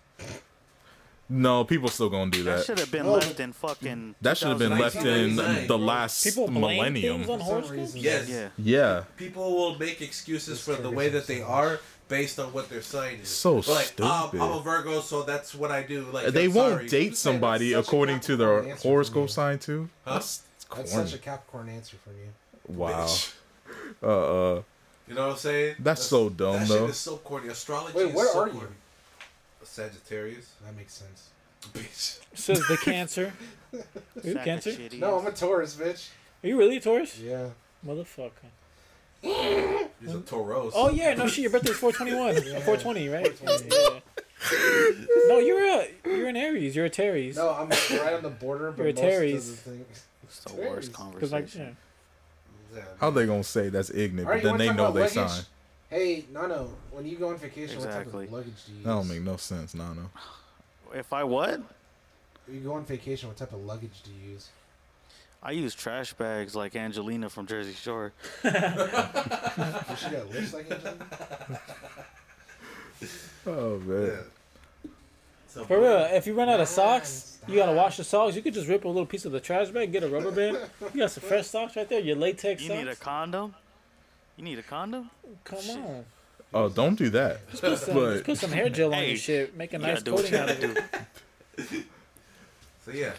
S3: No, people still gonna do
S4: That
S3: that.
S4: should have been
S6: No,
S4: left
S6: but-
S4: in fucking.
S3: That should have been left in the last
S5: People blame things
S3: millennium.
S5: on
S6: For some
S5: horoscopes.
S6: reason-
S2: Yes.
S4: Yeah.
S3: Yeah.
S2: People will make excuses
S6: This
S2: for the
S6: triggers
S2: way
S6: them
S2: that they
S6: so
S2: are based on what their sign is.
S3: So
S2: But like, um, I'm,
S3: stupid.
S2: a Virgo, so that's what I do. Like
S3: They
S2: I'm
S3: won't
S2: sorry.
S3: date
S6: saying,
S3: somebody
S6: that's such a
S3: according to their
S6: Capricorn answer from you.
S3: horoscope sign too.
S2: Huh?
S3: That's
S6: That's
S3: corny.
S6: such a Capricorn answer from you.
S3: wow.
S2: bitch.
S3: Uh, uh,
S2: You know what I'm saying?
S3: Uh-uh. That's so dumb,
S2: that
S3: though.
S2: Shit is so corny. Astrology.
S6: Wait,
S2: is
S6: what
S2: so
S6: are you?
S2: corny. A Sagittarius,
S6: That makes sense.
S2: bitch.
S5: Says the cancer. Are you
S4: sack of
S5: cancer?
S4: shit he
S6: No,
S4: is.
S6: I'm a Taurus, bitch.
S5: Are you really a Taurus?
S6: Yeah.
S5: Motherfucker.
S2: He's a Taurus.
S5: Oh yeah, no shit. Your birthday's 421, uh, 420, right?
S6: 420.
S5: Yeah. No, you're a you're an Aries. You're a Taries.
S6: No, I'm right on the border, but
S5: You're a
S6: most of
S5: Taries.
S6: the thing.
S4: It's the worst
S5: Because like,
S4: conversation.
S5: yeah.
S2: Yeah,
S3: how they gonna say that's ignorant?
S6: All right,
S3: But
S6: you
S3: then
S6: want to
S3: they know
S6: talk about
S3: their
S6: luggage?
S3: sign.
S6: Hey, Nano, when you go on vacation, what
S4: Exactly.
S6: type of luggage do you use?
S3: That don't make no sense, Nano.
S4: If I what?
S6: When you go on vacation, what type of luggage do you use?
S4: I use trash bags like Angelina from Jersey Shore.
S6: You should got lips like Angelina?
S3: Oh man.
S2: yeah. So,
S5: For real, if you run out of socks, you gotta wash the socks. You could just rip a little piece of the trash bag, get a rubber band. You got some fresh socks right there. Your latex
S4: You
S5: socks.
S4: need a condom? You need a condom?
S5: Come
S4: shit.
S5: on,
S3: Oh, don't do that.
S5: put some,
S3: But-
S5: just put some hair gel on
S4: Hey,
S5: your shit. Make a
S4: you
S5: nice
S4: gotta do what
S5: coating
S4: you
S5: out of
S4: gotta
S5: it.
S4: do.
S2: So yeah.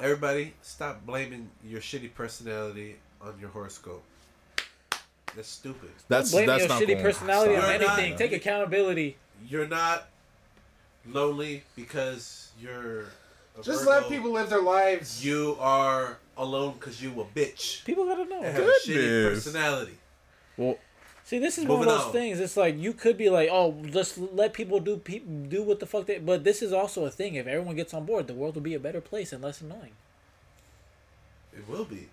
S2: Everybody, stop blaming your shitty personality on your horoscope. That's stupid.
S3: That's
S5: Blame
S3: that's
S5: your
S3: not
S5: shitty
S3: gonna
S5: personality
S3: stop.
S5: on
S2: You're not-
S5: anything. Take accountability.
S2: You're not lonely because you're. a
S6: Just
S2: Virgo.
S6: let people live their lives.
S2: You are alone because you a bitch.
S5: People gotta
S2: And
S5: know.
S2: have a shitty
S3: Goodness.
S2: personality.
S3: Well,
S5: See, this is one
S2: Moving
S5: of those
S2: on.
S5: things. It's like you could be like, "Oh, just let people do peop do what the fuck they." But this is also a thing. If everyone gets on board, the world will be a better place and less annoying.
S2: It will be.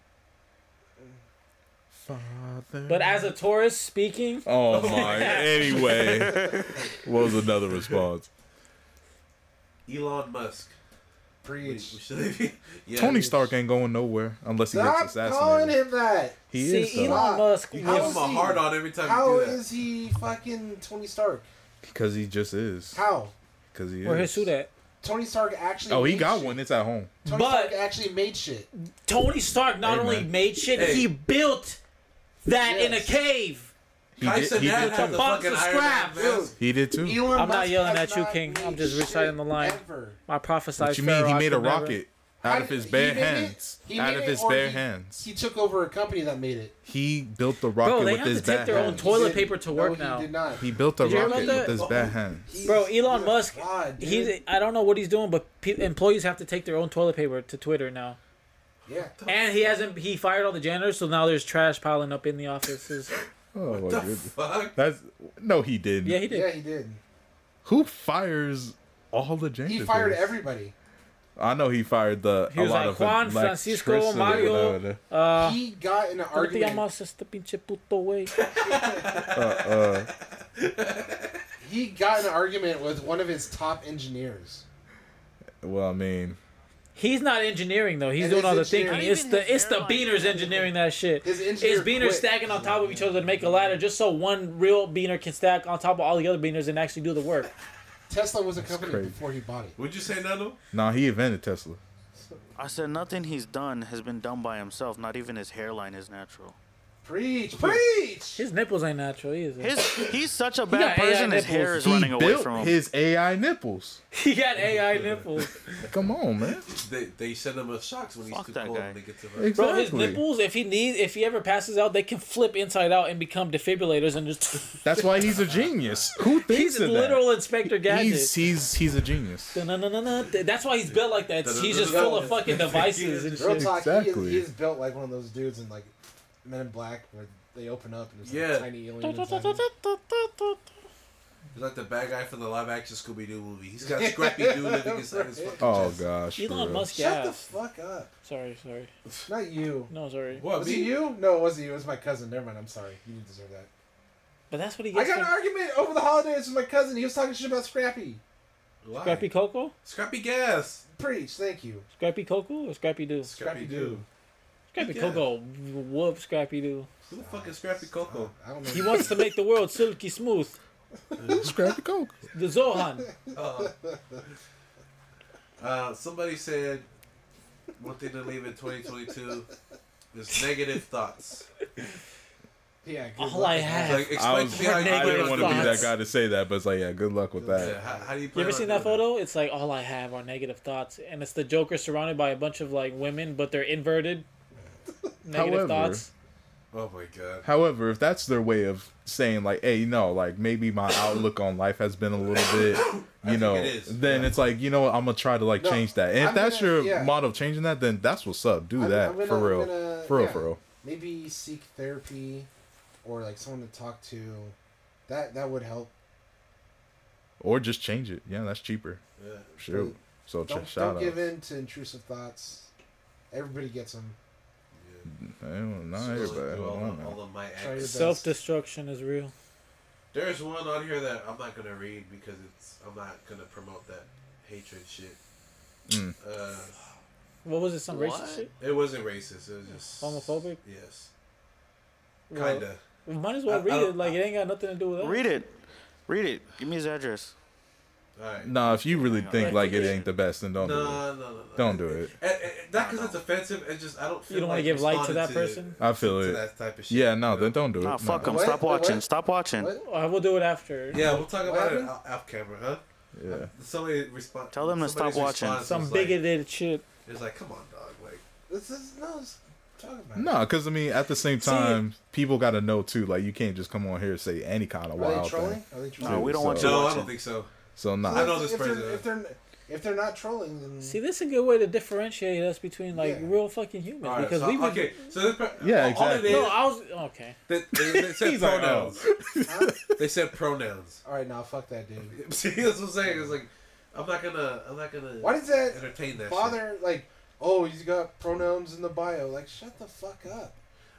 S3: father.
S5: But as a tourist speaking,
S3: oh my. anyway, what was another response?
S2: Elon Musk. We, we
S6: Preach.
S2: should be. Yeah.
S3: Tony Stark ain't going nowhere unless he gets
S6: Stop calling
S3: assassinated.
S6: him that.
S3: He
S5: see,
S3: is
S5: Elon
S3: though,
S6: Stop.
S5: Musk.
S2: You give
S6: How
S2: him
S5: was-
S6: is
S2: a
S6: he-
S2: hard on every time you
S6: How
S2: do that.
S6: is he fucking Tony Stark?
S3: because he just is.
S6: How?
S3: Because he is.
S5: Where his suit at?
S6: Tony Stark actually.
S3: Oh, he
S6: made
S3: got
S6: shit.
S3: one. It's at home.
S6: Tony
S5: But-
S6: Stark actually made shit.
S5: Tony Stark not
S3: Hey,
S5: only
S3: man.
S5: made shit,
S2: Hey.
S5: he built that in a
S6: Yes.
S5: cave.
S3: He
S2: Kai
S3: did, he,
S2: Cenat
S3: did
S2: had
S3: too.
S2: the
S5: Box
S2: fucking
S5: of
S2: Iron Man
S5: scraps.
S2: mask.
S3: He did too.
S6: Elon
S5: I'm not
S6: Musk
S5: yelling
S6: has
S5: at you,
S6: not
S5: King. I'm
S6: made
S5: just
S6: shit
S5: reciting the line.
S6: Ever.
S5: My prophesied.
S3: What you mean he
S5: pharaoh
S3: made a
S5: could never-
S3: rocket out of his
S6: He
S3: bare
S6: made it-
S3: hands?
S6: he
S3: Out
S6: made
S3: of
S6: it
S3: his
S6: or
S3: bare
S6: he-
S3: hands.
S6: He took over a company that made it.
S3: He built the
S5: Bro,
S3: rocket
S5: they
S3: with
S5: have to
S3: his
S5: take
S3: bare
S5: their own
S3: hands.
S5: toilet
S6: He did-
S5: paper to work
S6: no,
S5: now.
S6: He did not.
S3: He built the
S5: Did you hear
S3: rocket
S5: about
S3: with
S5: that?
S3: his
S6: Oh,
S3: bare hands.
S6: He's-
S5: Bro, Elon
S6: he's a
S5: Musk,
S6: god, dude.
S5: he's, I don't know what he's doing, but pe- employees have to take their own toilet paper to Twitter now.
S6: yeah.
S5: And he hasn't, he fired all the janitors, so now there's trash piling up in the offices.
S3: Oh my
S2: The
S3: goodness.
S2: fuck?
S3: That's no, he didn't.
S5: Yeah, he did.
S6: yeah, he did.
S3: Who fires all the janitors?
S6: He fired everybody. I
S3: I know he fired the.
S5: He was
S3: a lot
S5: like,
S3: of
S5: Juan, Francisco,
S3: electricity,
S5: Mario.
S3: whatever.
S5: Uh,
S6: He got in an
S5: ¿Cómo te
S6: argument.
S5: llamas este pinche puto wey?
S6: He got in an argument with one of his top engineers.
S3: Well, I mean,
S5: He's not engineering though. He's
S6: And
S5: doing
S6: his
S5: all the
S6: engineer-
S5: thinking.
S4: Not
S5: It's
S4: even
S5: the
S4: his
S5: it's the
S4: airline
S5: beaners
S4: engineer.
S5: engineering that shit.
S6: His engineer
S5: It's beaners
S6: quit.
S5: stacking on top of each other to make a ladder, just so one real beaner can stack on top of all the other beaners and actually do the work.
S6: Tesla was a company
S3: crazy.
S6: before he bought it.
S2: Would you say Nano?
S3: nah, he invented Tesla.
S4: I said nothing he's done has been done by himself. Not even his hairline is natural.
S6: Preach, preach.
S5: His nipples ain't natural either.
S4: His he's such a
S5: got
S4: bad
S5: AI
S4: person. His
S5: nipples.
S4: hair is
S3: he
S4: running away
S3: built
S4: from him.
S3: his AI nipples.
S5: he got AI nipples.
S3: Come on, man.
S2: They, they send him a shocks when
S4: Fuck
S2: he's too
S4: that
S2: cold
S4: guy.
S2: and they get to
S3: Exactly.
S5: Bro, his nipples, if he needs if he ever passes out, they can flip inside out and become defibrillators and just
S3: That's why he's a genius. Who thinks
S5: He's
S3: of
S5: literal Inspector
S3: that?
S5: Gadget.
S3: He's he's he's a genius.
S5: Dun-dun-dun-dun-dun. That's why he's built like that. He's just full of fucking devices and
S6: Real
S5: shit.
S6: talk, he,
S3: Exactly.
S6: is, he is built like one of those dudes in like Men in Black where they open up and there's like
S2: Yeah.
S6: a tiny alien inside him.
S2: He's like the bad guy from the live action Scooby Doo movie. He's got Scrappy Doo living inside his fucking
S3: Oh
S2: chest.
S3: gosh. for
S5: Elon
S3: real.
S5: Musk
S6: Shut the
S5: ass.
S6: fuck up.
S5: Sorry, sorry.
S6: Not you.
S5: No, sorry.
S2: What,
S6: Was
S2: me?
S6: it you? No, it wasn't you. It was my cousin. Never mind. I'm sorry. You didn't deserve that.
S5: But that's what he
S6: I
S5: gets.
S6: got in an
S5: from
S6: argument over the holidays with my cousin. He was talking shit about Scrappy.
S2: Why?
S5: Scrappy Coco?
S2: Scrappy Gas.
S6: Preach. Thank you.
S5: Scrappy Coco or Scrappy Doo?
S2: Scrappy Doo.
S5: Scrappy
S2: Yeah.
S5: Coco. Whoop Scrappy Doo.
S2: Who the fuck is Scrappy Coco?
S6: I don't know.
S5: He wants to make the world silky smooth.
S3: Scrappy Coke.
S5: The Zohan.
S2: Oh. Uh, somebody said one thing to leave in 2022 is negative thoughts.
S6: Yeah. good
S5: All
S6: luck
S5: I
S6: with that.
S5: had.
S2: Like,
S3: I,
S2: explain
S3: was,
S2: to me how you plan
S3: I
S5: What negative
S3: didn't
S2: on
S3: want
S2: doing
S3: to be
S2: that.
S3: that
S5: thoughts?
S3: guy to say that, but it's like, yeah, good luck with
S2: Yeah,
S3: that.
S2: how, how do you
S5: You
S2: plan
S5: ever
S2: on
S5: seen that
S2: doing
S5: photo? It's like all I have are negative thoughts, and it's the Joker surrounded by a bunch of like women, but they're inverted. Negative
S3: However-
S5: thoughts.
S2: Oh my god.
S3: However, if that's their way of saying like, hey, you know, like maybe my outlook on life has been a little bit, you know,
S2: it is,
S3: then it's like, you know, what, I'm gonna try to like
S6: No,
S3: change that. And if
S6: I'm
S3: that's
S6: gonna-
S3: your
S6: yeah.
S3: model of changing that, then that's what's up. Do
S6: I'm-
S3: that
S6: I'm gonna-
S3: for
S6: I'm
S3: real,
S6: gonna-
S3: for real,
S6: yeah.
S3: for real.
S6: Maybe seek therapy, or like someone to talk to. That that would help.
S3: Or just change it. Yeah, that's cheaper.
S2: Yeah.
S3: Shoot. So
S6: Don't
S3: ch- shout
S6: don't
S3: out.
S6: give in to intrusive thoughts. Everybody gets them.
S3: I don't know,
S2: So, like,
S3: everybody. I
S2: do all
S3: don't
S2: the-
S3: know.
S2: all of my
S6: Try
S2: ex-
S6: best.
S5: Self destruction is real.
S2: There's one on here that I'm not gonna read because it's I'm not gonna promote that hatred shit.
S3: Mm.
S2: Uh,
S5: What was it? Some
S4: What?
S5: racist shit?
S2: it wasn't racist. It was just
S5: Homophobic?
S2: Yes,
S5: Well,
S2: kinda.
S5: we might as well
S2: I- I
S5: read
S2: don't-
S5: it. Like it ain't got nothing to do with us.
S4: Read it. Read it. Give me his address.
S2: All right.
S3: Nah, if you really think like it ain't the best, then don't do it.
S2: No, no, no, no.
S3: Don't do it.
S2: And, and- not because it's offensive. It's just I don't. Feel
S5: You don't want
S2: like
S5: to give light to
S2: responding
S5: that person.
S3: I feel
S2: To
S3: it.
S2: that type of shit.
S3: Yeah, no, then don't do it.
S4: Nah, fuck
S3: Nah.
S4: him.
S6: What?
S4: Stop
S6: The what?
S4: watching. Stop watching.
S6: What?
S5: I will do it after.
S2: Yeah, we'll talk
S6: What
S2: about it
S6: happened?
S2: o- off camera, huh?
S3: Yeah.
S2: Somebody respond.
S4: Tell them to stop watching.
S5: Some bigoted shit.
S2: It's like, come on, dog. Like,
S6: This is no. it's- Talk about
S3: No, because I mean, at the same time, people got to know too. Like, you can't just come on here and say any kind of
S6: it. Are they
S3: wild
S6: trolling?
S3: thing.
S6: Are they
S4: No,
S6: trolling?
S4: we don't
S3: so-
S4: want
S2: no,
S4: you
S2: I
S4: watching.
S2: don't think so.
S3: So
S2: I
S3: nah,
S2: know this
S6: if
S2: person.
S6: They're, if they're if they're not trolling, then
S5: See, this is a good way to differentiate us between like
S6: Yeah.
S5: real fucking humans
S2: All right,
S5: because
S2: so,
S5: we would.
S2: okay, so this per-
S3: Yeah,
S2: all- all it
S3: exactly.
S2: is-
S5: No, I was okay.
S2: They, they, they said
S3: He's like, oh.
S2: pronouns.
S6: Huh?
S2: they said pronouns.
S6: All right, now fuck that dude.
S2: See, that's what I'm saying. It's like I'm not gonna, I'm not gonna
S6: Why does that
S2: entertain that. Shit.
S6: bother? Like, oh, he's got pronouns in the bio. Like, shut the fuck up.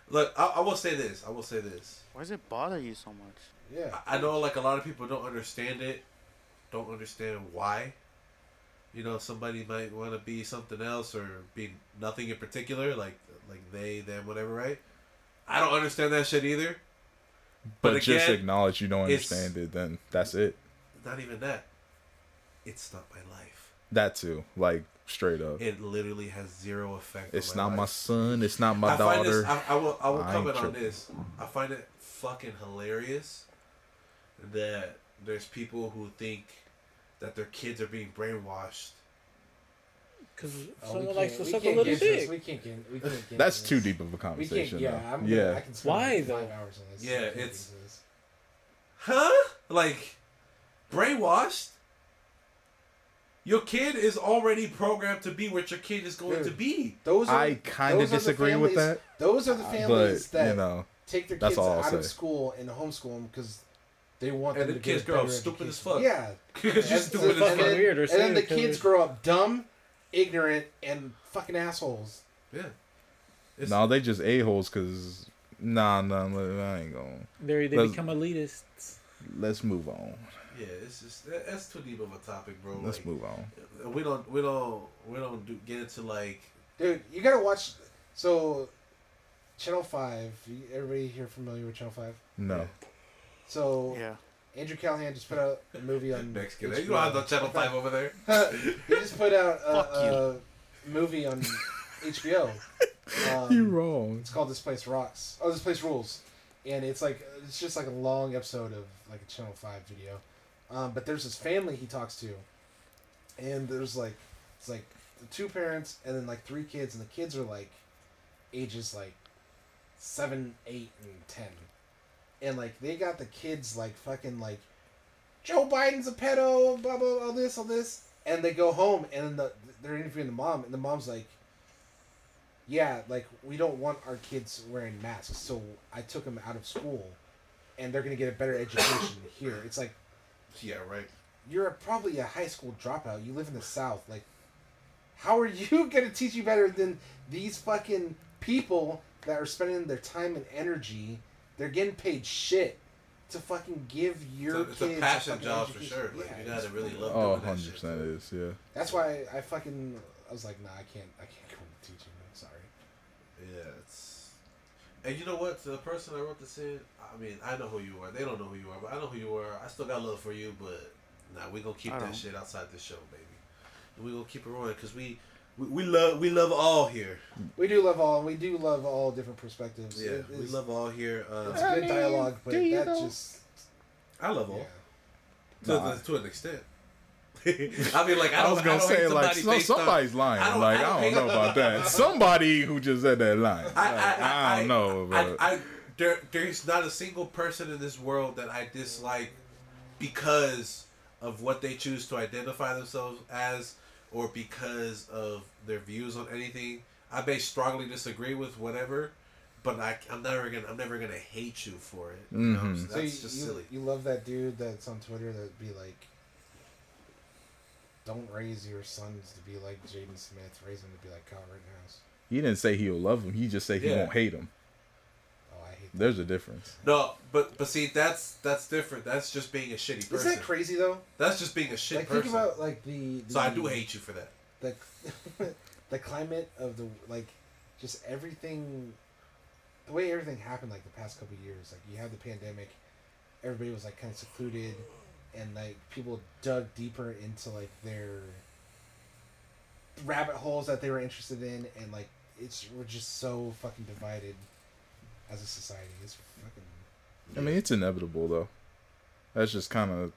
S2: Look, I, I will say this. I will say this.
S4: Why does it bother you so much?
S6: Yeah.
S2: I, I know, like a lot of people don't understand it, don't understand why. You know, somebody might want to be something else or be nothing in particular, like like they, them, whatever, right? I don't understand that shit either.
S3: but
S2: But
S3: just
S2: again,
S3: acknowledge you don't
S2: it's-
S3: understand it. Then that's it.
S2: Not even that. It's not my life.
S3: That too, like straight up.
S2: It literally has zero effect.
S3: It's
S2: on my
S3: not
S2: life.
S3: my son. It's not my
S2: I find
S3: daughter.
S2: this. I, I will. I will
S3: I ain't
S2: comment on
S3: tripping.
S2: this. I find it fucking hilarious that there's people who think that their kids are being brainwashed.
S5: Because
S6: Oh, we
S5: someone
S6: can't-
S5: likes to
S6: we
S5: suck a
S6: can't
S5: little
S6: get into this.
S5: dick.
S6: We can't get. We can't get. into
S3: that's
S6: this.
S3: too deep of a
S6: We can't.
S3: conversation.
S6: Yeah,
S3: though.
S6: I'm,
S3: yeah.
S6: yeah. I can spend
S5: Why,
S6: like
S5: though?
S6: Five hours on this.
S2: Yeah,
S6: I can't get
S2: it's-
S6: into this.
S2: Huh? Like brainwashed? Your kid is already programmed to be what your kid is going to
S6: Dude.
S2: be.
S6: Those are,
S3: I kinda
S6: those are the
S3: disagree with
S6: families-
S3: that,
S6: Those are the
S3: but
S6: families that
S3: you know,
S6: take their
S3: that's
S6: kids
S3: all I'll
S6: out of
S3: say.
S6: school and homeschool them because they want
S2: And
S6: them
S2: the
S6: to get
S2: kids
S6: a
S2: grow up
S6: better
S2: stupid as
S6: education.
S2: fuck.
S6: Yeah,
S2: Because you're
S6: And-
S2: stupid
S6: and
S2: as
S5: fucking
S6: then-
S2: fuck.
S5: weird. They're
S6: And then the
S5: serial
S6: kids
S5: killers.
S6: grow up dumb, ignorant, and fucking assholes.
S2: Yeah.
S3: no,
S2: It's-
S3: they just a holes because nah, nah, I ain't going.
S5: They they
S3: Let's-
S5: become elitists.
S3: Let's move on.
S2: Yeah, it's just that- that's too deep of a topic, bro.
S3: Let's
S2: Like,
S3: move on.
S2: We don't, we don't, we don't do, get into like
S6: Dude, you gotta watch. So, Channel Five. you- Everybody here familiar with Channel Five?
S3: No,
S6: So
S4: Yeah.
S6: Andrew Callahan just put out a movie on
S2: Mexican.
S6: HBO.
S2: You don't have no Channel Five over there.
S6: he just put out a,
S4: Fuck
S6: a movie on HBO. Um,
S3: you're wrong.
S6: It's called This Place Rocks. Oh, This Place Rules, and it's like it's just like a long episode of like a Channel Five video. Um, but there's this family he talks to, and there's like it's like the two parents and then like three kids, and the kids are like ages like seven, eight, and ten, and like they got the kids like fucking like Joe Biden's a pedo, blah blah, all this, all this, and they go home, and then the, they're interviewing the mom, and the mom's like, yeah, like we don't want our kids wearing masks, so I took them out of school, and they're gonna get a better education here. It's like
S2: Yeah, right.
S6: you're a, probably a high school dropout. You live in the South. Like, how are you gonna teach you better than these fucking people that are spending their time and energy? They're getting paid shit to fucking give
S2: It's
S6: your
S2: a, it's
S6: kids
S2: a passion
S6: fucking
S2: job for
S6: education.
S2: sure. Like you
S6: Yeah,
S2: gotta
S6: it's-
S2: really love
S3: Oh,
S2: doing that
S3: 100
S2: shit.
S3: percent
S2: so.
S3: is yeah.
S6: That's why I fucking I was like, nah, I can't, I can't go into teaching. I'm sorry.
S2: Yeah, it's. And you know what? The person I wrote this in, I mean, I know who you are. They don't know who you are, but I know who you are. I still got love for you, but nah, we gonna keep
S4: I
S2: that
S4: don't.
S2: shit outside the show, baby. We will keep it rolling because we, we we love we love all here.
S6: We do love all. We do love all different perspectives.
S2: Yeah,
S6: It-
S2: we
S6: it's-
S2: love all here. Uh,
S6: It's good dialogue, but that just
S2: I love all
S6: yeah.
S2: to,
S3: Nah.
S2: to an extent. I mean, like I,
S3: I
S2: don't,
S3: was gonna
S2: don't
S3: say
S2: hate
S3: like
S2: somebody
S3: so,
S2: based on-
S3: somebody's lying.
S2: I don't-
S3: like
S2: I
S3: I
S2: don't
S3: don't,
S2: hate-
S3: know about that. Somebody who just said that line. Like,
S2: I, I, I,
S3: don't know.
S2: I,
S3: About
S2: I, there, there's not a single person in this world that I dislike because of what they choose to identify themselves as or because of their views on anything. I may strongly disagree with whatever, but I, I'm never gonna I'm never gonna hate you for it. You know? so
S3: Mhm.
S2: that's
S6: so you,
S2: just
S6: you,
S2: silly.
S6: you love that dude that's on Twitter that'd be like, "Don't raise your sons to be like Jaden Smith. Raise them to be like Kyle Rittenhouse."
S3: he didn't say he'll love him. He just said he
S2: Yeah.
S3: won't hate him.
S6: Oh, I hate that.
S3: There's a difference.
S2: No, but but see that's that's different. That's just being a shitty person.
S6: Isn't that crazy though?
S2: that's just being a shit
S6: like,
S2: person.
S6: think about like the, the
S2: so I do hate you for that.
S6: the the climate of the like just everything the way everything happened like the past couple of years like you had the pandemic everybody was like kind of secluded and like people dug deeper into like their rabbit holes that they were interested in and like it's we're just so fucking divided as a society it's fucking
S3: I mean, it's inevitable though. That's just kind of.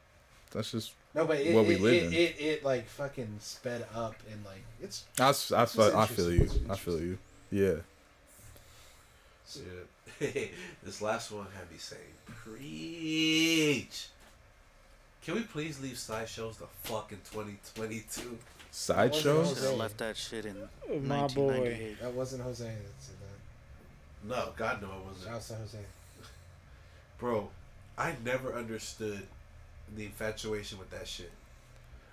S3: That's just.
S6: no but it
S3: What we
S6: it,
S3: live
S6: it,
S3: in.
S6: it, it like fucking sped up and like it's
S3: I, s- I,
S6: It's
S3: fe- I
S6: interesting.
S3: feel you.
S6: It's
S3: I feel you. Yeah.
S2: Yeah. this last one had me saying, preach. Can we please leave sideshows the fuck in 2022?
S3: Sideshows.
S6: What
S4: Should have
S6: Jose.
S4: left that shit in
S5: My boy.
S4: 1998.
S6: that wasn't Jose that said that
S2: No, God, no, it wasn't.
S6: shout out to Jose
S2: Bro, I never understood the infatuation with that shit.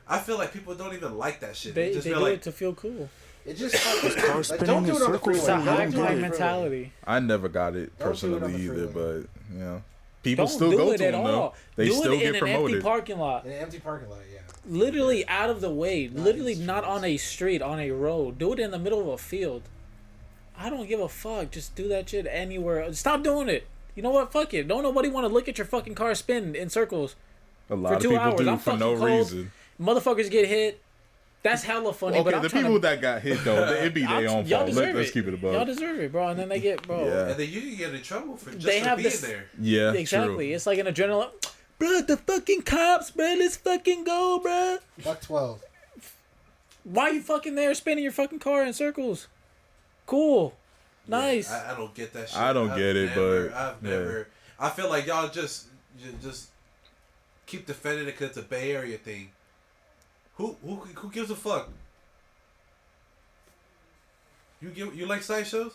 S2: I feel like people don't even like that shit. They,
S5: They,
S2: just
S5: they
S2: be
S5: do
S2: like,
S5: it to feel cool.
S6: It just fucking-
S4: car
S6: like,
S4: spinning
S6: don't do
S4: in
S6: it on the freeway.
S4: circles.
S5: It's a
S4: Don't do
S5: high
S4: it.
S5: flying mentality.
S3: I never got it
S6: Don't do it on
S3: personally
S6: the
S3: either,
S6: freeway.
S3: but you know, people
S5: Don't
S3: still
S5: do
S3: go
S5: it
S3: to
S5: at
S3: them though.
S5: all.
S3: They
S5: do
S3: still
S5: it in
S3: get
S5: an empty
S3: promoted.
S5: parking lot.
S6: In an empty parking lot, yeah.
S5: Literally out of the way. Literally
S6: in
S5: not
S6: streets.
S5: on a street, on a road. Do it in the middle of a field. I don't give a fuck. Just do that shit anywhere. Stop doing it. You know what? Fuck it. Don't nobody want to look at your fucking car spin in circles.
S3: A lot of
S5: two
S3: people
S5: hours.
S3: do
S5: I'm
S3: for no
S5: fucking cold.
S3: reason.
S5: Motherfuckers get hit. That's hella funny. but
S3: Okay,
S5: I'm
S3: the
S5: trying
S3: people
S5: to,
S3: that got hit though, it'd be
S5: I'm-
S3: their own
S5: y'all
S3: fault. Let,
S5: deserve
S3: us keep it
S5: Y'all
S3: above.
S5: deserve it, bro. And then they get, bro.
S3: Yeah.
S2: and then you can get in trouble for just
S5: They
S2: for
S5: have
S2: being
S5: this-
S2: there.
S3: Yeah,
S5: Exactly.
S3: True.
S5: It's like an adrenaline. Bro, the fucking cops, bro. Let's fucking go, bro.
S6: Buck twelve.
S5: Why you fucking there spinning your fucking car in circles? Cool. Nice.
S2: I, I don't get that shit.
S3: I don't get it,
S2: never-
S3: but,
S2: I've
S3: yeah.
S2: never. I feel like y'all just ju- just keep defending it because it's a Bay Area thing. Who who who gives a fuck? You give you like sideshows?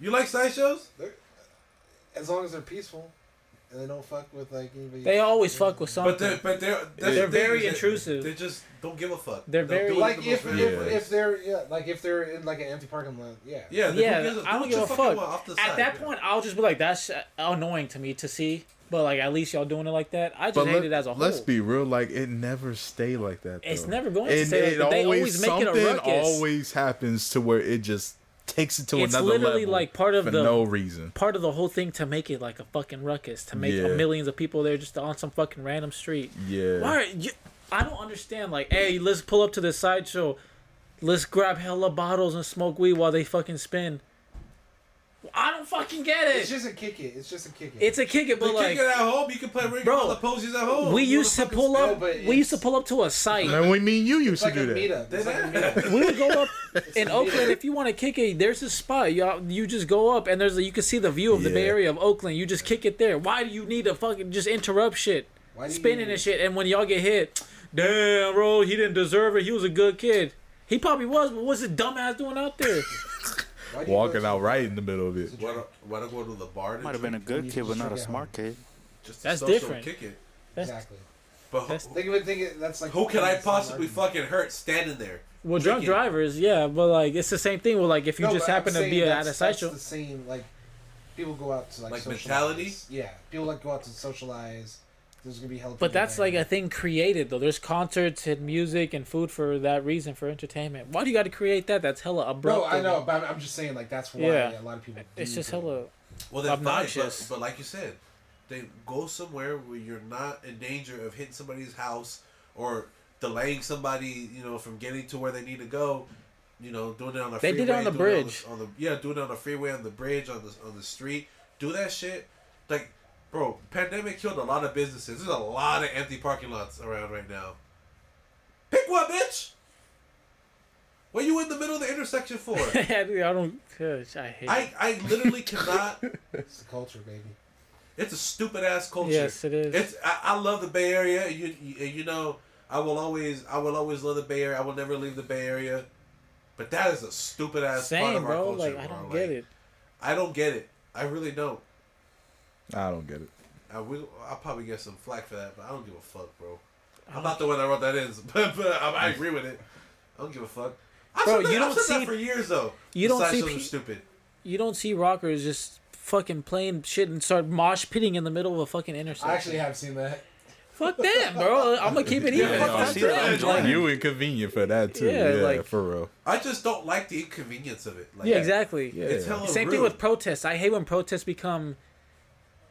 S2: You like sideshows?
S6: As long as they're peaceful and they don't fuck with like anybody.
S5: they always fuck with something.
S2: But they're but they're that's the
S5: They're
S2: thing,
S5: very
S2: is that
S5: intrusive.
S2: They just don't give a fuck.
S5: They're
S2: They'll
S5: very-
S2: do it
S6: like
S2: in the
S6: if,
S2: most
S6: if,
S2: random
S3: Yeah.
S6: if
S2: ways.
S6: they're yeah, like if they're in like an empty parking lot, yeah.
S2: yeah then who
S5: yeah,
S2: gives a-
S5: I
S2: do
S5: don't
S2: what
S5: give
S2: you
S5: a
S2: fucking
S5: fuck.
S2: want off the
S5: At
S2: side,
S5: that
S2: yeah.
S5: point, I'll just be like, that's uh, annoying to me to see. But like, at least y'all doing it like that. I just
S3: But
S5: hate
S3: let,
S5: it as a whole.
S3: let's be real, like it never stay like that.
S5: It's
S3: though.
S5: never going to stay like that. They always make it a
S3: something
S5: ruckus.
S3: always happens to where it just takes it to
S5: It's
S3: another
S5: literally,
S3: level
S5: like, part of
S3: for
S5: the-
S3: no reason.
S5: Part of the whole thing to make it like a fucking ruckus to make
S3: Yeah.
S5: millions of people there just on some fucking random street.
S3: Yeah,
S5: Why? Are you, I don't understand. Like, hey, let's pull up to this sideshow. Let's grab hella bottles and smoke weed while they fucking spin. I don't fucking get it.
S6: It's
S5: It's,
S6: just a kick it. It's just a kick it.
S5: a kick it,
S2: They
S5: but like,
S2: kick it at home. You can play ring
S5: Bro,
S2: all the posies at home.
S5: we
S2: You
S5: used to
S2: wanna fucking
S5: pull
S2: spin?
S5: up.
S6: but
S5: We
S6: it's-
S5: used to pull up to a site.
S3: and we mean you used
S6: it's like
S3: to
S6: a
S3: do that.
S6: meetup. It's like a meetup.
S5: we would go up in Oakland if you want to kick it. There's a spot. You you just go up and there's a, you can see the view of the Bay
S3: Yeah.
S5: Area of Oakland. You just kick it there. Why do you need to fucking just interrupt shit,
S6: Why do
S5: spinning
S6: you-
S5: and shit? And when y'all get hit, damn, bro, he didn't deserve it. He was a good kid. He probably was, but what's this dumbass doing out there?
S6: Why do you go
S3: Walking
S6: to-
S3: out right in the middle of it.
S2: Why don't, why don't go to the bar? and
S4: Might have
S2: drink?
S4: been a good kid, but not a smart kid.
S2: Just
S5: That's
S2: social
S5: different.
S2: Kick it.
S5: That's,
S6: Exactly.
S2: But who,
S5: That's-
S6: Think of it. Think it. That's like.
S2: who can I
S6: that's not
S2: possibly
S6: argument.
S2: fucking hurt standing there?
S5: well, drunk
S2: Drinking.
S5: drivers, yeah, but like it's the same thing. Well, like if you
S6: No,
S5: just
S6: but I'm
S5: happen to
S6: saying
S5: be
S6: that's-
S5: at a sideshow,
S6: That's the same. Like people go out to like.
S2: Like
S6: socialize.
S2: mentality?
S6: Yeah, people like go out to socialize. There's gonna be held.
S5: But that's like
S6: a.
S5: a thing created though. There's concerts and music and food for that reason for entertainment. Why do you got to create that? That's hella abrupt.
S6: No, I
S5: and
S6: know, but I'm, I'm just saying, like, that's why
S5: Yeah.
S6: a lot of people.
S5: It's
S6: do
S5: just
S6: that.
S5: hella.
S2: Well, then fine. But,
S5: Obnoxious.
S2: but like you said, they go somewhere where you're not in danger of hitting somebody's house or delaying somebody, you know, from getting to where they need to go. You know, doing it on the
S5: They did it on the
S2: doing it
S5: bridge.
S2: on the, on the- yeah, doing it on the freeway, on the bridge, on the on the street. Do that shit, like, bro. Pandemic killed a lot of businesses. There's a lot of empty parking lots around right now. Pick one, bitch. What you in the middle of the intersection for?
S5: I don't. gosh, I hate.
S2: I,
S5: it.
S2: I literally cannot.
S6: It's the culture, baby.
S2: It's a stupid ass culture.
S5: Yes, it is.
S2: It's I, I love the Bay Area. You, you you know I will always I will always love the Bay Area. I will never leave the Bay Area. But that is a stupid ass part
S5: Same,
S2: of our
S5: bro.
S2: culture.
S5: Like I
S2: bro.
S5: don't get
S2: Like,
S5: it.
S2: I don't get it. I really don't.
S3: I don't get it.
S2: I will. I'll probably get some flack for that, but I don't give a fuck, bro. I'm not the one that wrote that in, but, but I, I agree with it. I don't give a fuck. I
S5: Bro,
S2: said that,
S5: you
S2: I've
S5: don't
S2: said that
S5: see-
S2: for years though.
S5: you don't
S2: Besides
S5: see
S2: those are
S5: pe-
S2: stupid.
S5: You don't see rockers just fucking playing shit and start mosh pitting in the middle of a fucking intersection.
S6: I actually have seen that.
S5: Fuck that, bro. I'm gonna keep it even.
S4: Yeah,
S5: Fuck
S4: no, I
S5: that
S4: see
S5: shit.
S4: that. I'm
S5: Like,
S4: joining.
S3: You inconvenient for that too.
S5: Yeah,
S3: Yeah,
S5: like-
S3: for real.
S2: I just don't like the inconvenience of it. Like,
S5: yeah, exactly.
S3: Yeah.
S2: It's hella
S5: Same
S2: rude.
S5: thing with protests. I hate when protests become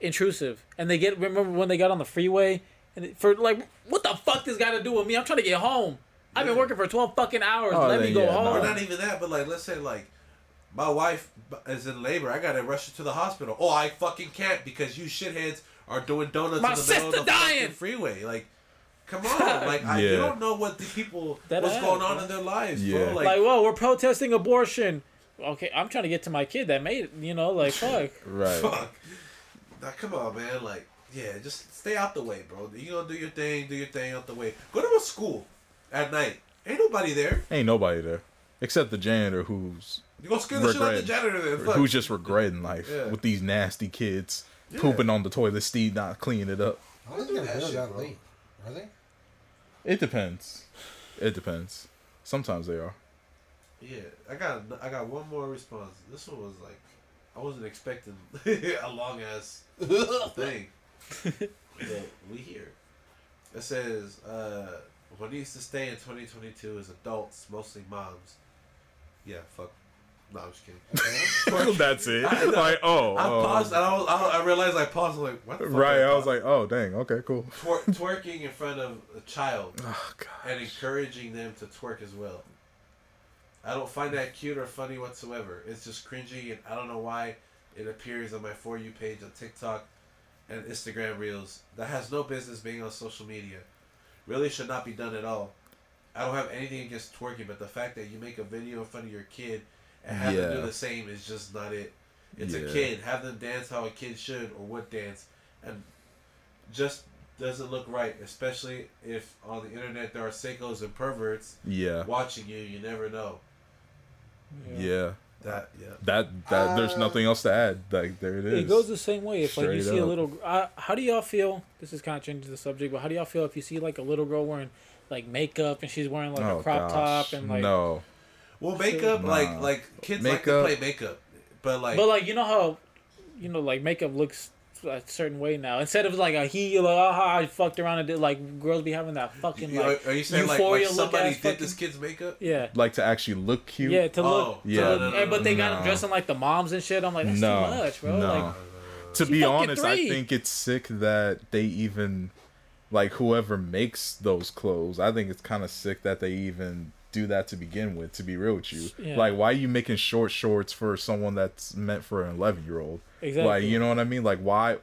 S5: intrusive, and they get. Remember when they got on the freeway and it- for like, what the fuck this got to do with me? I'm trying to get home. I've been
S2: Yeah.
S5: working for twelve fucking hours.
S3: Oh,
S5: Let
S3: then
S5: me go
S3: yeah, no.
S5: home.
S2: Or not even that, but like let's say like my wife b- is in labor. I gotta rush her to the hospital. Oh, I fucking can't because you shitheads are doing donuts
S5: My
S2: in the middle of
S5: sister
S2: the fucking
S5: dying!
S2: freeway. Like, come on! Like, I, you
S3: Yeah.
S2: don't know what the people
S5: That
S2: what's
S5: ass,
S2: going on
S5: bro.
S2: in their lives,
S3: Yeah.
S2: bro. Like,
S5: Like, whoa, we're protesting abortion. Okay, I'm trying to get to my kid that made it. You know, like fuck.
S3: Right.
S2: fuck. Nah, come on, man. Like, yeah, just stay out the way, bro. You gonna do your thing, do your thing out the way. Go to a school at night. Ain't nobody there.
S3: Ain't nobody there except the janitor who's
S2: You gonna scare the shit out of the
S3: Regret.
S2: janitor then? Fuck.
S3: who's just regretting life
S2: Yeah.
S3: with these nasty kids pooping on the toilet seat, not cleaning it up.
S6: I don't
S2: do
S6: think
S2: that
S6: they're
S2: shit,
S6: really that
S2: bro.
S6: late. Are they?
S3: It depends. It depends. Sometimes they are.
S2: Yeah, I got I got one more response. This one was like, I wasn't expecting a long ass thing, but we here. It says uh, what needs to stay in 2022 is adults, mostly moms. Yeah, fuck. No, I'm just kidding.
S3: That's it. Like oh,
S2: I
S3: oh.
S2: paused. And I, was, I, I realized I paused. I'm like, what? The fuck
S3: right.
S2: did
S3: I was
S2: pause?
S3: like oh dang. Okay, cool.
S2: Twer- twerking in front of a child
S3: Oh god.
S2: and encouraging them to twerk as well. I don't find that cute or funny whatsoever. It's just cringy, and I don't know why it appears on my For You page on TikTok and Instagram Reels. That has no business being on social media. Really should not be done at all. I don't have anything against twerking, but the fact that you make a video in front of your kid and have them
S3: Yeah.
S2: do the same is just not it. It's a
S3: Yeah.
S2: kid. Have them dance how a kid should or would dance, and just doesn't look right, especially if on the internet there are sickos and perverts
S3: Yeah.
S2: watching you. You never know.
S3: Yeah.
S2: That yeah.
S3: That that there's nothing else to add. Like there it is.
S5: Uh, It goes the same way. If like you
S3: Straight
S5: see a
S3: up.
S5: little, uh, how do y'all feel? This is kind of changing the subject, but how do y'all feel if you see like a little girl wearing like makeup and she's wearing like
S2: Oh,
S5: a crop
S3: Oh, gosh.
S5: top and like?
S3: no.
S2: Well, makeup
S3: Nah.
S2: like like kids like
S3: Makeup.
S2: to play makeup, but like,
S5: But like you know how, you know like makeup looks a certain way now. Instead of like a he like oh, I fucked around and did like girls be having that fucking
S2: you-
S5: like
S2: are you saying like, like
S5: euphoria look
S2: somebody
S5: ass
S2: did
S5: fucking-
S2: this kid's makeup?
S5: yeah
S3: Like to actually look cute.
S5: yeah to
S2: Oh
S5: look
S3: Yeah.
S2: No, no, no,
S5: and, but they got them
S3: No.
S5: dressing like the moms and shit. I'm like that's
S3: no,
S5: too much, bro.
S3: No.
S5: Like
S3: to
S5: She
S3: be
S5: fucking
S3: honest,
S5: three.
S3: I think it's sick that they even like whoever makes those clothes. I think it's kind of sick that they even do that to begin with. To be real with you,
S5: Yeah.
S3: like why are you making short shorts for someone that's meant for an eleven year old? Like
S5: Exactly.
S3: you know what I mean? Like why?
S5: to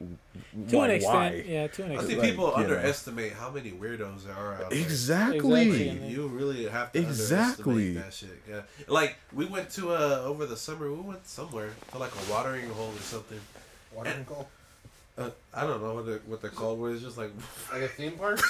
S3: like,
S5: an extent,
S3: why?
S5: yeah, to
S2: I think
S5: an extent.
S3: Like,
S2: people
S3: you know.
S2: underestimate how many weirdos there are out there.
S3: Exactly.
S5: Exactly.
S2: You really have to
S3: Exactly.
S2: underestimate that shit. Yeah. Like we went to uh over the summer, we went somewhere to like a watering hole or something.
S6: Watering hole?
S2: Uh, I don't know what they're, what they're called. Where it's just like
S6: Like a theme park?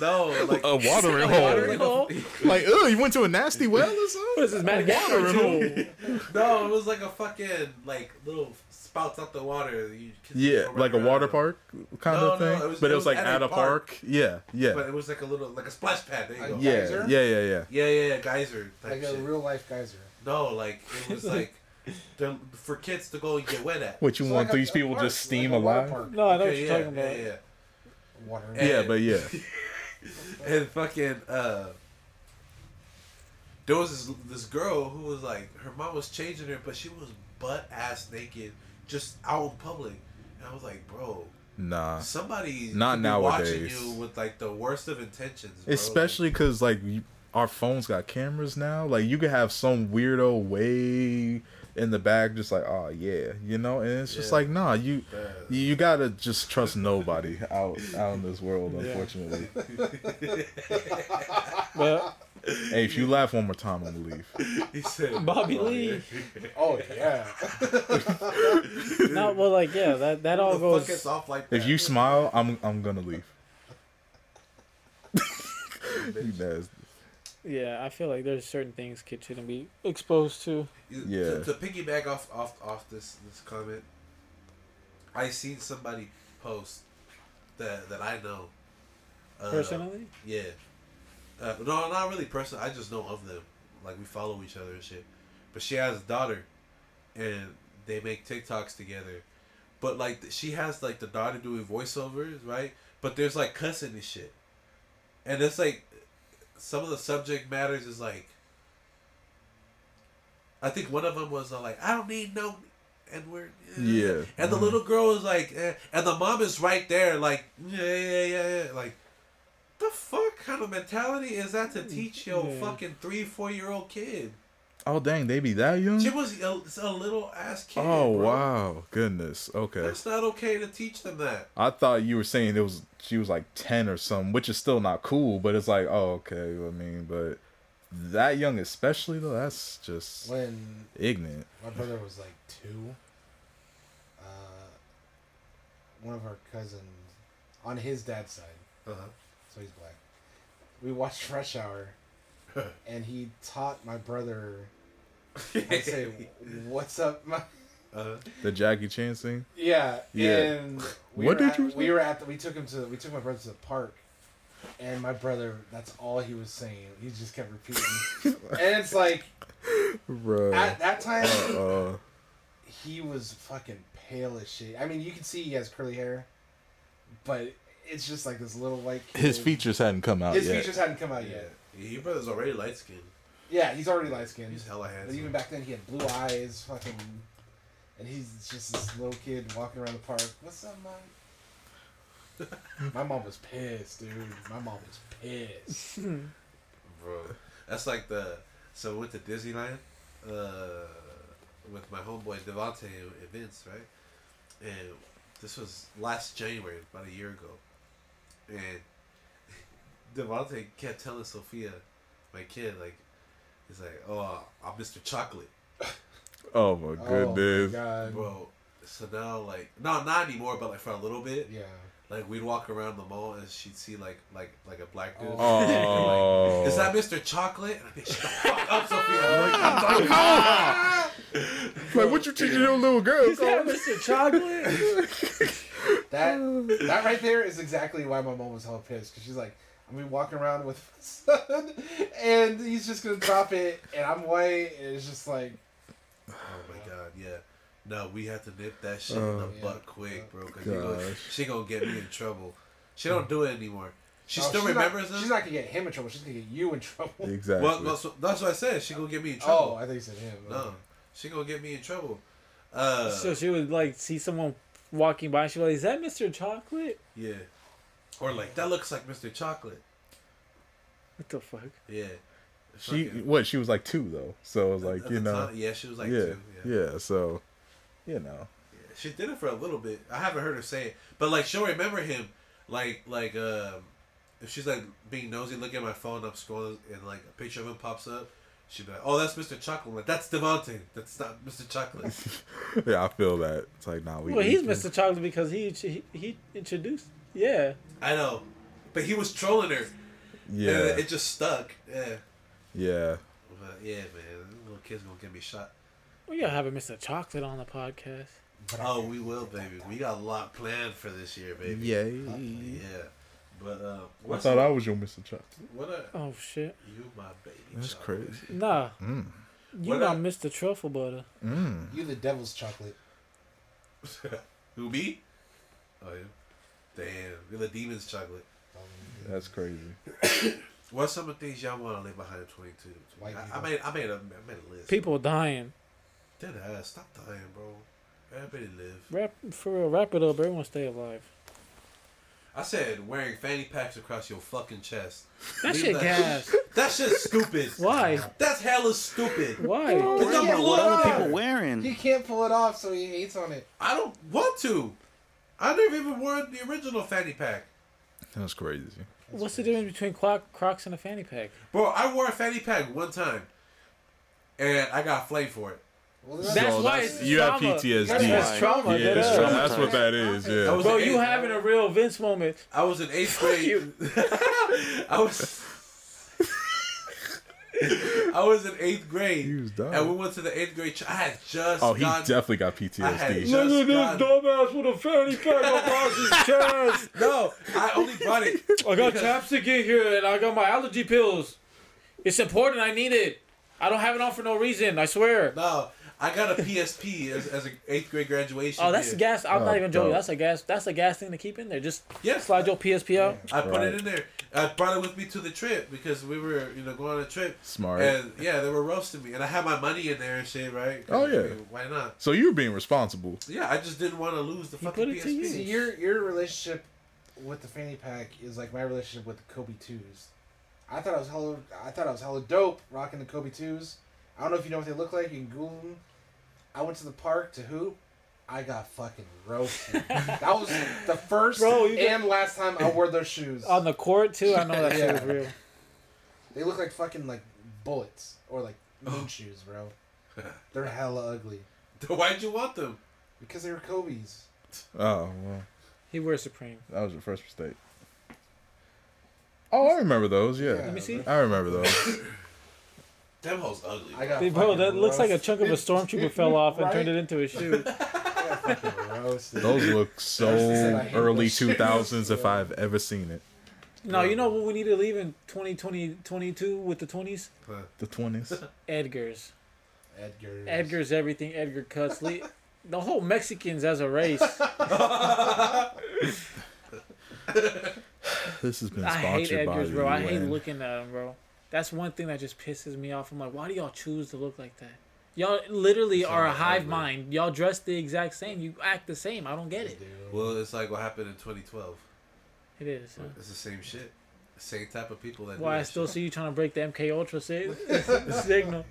S2: no, like
S3: A watering
S5: Watering
S3: hole.
S5: hole.
S3: Like, oh, you went to a nasty well or something?
S5: What is this Madagascar? too?
S2: No, it was like a fucking like little spouts out the water. that You can
S3: Yeah,
S2: go
S3: like a
S2: right
S3: water
S2: around.
S3: park kind
S2: No,
S3: of
S2: no,
S3: thing.
S2: it was-
S3: but
S2: it
S3: it was
S2: was
S3: like at a park. Yeah, yeah.
S2: But it was like a little like a splash pad. There you go.
S6: Uh,
S3: yeah,
S6: Geyser?
S3: yeah, yeah, yeah.
S2: yeah, yeah, yeah, geyser type
S6: Like a
S2: shit.
S6: real life geyser.
S2: no, like it was like the, for kids to go and get wet at.
S3: What you
S6: It's
S3: want
S6: like a-
S3: these
S6: a
S3: people
S6: park,
S3: just steam
S6: like a water
S3: alive?
S6: park.
S5: No, I know what
S2: Okay,
S5: you're
S2: yeah,
S5: talking about.
S2: yeah,
S6: Watering
S2: And-
S6: hole.
S3: Yeah, but yeah.
S2: yeah. And fucking uh, there was this, this girl who was like her mom was changing her, but she was butt ass naked just out in public, and I was like, bro,
S3: Nah.
S2: Somebody
S3: Not
S2: could be
S3: nowadays.
S2: watching you with like the worst of intentions, bro.
S3: Especially because like you- our phones got cameras now. Like you could have some weirdo way in the back, just like oh yeah, you know. And it's just
S2: Yeah.
S3: like nah, you
S2: Yeah.
S3: you you gotta just trust nobody out out in this world.
S2: Yeah.
S3: Unfortunately,
S5: Well,
S3: hey, if you laugh one more time, I'm gonna leave.
S2: Like, he said,
S5: Bobby Lee.
S6: Oh yeah.
S5: Not well, like yeah, that that
S2: "Who
S5: all
S2: the fuck
S5: goes.
S2: is off like that?"
S3: If you smile, I'm I'm gonna leave. You nasty.
S5: Yeah, I feel like there's certain things kids shouldn't be exposed to.
S2: yeah.
S3: Yeah.
S2: To, to piggyback off off off this this comment, I seen somebody post that that I know uh,
S5: Personally,
S2: Yeah. Uh, no, not really personal. I just know of them. Like we follow each other and shit. But she has a daughter, and they make TikToks together. But like th- she has like the daughter doing voiceovers, right? But there's like cussing and shit, and it's like some of the subject matters is like. I think one of them was uh, like, "I don't need no," and we're
S3: Yeah.
S2: and the little girl is like, eh. and the mom is right there, like, yeah, yeah, yeah, yeah. Like, the fuck kind of mentality is that to teach your
S5: Yeah.
S2: fucking three, four year old kid?
S3: Oh dang, they be that young?
S2: She was a, a little ass kid.
S3: Oh
S2: bro.
S3: wow, goodness. Okay.
S2: That's not okay to teach them that.
S3: I thought you were saying it was she was like ten or something, which is still not cool, but it's like, oh okay, I mean, but that young especially though, that's just
S6: When
S3: ignorant.
S6: my brother was like two, uh, one of our cousins on his dad's side,
S2: Uh-huh.
S6: so he's black. We watched Fresh Hour, and he taught my brother. I say, "What's up, my?"
S2: uh
S3: The Jackie Chan scene?
S6: Yeah.
S3: Yeah.
S6: And we
S3: What
S6: were
S3: did
S6: at,
S3: you say?
S6: We were at. The, we took him to. We took my brother to the park, and my brother. That's all he was saying. He just kept repeating. and it's like
S3: Bro.
S6: at that time
S3: uh,
S6: he was fucking pale as shit. I mean, you can see he has curly hair, but it's just like this little white. Kid.
S3: his features hadn't come out
S6: His
S3: yet.
S6: features hadn't come out
S2: Yeah.
S6: yet.
S2: Your brother's already light skinned.
S6: Yeah, he's already light skinned.
S2: He's hella
S6: But
S2: handsome.
S6: even back then, he had blue eyes, fucking, and he's just this little kid walking around the park. What's up, Mike? My mom was pissed, dude. My mom was pissed.
S2: Bro. That's like the. So we went to Disneyland uh, with my homeboy Devante and Vince, right? And this was last January, about a year ago. And Devante kept telling Sophia, my kid, like, he's like, oh, I'm Mr. Chocolate.
S3: Oh my goodness.
S6: Oh, my God.
S2: Bro. So now, like, no, not anymore, but like for a little bit,
S6: Yeah.
S2: like we'd walk around the mall and she'd see like, like, like a black dude.
S6: Oh.
S3: Oh,
S2: Is that Mr. Chocolate? And I think, shut the fuck up, Sophia.
S6: Oh
S3: like what you teaching your little girl?
S5: is that Mr. Chocolate?
S6: That that right there is exactly why my mom was hella pissed because she's like, I'm gonna be walking around with my son, and he's just gonna drop it, and I'm white, and it's just like,
S2: Oh my god, yeah. No, we have to nip that shit in the
S6: yeah.
S2: butt quick, bro. Cause
S3: Gosh.
S2: you gonna- she gonna get me in trouble. She don't do it anymore. She
S6: oh,
S2: still
S6: she's
S2: remembers
S6: Not,
S2: us.
S6: she's not gonna get him in trouble. She's gonna get you in trouble.
S3: Exactly.
S2: well, well, so- that's what I said. She gonna get me in
S6: Oh,
S2: trouble.
S6: I think it's in him.
S2: no, she gonna get me in trouble. Uh,
S5: so she would like see someone walking by. She'd be like, "Is that Mr. Chocolate?"
S2: yeah. Or like that looks like Mr. Chocolate.
S5: What the fuck?
S2: Yeah.
S3: she
S2: Fucking-
S3: what? She was like two though, so it was
S2: at-
S3: like
S2: at
S3: you
S2: the
S3: know,
S2: time- yeah, she was like,
S3: yeah,
S2: two, yeah,
S3: yeah. So, you know,
S2: She did it for a little bit. I haven't heard her say it, but like she'll remember him. Like like um, if she's like being nosy, looking at my phone, I'm scrolling, and like a picture of him pops up. She'd be like, "Oh, that's Mister Chocolate." I'm like, that's Devontae. That's not Mister Chocolate.
S3: yeah, I feel that. It's like nah, we.
S5: Well, he's
S3: we-
S5: Mr. Chocolate because he he, he introduced. Yeah.
S2: I know, but he was trolling her. Yeah,
S3: Yeah,
S2: and Uh, it just stuck. Yeah,
S3: yeah.
S2: but yeah, man, little kid's gonna get me shot.
S5: We gotta have a Mr. Chocolate on the podcast.
S2: Oh, we will, baby. We got a lot planned for this year, baby.
S3: Yay.
S2: yeah. But uh,
S3: I
S2: what's
S3: thought I was your Mr. Chocolate.
S2: what are
S5: Oh shit.
S2: you, my baby?
S3: That's
S2: chocolate.
S3: crazy.
S5: Nah.
S3: Mm.
S5: You
S2: What
S5: got
S2: up?
S5: Mr. Truffle Butter.
S3: Mm.
S6: You the devil's chocolate.
S2: Who be? Oh yeah. Damn, you're the demon's chocolate.
S3: That's crazy.
S2: What's some of the things y'all want to leave behind in 22?
S6: White
S2: I, I
S6: people.
S2: made I made a I made a list.
S5: People dying.
S2: Dead ass, stop dying, bro. Everybody live.
S5: Wrap for real. Wrap it up. Everyone stay alive.
S2: I said wearing fanny packs across your fucking chest.
S5: That
S2: Leave
S5: shit gas.
S2: That shit's stupid.
S5: Why?
S2: That's hella stupid.
S5: Why?
S2: It's not
S4: Yeah, what other
S2: blood.
S4: people
S6: He
S4: wearing?
S6: can't pull it off, so he hates on it.
S2: I don't want to. I never even wore the original fanny pack.
S3: That's crazy.
S5: What's the difference between Croc- Crocs and a fanny pack?
S2: Bro, I wore a fanny pack one time. And I got flamed for it.
S6: Well,
S5: That's
S3: Oh,
S6: not-
S5: why it's
S7: you have
S5: trauma.
S7: PTSD.
S5: That's, that's
S4: Yeah.
S5: trauma.
S7: yeah,
S5: that
S7: that's,
S5: is.
S7: trauma. that's what that is.
S2: I
S7: Yeah.
S2: was
S5: Bro,
S2: in eighth-
S5: you having a real Vince moment.
S2: I was in eighth grade.
S5: you.
S2: I was. I was in eighth grade,
S3: He was dumb.
S2: and we went to the eighth grade. Ch- I had just
S7: Oh, he
S2: gotten-
S7: definitely got
S2: I had
S7: PTSD.
S2: just
S5: Look at
S2: gotten-
S5: this dumbass with a fanny pack across his chest.
S2: No, I only brought it.
S5: I got chapstick in here and I got my allergy pills. It's important. I need it. I don't have it on for no reason. I swear.
S2: No, I got a PSP as, as an eighth grade graduation.
S5: Oh, that's a
S2: gift.
S5: gas. I'm not
S3: Oh,
S5: even joking.
S3: dope.
S5: That's a gas. That's a gas thing to keep in there. Just
S2: Yeah.
S5: slide your PSP out.
S2: I put
S3: Right.
S2: it in there. I brought it with me to the trip because we were, you know, going on a trip.
S3: Smart.
S2: And yeah, they were roasting me, and I had my money in there and shit, right? 'Cause,
S3: Oh, yeah.
S2: I mean, Why not?
S3: So you were being responsible.
S2: Yeah, I just didn't want to lose the fucking
S5: put it to
S2: PSP.
S5: use.
S6: See, your your relationship with the fanny pack is like my relationship with the Kobe twos. I thought I was hella, I thought I was hella dope rocking the Kobe twos. I don't know if you know what they look like. You can Google them. I went to the park to hoop. I got fucking roasted. that was the first
S5: Bro, you
S6: and last time I wore those shoes.
S5: On the court too. I know that shit was
S6: Yeah.
S5: real.
S6: They look like fucking like bullets or like moon shoes, bro. They're hella ugly
S2: Why'd you want them?
S6: because they were Kobe's.
S3: Oh, well,
S5: He wears Supreme.
S3: that was your first mistake. Oh, I remember those. Yeah.
S6: Let
S5: me see.
S3: I remember those.
S2: Them hoes ugly.
S6: I got
S5: Dude, bro,
S6: fucking
S5: that looks like a
S6: roasted.
S5: chunk of a stormtrooper fell off and
S6: Right?
S5: turned it into a shoe.
S6: I got fucking roasted.
S3: Those look
S6: said I
S3: so
S6: hate
S3: early
S6: those shoes.
S3: 2000s if I've ever seen it.
S5: No, you know what we need to leave in 2020, 22 with the 20s?
S3: The 20s.
S5: Edgar's.
S6: Edgar's.
S5: Edgar's everything. Edgar cuts. Le- the whole Mexicans as a race.
S3: This has been
S5: I hate
S3: sponsored by
S5: Edgar's,
S3: the
S5: bro. I hate
S3: UN.
S5: looking at them, bro. That's one thing that just pisses me off. I'm like, why do y'all choose to look like that? Y'all literally are a hive mind. Y'all dress the exact same. You act the same. I don't get it.
S2: Well, it's like what happened in 2012.
S5: It is. huh?
S2: It's the same shit. Same type of people that. do
S5: Why I
S2: that
S5: still
S2: shit.
S5: see you trying to break the MK Ultra sig- signal.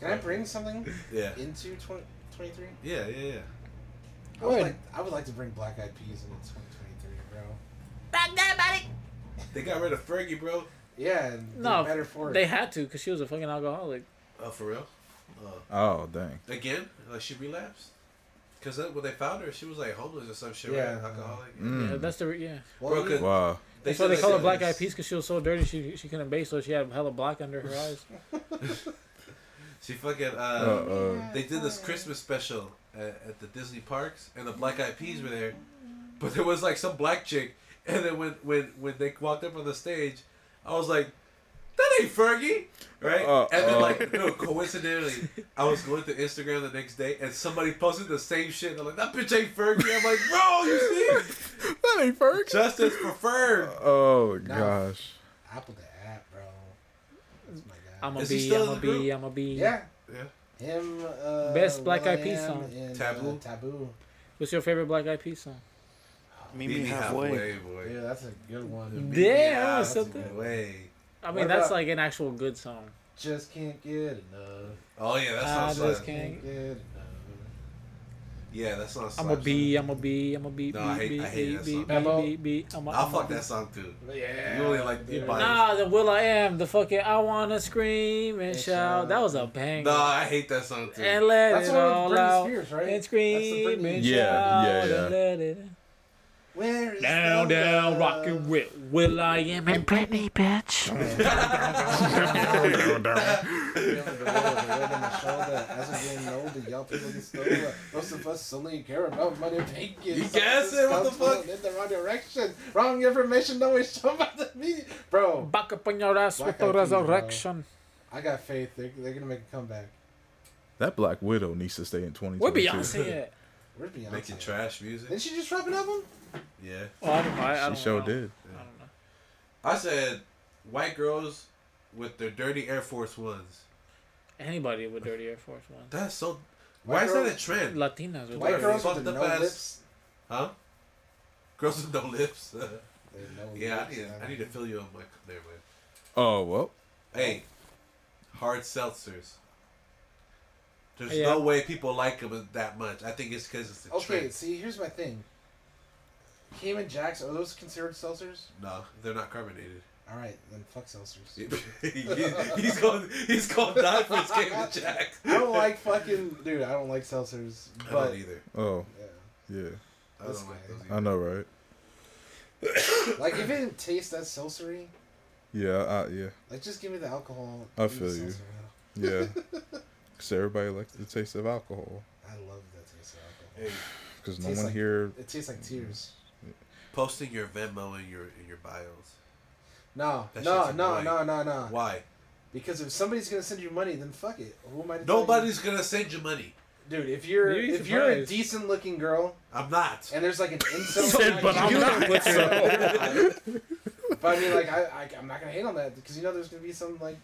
S6: Can I bring something
S2: Yeah.
S6: into 2023?
S2: Yeah, yeah, yeah.
S6: I would, like, I would like to bring Black Eyed Peas into 2023, bro.
S2: They got rid of Fergie, bro.
S6: Yeah, and
S5: No,
S6: no, better for it.
S5: they had to because she was a fucking alcoholic.
S2: Oh, for real?
S3: Oh, dang.
S2: Again? Like she relapsed? Because when they found her, she was like homeless or some shit,
S6: Yeah.
S2: right? Alcoholic.
S5: Yeah,
S3: Mm.
S5: that's the re- yeah.
S6: Well,
S2: Broken.
S3: Wow.
S5: That's why they call her
S2: it
S5: Black Eyed Peas because she was so dirty she she couldn't base, so she had hella black under her eyes.
S2: She fucking. Uh,
S3: Uh, uh,
S2: They did this Christmas special at, at the Disney parks, and the Black Eyed Peas were there, but there was like some black chick, and then when when when they walked up on the stage, I was like, "That ain't Fergie." Right,
S3: Uh,
S2: and then
S3: uh.
S2: like no, coincidentally, I was going to Instagram the next day, and somebody posted the same shit. They're like, "That bitch ain't Fergie." I'm like, "Bro, you see,
S3: that ain't Ferg.
S2: justice for Ferg."
S3: Oh, gosh.
S6: Apple to app, bro. That's my guy.
S5: I'm a
S2: Is he
S5: bee,
S2: still
S5: I'm
S2: in
S5: a
S2: the group?
S5: bee, I'm a bee.
S6: yeah.
S2: Yeah.
S6: Him. Uh,
S5: Best Black Eyed Peas
S6: Will.i.am
S5: song.
S6: And,
S2: Taboo.
S6: Uh, taboo.
S5: What's your favorite Black Eyed Peas song?
S4: Meet me halfway.
S2: boy.
S6: Yeah, that's a good one.
S5: Damn, that was
S2: Halfway.
S5: something. I mean,
S6: What
S5: that's
S6: about-
S5: like an actual good song.
S6: Just can't get enough.
S2: Oh yeah, that
S5: I
S2: sounds.
S5: just
S2: sad.
S5: can't.
S6: Can't get enough.
S2: Yeah, that sounds.
S5: I'm a
S2: sad.
S5: bee, I'm a bee, I'm a bee, bee,
S2: No, I hate-
S5: bee,
S2: I hate
S5: bee,
S2: that
S5: bee,
S2: song.
S5: bee,
S6: Hello?
S5: bee, bee, I'm a-
S2: I'll
S5: I'm a
S2: fuck
S5: bee.
S2: that song too.
S6: Yeah.
S2: You only like you
S6: Yeah.
S2: probably-
S5: Nah, the Will I Am, the fucking I wanna scream and shout. That was a banger.
S2: No, I hate that song too.
S5: and let
S6: That's
S5: it
S6: the one with
S5: all
S6: Britney
S5: out
S6: Spears, right?
S5: and
S6: That's the
S5: scream
S6: Britney-
S5: and
S3: Hmm. Yeah,
S5: shout
S3: yeah, yeah.
S5: and let it.
S6: Where is
S5: Down,
S6: the love?
S5: down, rockin' with Will I Am and Britney, bitch.
S6: Feeling the roll, the weight on my shoulder. As I'm getting older, y'all people get slower. Most of us only care about money making. You
S2: guess it? What the fuck?
S6: In the wrong direction. Wrong information always shown by the media. Bro,
S5: Back up on your ass with
S6: Black
S5: the
S6: Eyed Peas, bro.
S5: resurrection.
S6: I got faith. They're, they're going to make a comeback.
S3: That Black Widow needs to stay in 2022.
S5: Where Beyonce at?
S6: We're Beyonce.
S2: Making trash music.
S6: Didn't she just drop an album?
S2: Yeah.
S5: Oh, I don't know. I, I
S3: She
S5: don't
S3: sure
S5: know.
S3: did.
S5: I don't know.
S2: I said white girls with their dirty Air Force Ones.
S5: Anybody with dirty Air Force One.
S2: That's so.
S6: White
S2: Why is
S6: girls-
S2: that a trend?
S5: Latinas with
S6: White
S5: dirty-
S2: Whatever,
S6: girls
S2: fuck
S6: with
S2: the
S6: the no
S2: past.
S6: lips.
S2: Huh? Girls with no lips.
S6: There's no
S2: yeah, I
S6: lips,
S2: need,
S6: man.
S2: I need to fill you up, Mike. There, man.
S3: Oh well.
S2: Hey, hard seltzers. There's
S5: Yeah.
S2: no way people like them that much. I think it's because it's a
S6: Okay,
S2: trend.
S6: see, here's my thing. Cayman Jacks are those considered seltzers?
S2: No, they're not carbonated.
S6: All right, then fuck seltzers.
S2: he's going. He's going to die for his game of Jack.
S6: I don't like fucking dude. I don't like seltzers.
S2: I
S6: But
S2: don't either.
S3: Oh
S6: yeah.
S3: yeah.
S2: I don't
S6: That's
S2: like
S6: fine.
S2: those
S3: I
S2: either.
S3: know, right?
S6: like if it didn't taste that seltzery,
S3: Yeah. I, yeah.
S6: like just give me the alcohol.
S3: I
S6: in the
S3: feel you.
S6: seltzer, man.
S3: Yeah. Because everybody likes the taste of alcohol.
S6: I love that taste of alcohol.
S2: Hey,
S3: Because no
S6: Tastes
S3: one
S6: like-
S3: here.
S6: It tastes like tears.
S2: posting your Venmo in your in your bios.
S6: No,
S2: Mm-hmm. That
S6: no,
S2: shit's
S6: no,
S2: annoying.
S6: no, no, no.
S2: Why?
S6: Because if somebody's gonna send you money, then fuck it. Who am I? To tell you?
S2: Nobody's gonna send you money.
S6: Dude, if you're
S5: You'd be
S6: if you're a
S5: surprised.
S6: decent looking girl
S2: I'm not.
S6: and there's like an incel,
S5: Said, but I'm not.
S6: But I mean, like, I, I I'm not gonna hate on that because you know there's gonna be some like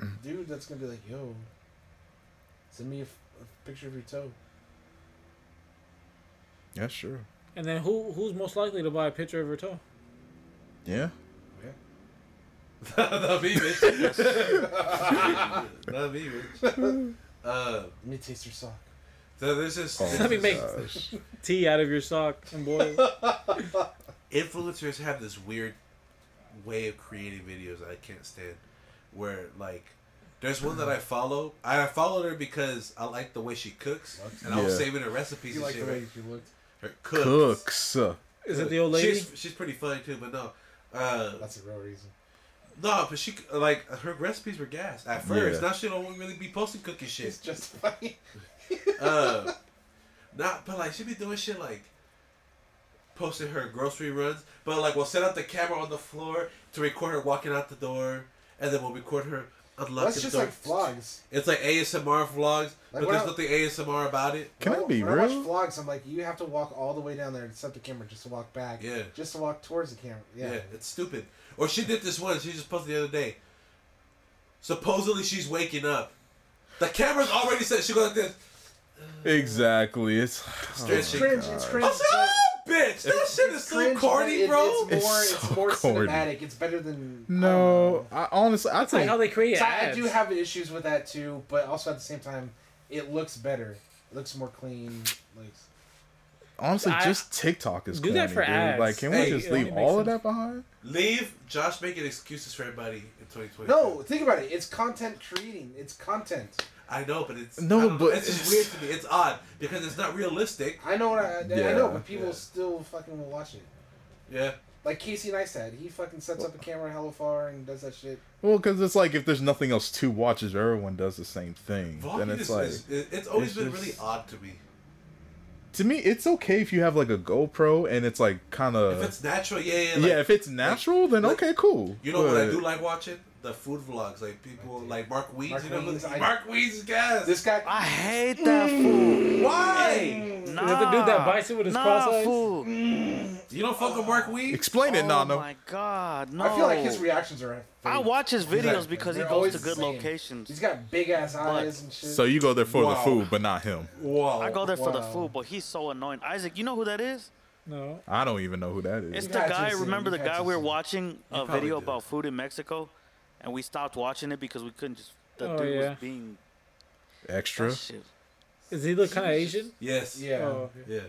S2: Mm-hmm.
S6: dude that's gonna be like, yo, send me a, f- a picture of your toe.
S3: Yeah, sure.
S5: And then who who's most likely to buy a picture of her toe?
S3: Yeah.
S2: not me, bitch. not me, bitch. Uh,
S6: Let me taste your sock.
S2: so there's this. uh,
S3: Oh,
S5: Let me make-
S3: gosh.
S5: Tea out of your sock and boy.
S2: influencers have this weird way of creating videos that I can't stand. Where like, there's one that I follow. I followed her because I like the way she cooks, and I was
S3: Yeah.
S2: saving her recipes and
S6: You like
S2: shit.
S6: the way
S2: Right?
S6: you looked.
S2: Her cooks.
S3: Cooks. Uh,
S5: Is it the old lady?
S2: She's, she's pretty funny too, but no. Uh,
S6: That's the real reason.
S2: no, but she like her recipes were gas at first.
S3: Yeah.
S2: Now she don't really be posting cooking shit.
S6: It's just funny.
S2: Uh, not, but like she be doing shit like posting her grocery runs, but like we'll set up the camera on the floor to record her walking out the door, and then we'll record her unlocking
S6: That's
S2: the
S6: just
S2: door.
S6: like vlogs.
S2: it's like ASMR vlogs, but
S6: when
S2: there's
S6: I-
S2: nothing ASMR about it.
S3: Can
S6: When
S3: I be
S6: when I
S3: real?
S6: watch vlogs, I'm like, you have to walk all the way down there and set the camera just to walk back.
S2: Yeah.
S6: Just to walk towards the camera.
S2: Yeah.
S6: Yeah.
S2: it's stupid. Or she did this one. She just posted the other day. Supposedly she's waking up. The camera's already set. She goes like this.
S3: Exactly. It's
S6: It's
S2: Stretching.
S6: cringe. It's cringe.
S2: I said, "Oh, bitch, that shit is so
S6: cringe, but
S2: corny,
S6: it-
S2: bro.
S6: It's more,
S3: It's
S6: it's
S3: so
S6: more
S3: corny.
S6: cinematic. It's better than.
S3: no. I honestly, I
S5: like
S3: think
S5: how they create
S6: So I
S5: ads.
S6: do have issues with that too, but also at the same time, it looks better. It looks more clean. Looks.
S3: honestly
S5: I-
S3: just TikTok is
S5: Do that
S3: corny,
S5: for
S3: dude.
S5: ads.
S3: Like, can
S2: Hey,
S3: we just
S5: it
S3: leave
S5: only makes
S3: all of
S5: sense.
S3: that behind?
S2: Leave Josh making excuses for everybody in 2020.
S6: No, think about it. It's content creating. It's content.
S2: I know, but it's
S3: No,
S2: I don't know.
S3: but
S2: it's just weird
S3: it's-
S2: to me. It's odd because it's not realistic.
S6: I know. What I, I
S3: Yeah.
S6: know, but people
S2: Yeah.
S6: still fucking will watch it.
S2: Yeah,
S6: Like Casey Neistat, he fucking sets up a camera hella far and does that shit.
S3: Well, because it's like if there's nothing else to watch, if everyone does the same thing, then
S2: vlogging
S3: it's
S2: is,
S3: like
S2: is- it- it's always
S3: it's
S2: been
S3: just-
S2: really odd to me.
S3: to me, it's okay if you have like a GoPro and it's like kind of
S2: If it's natural, yeah, yeah. Like,
S3: Uh, yeah, if it's natural, then
S2: like-
S3: okay, cool.
S2: you know what I
S3: But-
S2: do like watching the food vlogs, like people like Mark Weeds.
S6: Mark
S2: you know who-
S6: Wiens, I-
S2: Mark Weeds, guys.
S6: This guy.
S4: I hate that
S6: Mm.
S4: fool.
S2: Why?
S4: Nah,
S5: the dude that bites it with his
S4: nah,
S5: cross eyes?
S4: Fool.
S2: Mm. You don't fuck with Mark Weeds?
S3: Explain it,
S4: oh
S3: Nano.
S4: my god, no.
S6: I feel like his reactions are.
S4: I watch his videos because he
S6: They're
S4: goes
S6: always
S4: to
S6: the
S4: good
S6: same.
S4: locations.
S6: He's got big ass eyes and shit.
S3: So you go there for the
S2: Wow.
S3: food, but not him.
S2: Whoa.
S4: I go there for the
S6: Wow.
S4: food, but he's so annoying. Isaac, you know who that is?
S5: no.
S3: I don't even know who that is.
S4: It's
S6: You
S4: the
S6: got
S4: guy.
S6: to see,
S4: Remember
S6: you
S4: the
S6: got
S4: guy
S6: to
S4: we were
S6: see.
S4: watching a
S2: probably
S4: video
S2: do.
S4: about food in Mexico, and we stopped watching it because we couldn't just. The
S5: Oh,
S4: dude
S5: yeah.
S4: was being
S3: Extra.
S4: that shit.
S5: Is he look kind of Asian?
S2: Yes.
S6: yeah.
S5: Oh.
S2: Yeah.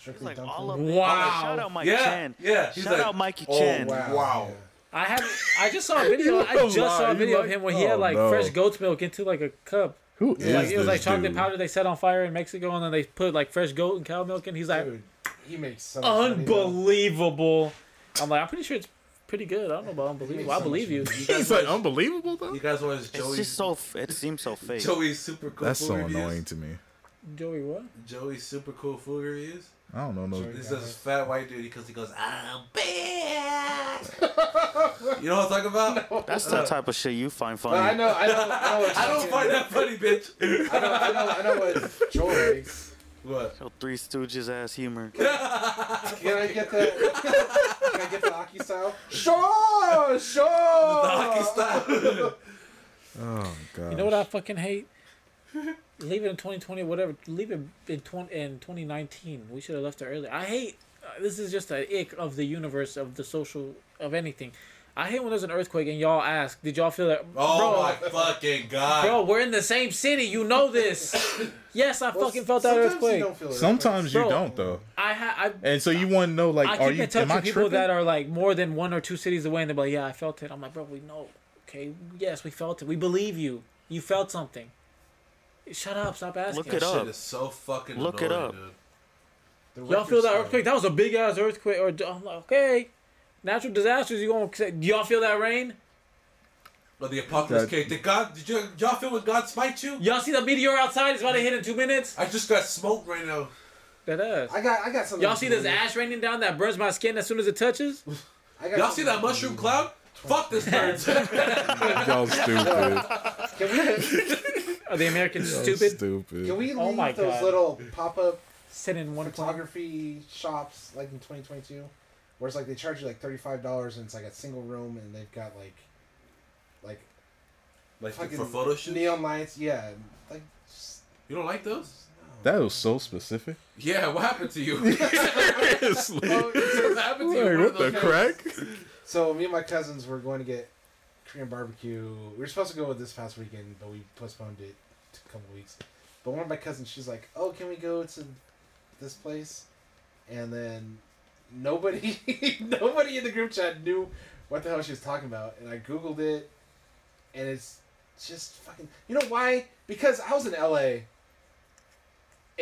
S6: Strictly
S4: He's like
S6: dumpling.
S4: all of
S5: Wow.
S4: Shout out Mike
S2: Yeah,
S4: Chan.
S2: yeah. He's
S4: Shout
S2: like,
S4: out Mikey
S2: oh,
S4: Chan.
S2: wow.
S6: Yeah.
S5: I have. I just saw a video. I just saw a
S3: Wow, you
S5: video of
S3: like-
S5: him when he had
S3: oh,
S5: like
S3: no.
S5: fresh goat's milk into like a cup.
S3: Who is
S5: Like it
S3: this
S5: was like chocolate
S3: dude?
S5: powder they set on fire in Mexico, and then they put like fresh goat and cow milk, and he's like,
S6: Dude, he makes so much money, though.
S5: unbelievable. I'm like, I'm pretty sure it's pretty good. I don't know about unbelievable. I
S6: so
S5: believe
S6: much
S5: you.
S2: You guys
S3: He's like
S2: watch,
S3: unbelievable
S2: you
S3: though.
S2: guys watch
S4: It's
S2: Joey's
S4: just so. f- It seems so fake.
S2: Joey's super cool.
S3: That's
S2: food
S3: so
S2: reviews?
S3: annoying to me.
S5: Joey, what?
S2: Joey's super cool food reviews.
S3: I don't know no.
S6: Sure.
S2: This is fat white dude because he goes, I'm bad. you know what I'm talking about?
S4: That's the type of shit you find funny.
S6: But I know. I know. I know. What
S2: I don't find that funny, bitch.
S6: I know. I know. I know what Joel makes.
S2: what?
S4: Yo, Three Stooges ass humor.
S6: Can I get the? Can I get the hockey style? Sure. Sure.
S2: The hockey style.
S3: Oh god.
S5: You know what I fucking hate? leave it in 2020, whatever. Leave it in, 20, in 2019. We should have left it earlier. I hate. uh, this is just a ick of the universe of the social of anything. I hate when there's an earthquake and y'all ask, "Did y'all feel that?"
S2: Oh
S5: bro,
S2: my fucking god!
S5: bro, we're in the same city. You know this. yes, I fucking felt that
S6: Sometimes
S5: earthquake.
S6: You don't feel
S3: Sometimes you
S5: Bro.
S3: don't though,
S5: I ha- I
S3: and so you want to know like,
S5: I
S3: are
S5: keep
S3: you?
S5: in touch
S3: Am I
S5: with people
S3: tripping?
S5: that are like more than one or two cities away, and they're like, "Yeah, I felt it." I'm like, "Bro, we know. Okay, yes, we felt it. We believe you. You felt something. Shut up. Stop asking."
S4: Look
S2: Shit
S4: it up.
S2: is so fucking.
S4: Look it
S2: annoying,
S4: up.
S2: dude.
S6: earthquake.
S5: Y'all feel that earthquake? That was a big ass earthquake. Or I'm like, okay, natural disasters. You gonna say, do y'all feel that rain?
S2: But the apocalypse
S3: That-
S2: came. Did God? Did you, y'all feel when God smite you?
S5: Y'all see the meteor outside? It's about to hit in two minutes.
S2: I just got smoked right now.
S5: That ass.
S6: I got I got something.
S5: Y'all see this ash raining down that burns my skin as soon as it touches?
S6: I got
S2: Y'all see
S6: something
S2: that
S6: to
S2: mushroom
S6: believe.
S2: cloud? Fuck this bird.
S3: Y'all stupid.
S6: Can we
S5: Are the Americans
S3: Y'all
S5: stupid?
S3: stupid.
S6: can we leave
S5: Oh my
S6: those
S5: God.
S6: little pop up
S5: Sit in one corner.
S6: photography shops like in 2022 where it's like they charge you like $35 and it's like a single room and they've got like like
S2: like
S6: fucking
S2: for photo shoots?
S6: neon lights yeah like just-
S2: You don't like those?
S3: That was so specific.
S2: Yeah. What happened to you? what
S3: Seriously.
S5: Oh,
S2: happened to you?
S3: Like,
S2: One of
S3: what the
S2: those guys-
S3: crack?
S6: so me and my cousins were going to get korean barbecue we were supposed to go this past weekend but we postponed it to a couple weeks but one of my cousins she's like oh can we go to this place and then nobody nobody in the group chat knew what the hell she was talking about and i googled it and it's just fucking you know why because i was in la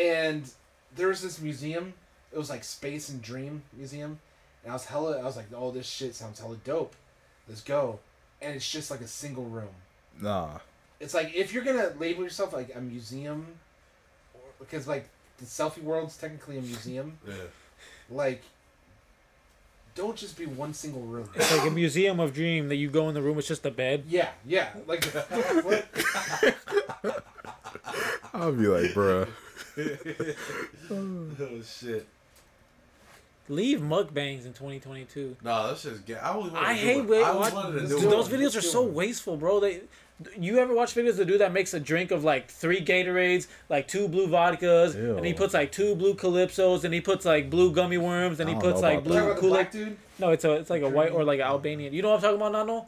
S6: and there was this museum it was like space and dream museum and i was hella i was like oh this shit sounds hella dope let's go and it's just like a single room
S3: Nah.
S6: it's like if you're gonna label yourself like a museum or, because like the selfie world's technically a museum
S2: Yeah.
S6: like don't just be one single room
S5: It's like a museum of dream that you go in the room. It's just a bed.
S6: yeah yeah like what?
S3: I'll be like, bruh.
S2: Oh shit.
S5: Leave mugbangs in 2022.
S2: Nah, that's just. Ga- I always wanted
S5: I
S2: to do
S5: hate
S2: one.
S5: wa-
S2: I always
S5: watch-
S2: wanted to
S6: Let's
S2: do
S6: do
S2: one.
S5: those videos are so
S6: Sure.
S5: wasteful, bro. They, you ever watch videos of the dude that makes a drink of like three Gatorades, like two blue vodkas, and he
S3: Ew.
S5: puts like two blue calypsos, and he puts like blue gummy worms, and he
S3: I don't
S5: puts
S3: know
S5: like
S3: about that.
S6: Talking
S5: blue
S6: about the
S5: Kool Aid.
S6: black dude
S5: No, it's a it's like a white or like an Albanian. You know what I'm talking about, Nano?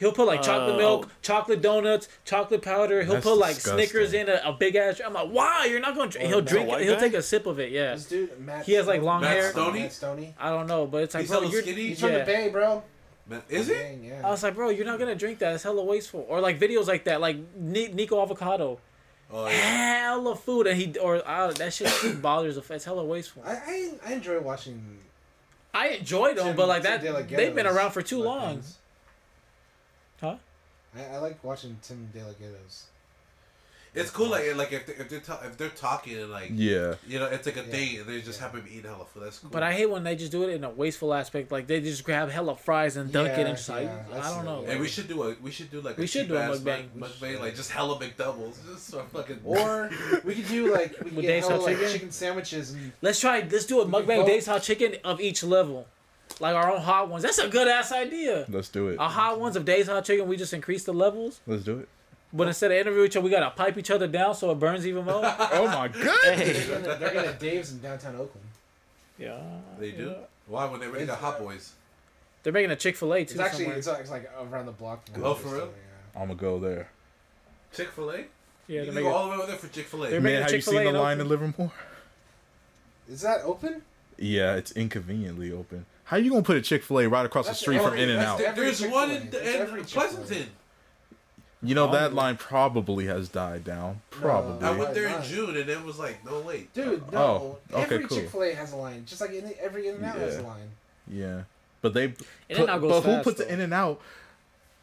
S5: He'll put like chocolate
S4: Uh,
S5: milk, chocolate donuts, chocolate powder. He'll
S3: That's
S5: put like
S3: disgusting.
S5: Snickers in a, a big ass. I'm like, wow, you're not going to. He'll
S6: that
S5: drink.
S4: white
S5: He'll
S4: guy?
S5: take a sip of it. Yeah.
S6: this dude Matt
S5: He has, like,
S6: Stone-
S5: long
S2: Matt
S5: hair.
S2: Stoney?
S6: Matt Stoney
S5: I don't know, but it's like,
S2: He's
S5: bro,
S2: hella
S5: you're,
S2: skinny?
S6: he's from
S5: yeah.
S6: the Bay bro
S2: Man, is it?
S6: Dang, yeah
S5: I was like, bro, you're not gonna drink that. It's hella wasteful. Or like videos like that, like Ni- Nico Avocado,
S2: Oh yeah.
S5: hella food, and he or uh, that shit too bothers. the f- It's hella wasteful.
S6: I, I I enjoy watching
S5: I enjoyed them,
S6: Tim-
S5: but like
S6: Tim
S5: that,
S6: De La
S5: they've been
S6: Ghetto's
S5: around for too
S6: like
S5: long,
S6: things.
S5: huh?
S6: I, I like watching Tim De La Ghetto's.
S2: It's cool. Like like if they, if they're ta- if they're talking and like
S3: Yeah.
S2: you know it's like a thing and they just happen to be eating hella food. That's cool.
S5: But I hate when they just do it in a wasteful aspect. Like they just grab hella fries and dunk it
S6: Yeah,
S5: and just like
S6: yeah,
S5: I
S6: that's
S5: don't
S6: it,
S5: know.
S6: yeah.
S2: And we should do a we should do like
S5: We
S2: a
S5: should
S2: cheap
S5: do a
S2: ass
S5: mukbang.
S2: mug- mukbang like just hella McDoubles just so fucking
S6: Or we could do like we could
S5: With
S6: get
S5: Dave's
S6: hella,
S5: Hot
S6: like
S5: Chicken?
S6: chicken sandwiches and
S5: Let's try. Let's do a
S6: can
S5: mukbang
S6: vote.
S5: days hot chicken of each level, like our own hot ones. That's a good ass idea.
S3: Let's do it.
S5: Our hot ones of days hot chicken, we just increase the levels,
S3: Let's do it.
S5: but instead of interview each other, we gotta pipe each other down so it burns even more.
S3: Oh my god.
S6: they're gonna, they're gonna Dave's in downtown Oakland.
S5: Yeah.
S2: they do. Why when they ready the hot boys?
S5: They're making a Chick Fil A too.
S6: It's actually
S5: somewhere.
S6: it's, like- it's like around the block. from
S2: Oh,
S6: us,
S2: for
S6: so,
S2: real?
S6: yeah.
S3: I'ma go there.
S2: Chick Fil A.
S5: yeah,
S2: you
S5: they're
S2: can
S5: making.
S2: go all the way over there for Chick Fil A.
S5: They're
S3: Man,
S5: making
S3: have you
S5: Chick-fil-A
S3: seen the
S5: in
S3: line in Livermore?
S6: Is that open?
S3: Yeah, it's inconveniently open. How you gonna put a Chick Fil A right across
S6: That's
S3: the street from
S6: every-
S3: In and
S6: that's
S3: Out?
S6: every
S2: There's
S6: Chick-fil-A.
S2: one in,
S6: It's every
S2: in
S6: Chick-fil-A.
S2: Pleasanton.
S3: You know that
S5: Oh.
S3: line probably has died down. Probably.
S2: I
S6: Yeah.
S2: went there in
S6: Why not?
S2: June and it was like no wait.
S6: Dude, no.
S3: oh, okay,
S6: every
S3: cool.
S6: Chick Fil A has a line, just like any, every In and Out has a
S3: Yeah.
S6: line.
S3: yeah, but they. put-
S5: In-N-Out goes
S3: but who
S5: fast,
S3: puts
S5: though.
S3: In and Out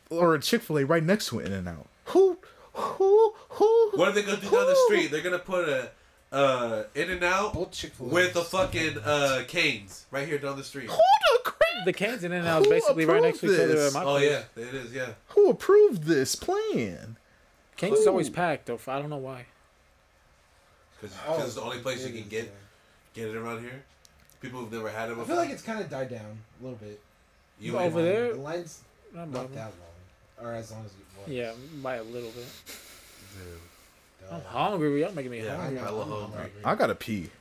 S3: or a Chick Fil A right next to In and Out? Who? Who? Who?
S2: What are they gonna do down the street? They're gonna put a uh In and Out
S6: Both Chick Fil A.
S2: with the fucking uh canes right here down the street.
S3: Who the crap?
S5: The Canes and In and Out is
S3: Who
S5: basically right next to each
S3: approved
S5: other. At
S3: this?
S5: my
S2: Oh
S5: place.
S2: yeah, it is yeah.
S3: Who approved this plan?
S5: Canes is always
S3: Who?
S5: packed though. I don't know why.
S2: Because
S6: Oh,
S2: it's the only place you
S6: it
S2: can
S6: is,
S2: get
S6: yeah.
S2: get it around here. People who've never had it
S6: I
S2: before.
S6: feel like it's kind of died down a little bit.
S2: you
S5: Over
S2: ain't-
S5: there?
S6: The line's
S5: Not
S6: not
S5: bothered.
S6: that long, or as long as it was.
S5: Yeah, by a little bit.
S2: Dude. uh,
S5: I'm
S6: Duh.
S5: hungry. Y'all making me
S2: Yeah,
S5: hungry.
S2: I'm hella
S6: I'm
S2: hungry.
S6: hungry.
S3: I gotta pee.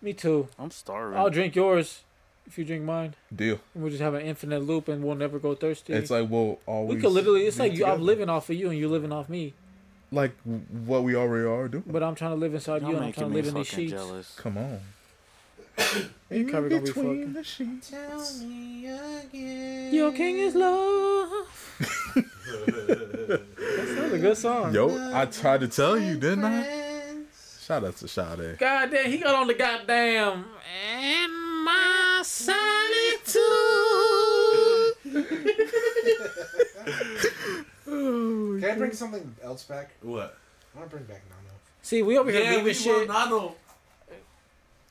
S5: Me too.
S4: I'm starving.
S6: Oh,
S5: I'll drink yours if you drink mine.
S2: Deal.
S5: And we'll just have an infinite loop and we'll never go thirsty.
S2: It's like we'll always.
S5: we could literally, it's
S2: be
S5: like you, I'm
S2: together.
S5: living off of you and you living off me.
S2: Like what we already are doing.
S5: But I'm trying to live inside
S4: Y'all
S5: you and I'm trying
S4: making me
S5: to live in these
S4: fucking
S5: sheets.
S4: jealous.
S2: Come on.
S5: You probably gonna be fucking.
S2: the sheets.
S5: Your king is love. that sounds a good song.
S3: Yo, I tried to tell you, didn't I? Shout out to Sade.
S5: God damn, he got on the goddamn. And my solitude.
S6: Can I bring something else back?
S2: What?
S6: I want to bring back Nano.
S5: See, we over here leaving shit.
S2: Nano.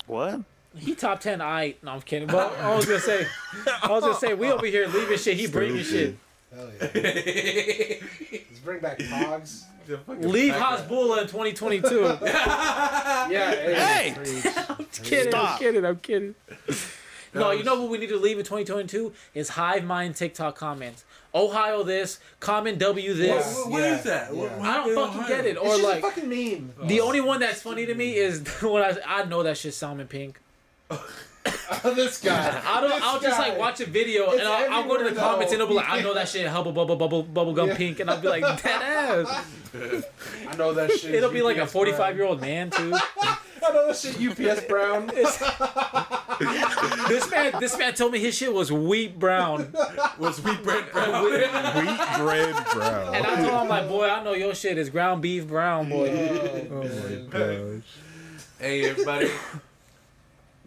S4: What?
S5: He top ten. I no, I'm kidding. But I was gonna say, I was gonna say, we over here leaving shit. He bringing shit.
S6: Hell yeah. Let's bring back Pogs.
S5: Leave Hasbulla in 2022.
S6: Yeah.
S4: Hey!
S6: preach.
S5: kidding, I'm
S4: Stop.
S5: kidding. I'm kidding. no, you know what we need to leave in 2022 is Hive Mind TikTok comments. Ohio this, comment W this.
S6: Whoa, whoa,
S2: What
S6: Yeah,
S2: is that? What-
S6: yeah.
S2: what
S5: I don't
S2: happened in
S5: fucking
S2: Ohio?
S5: get it. Or
S6: It's just a
S5: like
S6: fucking meme.
S5: the only one that's funny to me is when I I know that shit's Salmon Pink.
S6: Oh, this guy.
S5: I don't.
S6: This
S5: I'll just
S6: guy.
S5: like watch a video
S6: It's
S5: and I'll, I'll go to the
S6: everywhere,
S5: comments and
S6: though.
S5: it'll be like, I know that shit hubble bubble bubble bubble gum
S6: Yeah.
S5: pink, and I'll be like, that ass.
S6: I know that shit. is
S5: It'll be like a
S6: UPS
S5: 45
S6: Brown.
S5: year old man too.
S6: I know that shit. UPS Brown.
S5: This man, this man told me his shit was wheat brown.
S2: Was we bread brown?
S5: Oh,
S3: Wheat bread brown.
S5: And I told him, like, boy, I know your shit is ground beef brown, boy.
S3: Oh my gosh.
S2: Hey everybody,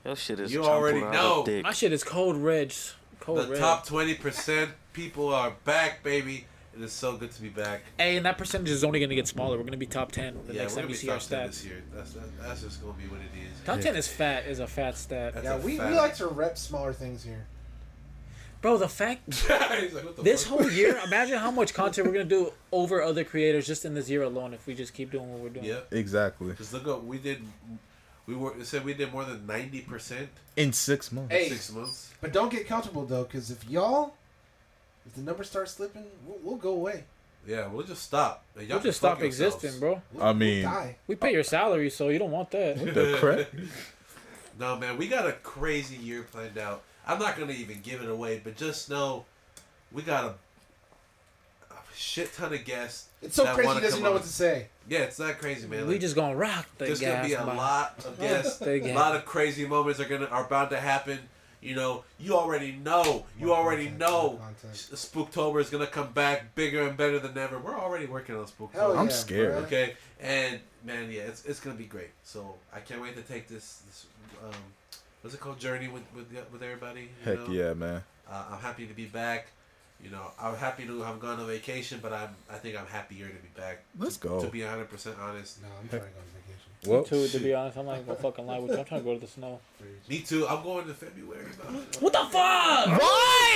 S4: That shit is
S2: You
S4: jumbled
S2: already
S4: out
S2: know.
S4: of dick.
S5: My shit is cold red. Cold
S2: the
S5: red.
S2: top twenty percent people are back, baby. It is so good to be back.
S5: Hey, and that percentage is only gonna get smaller. We're gonna be top 10 the
S2: yeah,
S5: next
S2: we're
S5: time
S2: gonna
S5: we
S2: be
S5: see our
S2: top ten
S5: stats.
S2: this year. That's that, that's just gonna be what it is.
S5: Top 10 is fat, is a fat stat.
S2: That's
S6: Yeah,
S2: a
S6: we, we
S2: fact.
S6: like to rep smaller things here.
S5: Bro, the fact
S2: He's like, what the
S5: this
S2: fuck?
S5: whole year, imagine how much content we're gonna do over other creators just in this year alone if we just keep doing what we're doing.
S2: Yeah,
S3: Exactly.
S2: because look up, we did. We were it said we did more than ninety percent
S3: In six months.
S6: Hey,
S2: six months.
S6: but don't get comfortable though, because if y'all, if the numbers start slipping, we'll, we'll go away.
S2: Yeah, we'll just stop. And y'all
S5: We'll just
S2: can fuck
S5: stop existing,
S2: yourselves.
S5: bro.
S6: We'll,
S3: I
S6: we'll
S3: mean-
S6: die.
S5: We pay your salary, so you don't want that.
S3: The crap.
S2: No, man, we got a crazy year planned out. I'm not gonna even give it away, but just know we got a, a shit ton of guests.
S6: It's so
S2: that
S6: crazy
S2: wanna
S6: he doesn't
S2: come
S6: know
S2: on.
S6: what to say.
S2: Yeah, it's not crazy, man.
S5: We
S2: Like,
S5: just gonna rock the
S2: there's gonna
S5: gas.
S2: be a
S5: man.
S2: lot of guests.
S5: The
S2: a
S5: gas.
S2: lot of crazy moments are gonna are bound to happen. You know, you already know. You
S6: More
S2: already
S6: content,
S2: know.
S6: more content.
S2: Spooktober is gonna come back bigger and better than ever. We're already working on Spooktober.
S6: Hell
S3: I'm
S6: yeah,
S3: scared.
S6: bruh.
S2: Okay, and man, yeah, it's, it's gonna be great. So I can't wait to take this this um, what's it called journey with with the- with everybody. you
S3: Heck
S2: know?
S3: yeah, man.
S2: Uh, I'm happy to be back. You know, I'm happy to have gone on vacation, but I'm I think I'm happier to be back.
S3: Let's
S2: to,
S3: go.
S2: To be 100 percent honest,
S6: No, I'm trying to go on vacation.
S3: Well,
S5: Too, to
S3: shit.
S5: be honest, I'm not even gonna fucking lie with you. I'm trying to go to the snow.
S2: me too. I'm going to February. man.
S5: What the fuck?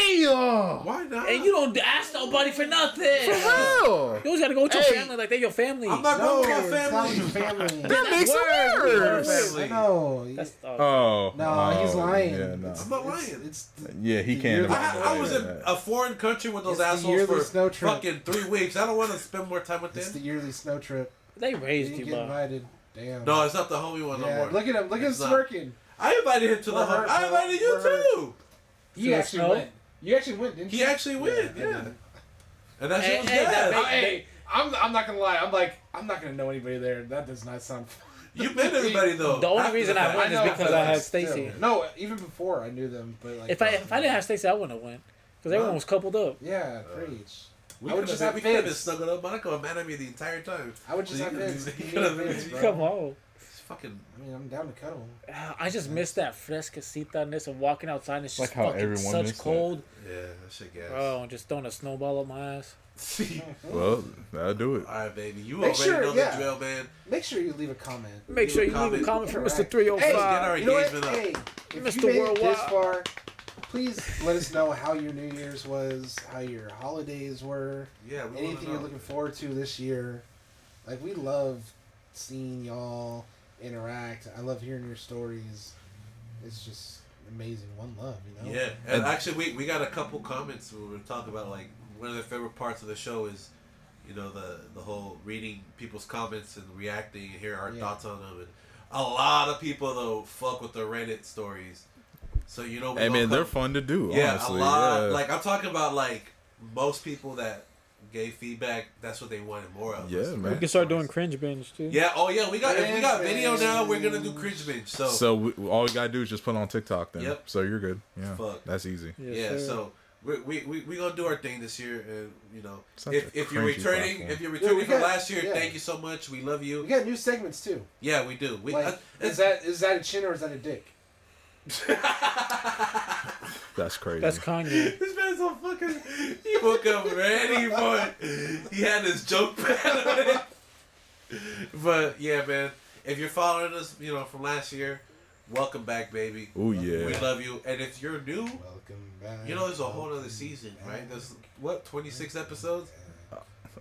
S3: Why?
S2: Why not?
S5: And you don't ask nobody for nothing. You
S3: Hell.
S5: always gotta go with your
S3: Hey.
S5: family like they're your family.
S2: I'm not
S6: No,
S2: going with my
S6: it's not
S2: family.
S6: your family.
S3: That makes it
S5: Word.
S3: worse.
S6: I
S2: Family.
S6: know.
S5: That's uh,
S3: Oh.
S6: no,
S3: oh,
S6: he's lying.
S3: Yeah, no.
S6: It's-
S2: I'm not
S6: it's-
S2: lying.
S6: It's,
S3: yeah he
S6: You're
S3: can't.
S6: the-
S2: I, I was in a foreign country with those
S6: It's the
S2: assholes
S6: yearly
S2: for
S6: snow trip.
S2: fucking three weeks. I don't want to spend more time with
S6: it's the
S2: them.
S6: yearly snow trip.
S5: they
S6: You
S5: raised
S6: didn't
S5: you,
S6: get
S5: bro.
S6: invited. Damn.
S2: No, it's not the homie one no
S6: yeah,
S2: more.
S6: look at him. Look at him
S2: It's not.
S6: smirking.
S2: I invited him to the
S6: We're
S2: home.
S6: hurt,
S2: I
S6: bro.
S2: invited you
S6: We're hurt.
S2: too.
S5: To
S6: You
S5: the
S6: actually
S5: snow?
S6: went. You actually went, didn't
S2: He
S6: you?
S2: actually went,
S6: I
S2: yeah.
S6: didn't.
S2: And that
S5: Hey,
S2: shit was
S5: hey,
S2: good.
S5: that
S6: Oh,
S5: makes-
S6: hey, I'm, I'm not gonna lie. I'm like, I'm not gonna know anybody there. That does not sound.
S2: You met everybody though.
S5: The only
S2: After
S5: reason
S2: the
S5: I
S2: fact.
S5: went is
S6: know,
S5: because
S6: but,
S5: I
S6: like,
S5: had
S6: still.
S5: Stacy.
S6: No, even before I knew them, but like.
S5: If I if I didn't have Stacey, I wouldn't have went because everyone was coupled up.
S6: Yeah, preach.
S2: we
S6: I would
S2: could
S6: just
S2: have
S6: have
S2: we could have
S6: Vince.
S2: snuggled up. Monica was mad at me the entire time.
S6: I would just
S2: You
S6: have
S2: could've-
S6: Vince.
S2: you
S6: Me
S2: could've
S6: and Vince,
S2: been-
S6: bro.
S5: Come on,
S2: It's fucking.
S6: I mean, I'm down to cuddle.
S5: Ah, I just miss that frescasita-ness of walking outside and it's just
S3: Like how
S5: fucking
S3: everyone
S5: such
S3: missed that.
S5: cold.
S2: Yeah, that shit gas.
S5: Bro, and just throwing a snowball up my ass.
S3: Well, that'll do it.
S2: All right, baby. You
S6: Make
S2: already
S6: sure,
S2: know
S6: yeah.
S2: the drill, man.
S6: Make sure you leave a comment.
S5: Make
S2: Leave
S5: sure
S2: a
S5: you leave a
S2: comment.
S5: comment for oh Mr.
S6: Alright.
S5: 305.
S2: Hey. our
S6: you know what?
S2: engagement up.
S6: Hey, oh if
S5: Mr.
S6: you made it
S5: Worldwide.
S6: this far, please let us know how your New Year's was, how your holidays were,
S2: Yeah. We
S6: anything you're looking forward to this year. Like we love seeing y'all interact. I love hearing your stories. It's just amazing. One love, you know.
S2: Yeah, and actually, we, we got a couple comments we were talking about. Like one of their favorite parts of the show is, you know, the the whole reading people's comments and reacting and hear our
S6: Yeah.
S2: thoughts on them. And A lot of people though fuck with the Reddit stories. So you know, we
S3: I
S2: gonna
S3: mean, they're
S2: come-
S3: fun to do.
S2: Yeah,
S3: honestly.
S2: a lot.
S3: Yeah.
S2: Like I'm talking about, like most people that gave feedback. That's what they wanted more of.
S3: Yeah,
S2: was
S3: man.
S2: Reddit
S3: We
S5: can start doing
S2: stories.
S5: cringe binge too.
S2: Yeah. Oh yeah, we got if we got video
S6: Cringe
S2: now. We're gonna
S6: binge.
S2: do cringe binge. So,
S3: So we, all we gotta do is just put it on TikTok then.
S2: oh. Yep.
S3: So you're good. Yeah.
S2: Fuck.
S3: That's easy.
S5: Yes,
S2: yeah.
S5: sir.
S2: So we we we we gonna do our thing this year, and you know,
S3: Such
S2: if,
S3: a
S2: if you're
S3: cringy
S2: returning,
S3: platform.
S2: if you're
S6: we
S2: returning from
S6: got-
S2: last year,
S6: yeah.
S2: thank you so much. We love
S6: We
S2: you.
S6: got new segments too.
S2: Yeah, we do. We
S6: Like,
S2: uh,
S6: is that is that a chin or is that a dick?
S3: That's crazy.
S5: That's Kanye.
S2: This man's so fucking. He woke up ready for it. He had his joke pad on it. But yeah, man. If you're following us, you know from last year, welcome back, baby.
S3: oh
S2: We
S3: yeah.
S2: love you. And if you're new,
S6: Welcome back.
S2: you know there's a whole other season, right? There's what 26 episodes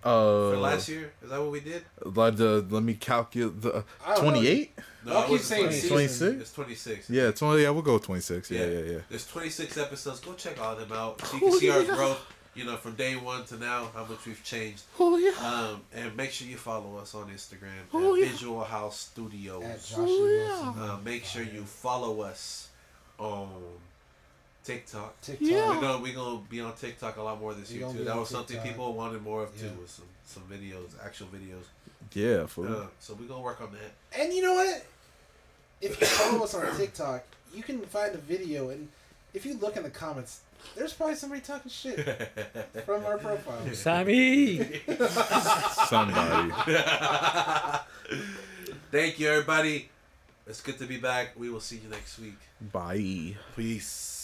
S3: Uh,
S2: for last year. Is that what we did?
S3: Let, the let me calculate the uh,
S6: I don't know.
S3: twenty eight.
S2: No,
S6: I'll
S2: it
S6: keep
S2: wasn't 26.
S6: saying
S3: Twenty six.
S2: It's 26.
S3: Yeah, twenty. Yeah, we'll go with twenty six. Yeah, yeah, yeah.
S2: There's 26 episodes. Go check all them out. So you can see our growth, you know, from day one to now, how much we've changed.
S3: Oh yeah.
S2: Um, and make sure you follow us on Instagram at
S3: Oh, yeah.
S2: Visual House
S6: At
S2: Studios.
S6: Joshua Wilson.
S2: Uh, make sure you follow us on TikTok.
S6: TikTok.
S2: We're gonna we're gonna be on TikTok a lot more this
S6: We
S2: year
S6: gonna
S2: too.
S6: be
S2: That
S6: on
S2: was something
S6: TikTok.
S2: people wanted more of too,
S6: Yeah.
S2: was some some videos, actual videos.
S3: Yeah. Fool.
S2: Uh, so we're gonna work on that.
S6: And you know what? If you follow us on TikTok, you can find a video, and if you look in the comments, there's probably somebody talking shit from our profile.
S5: Sammy.
S3: Somebody.
S2: Thank you, everybody. It's good to be back. We will see you next week.
S3: Bye.
S2: Peace.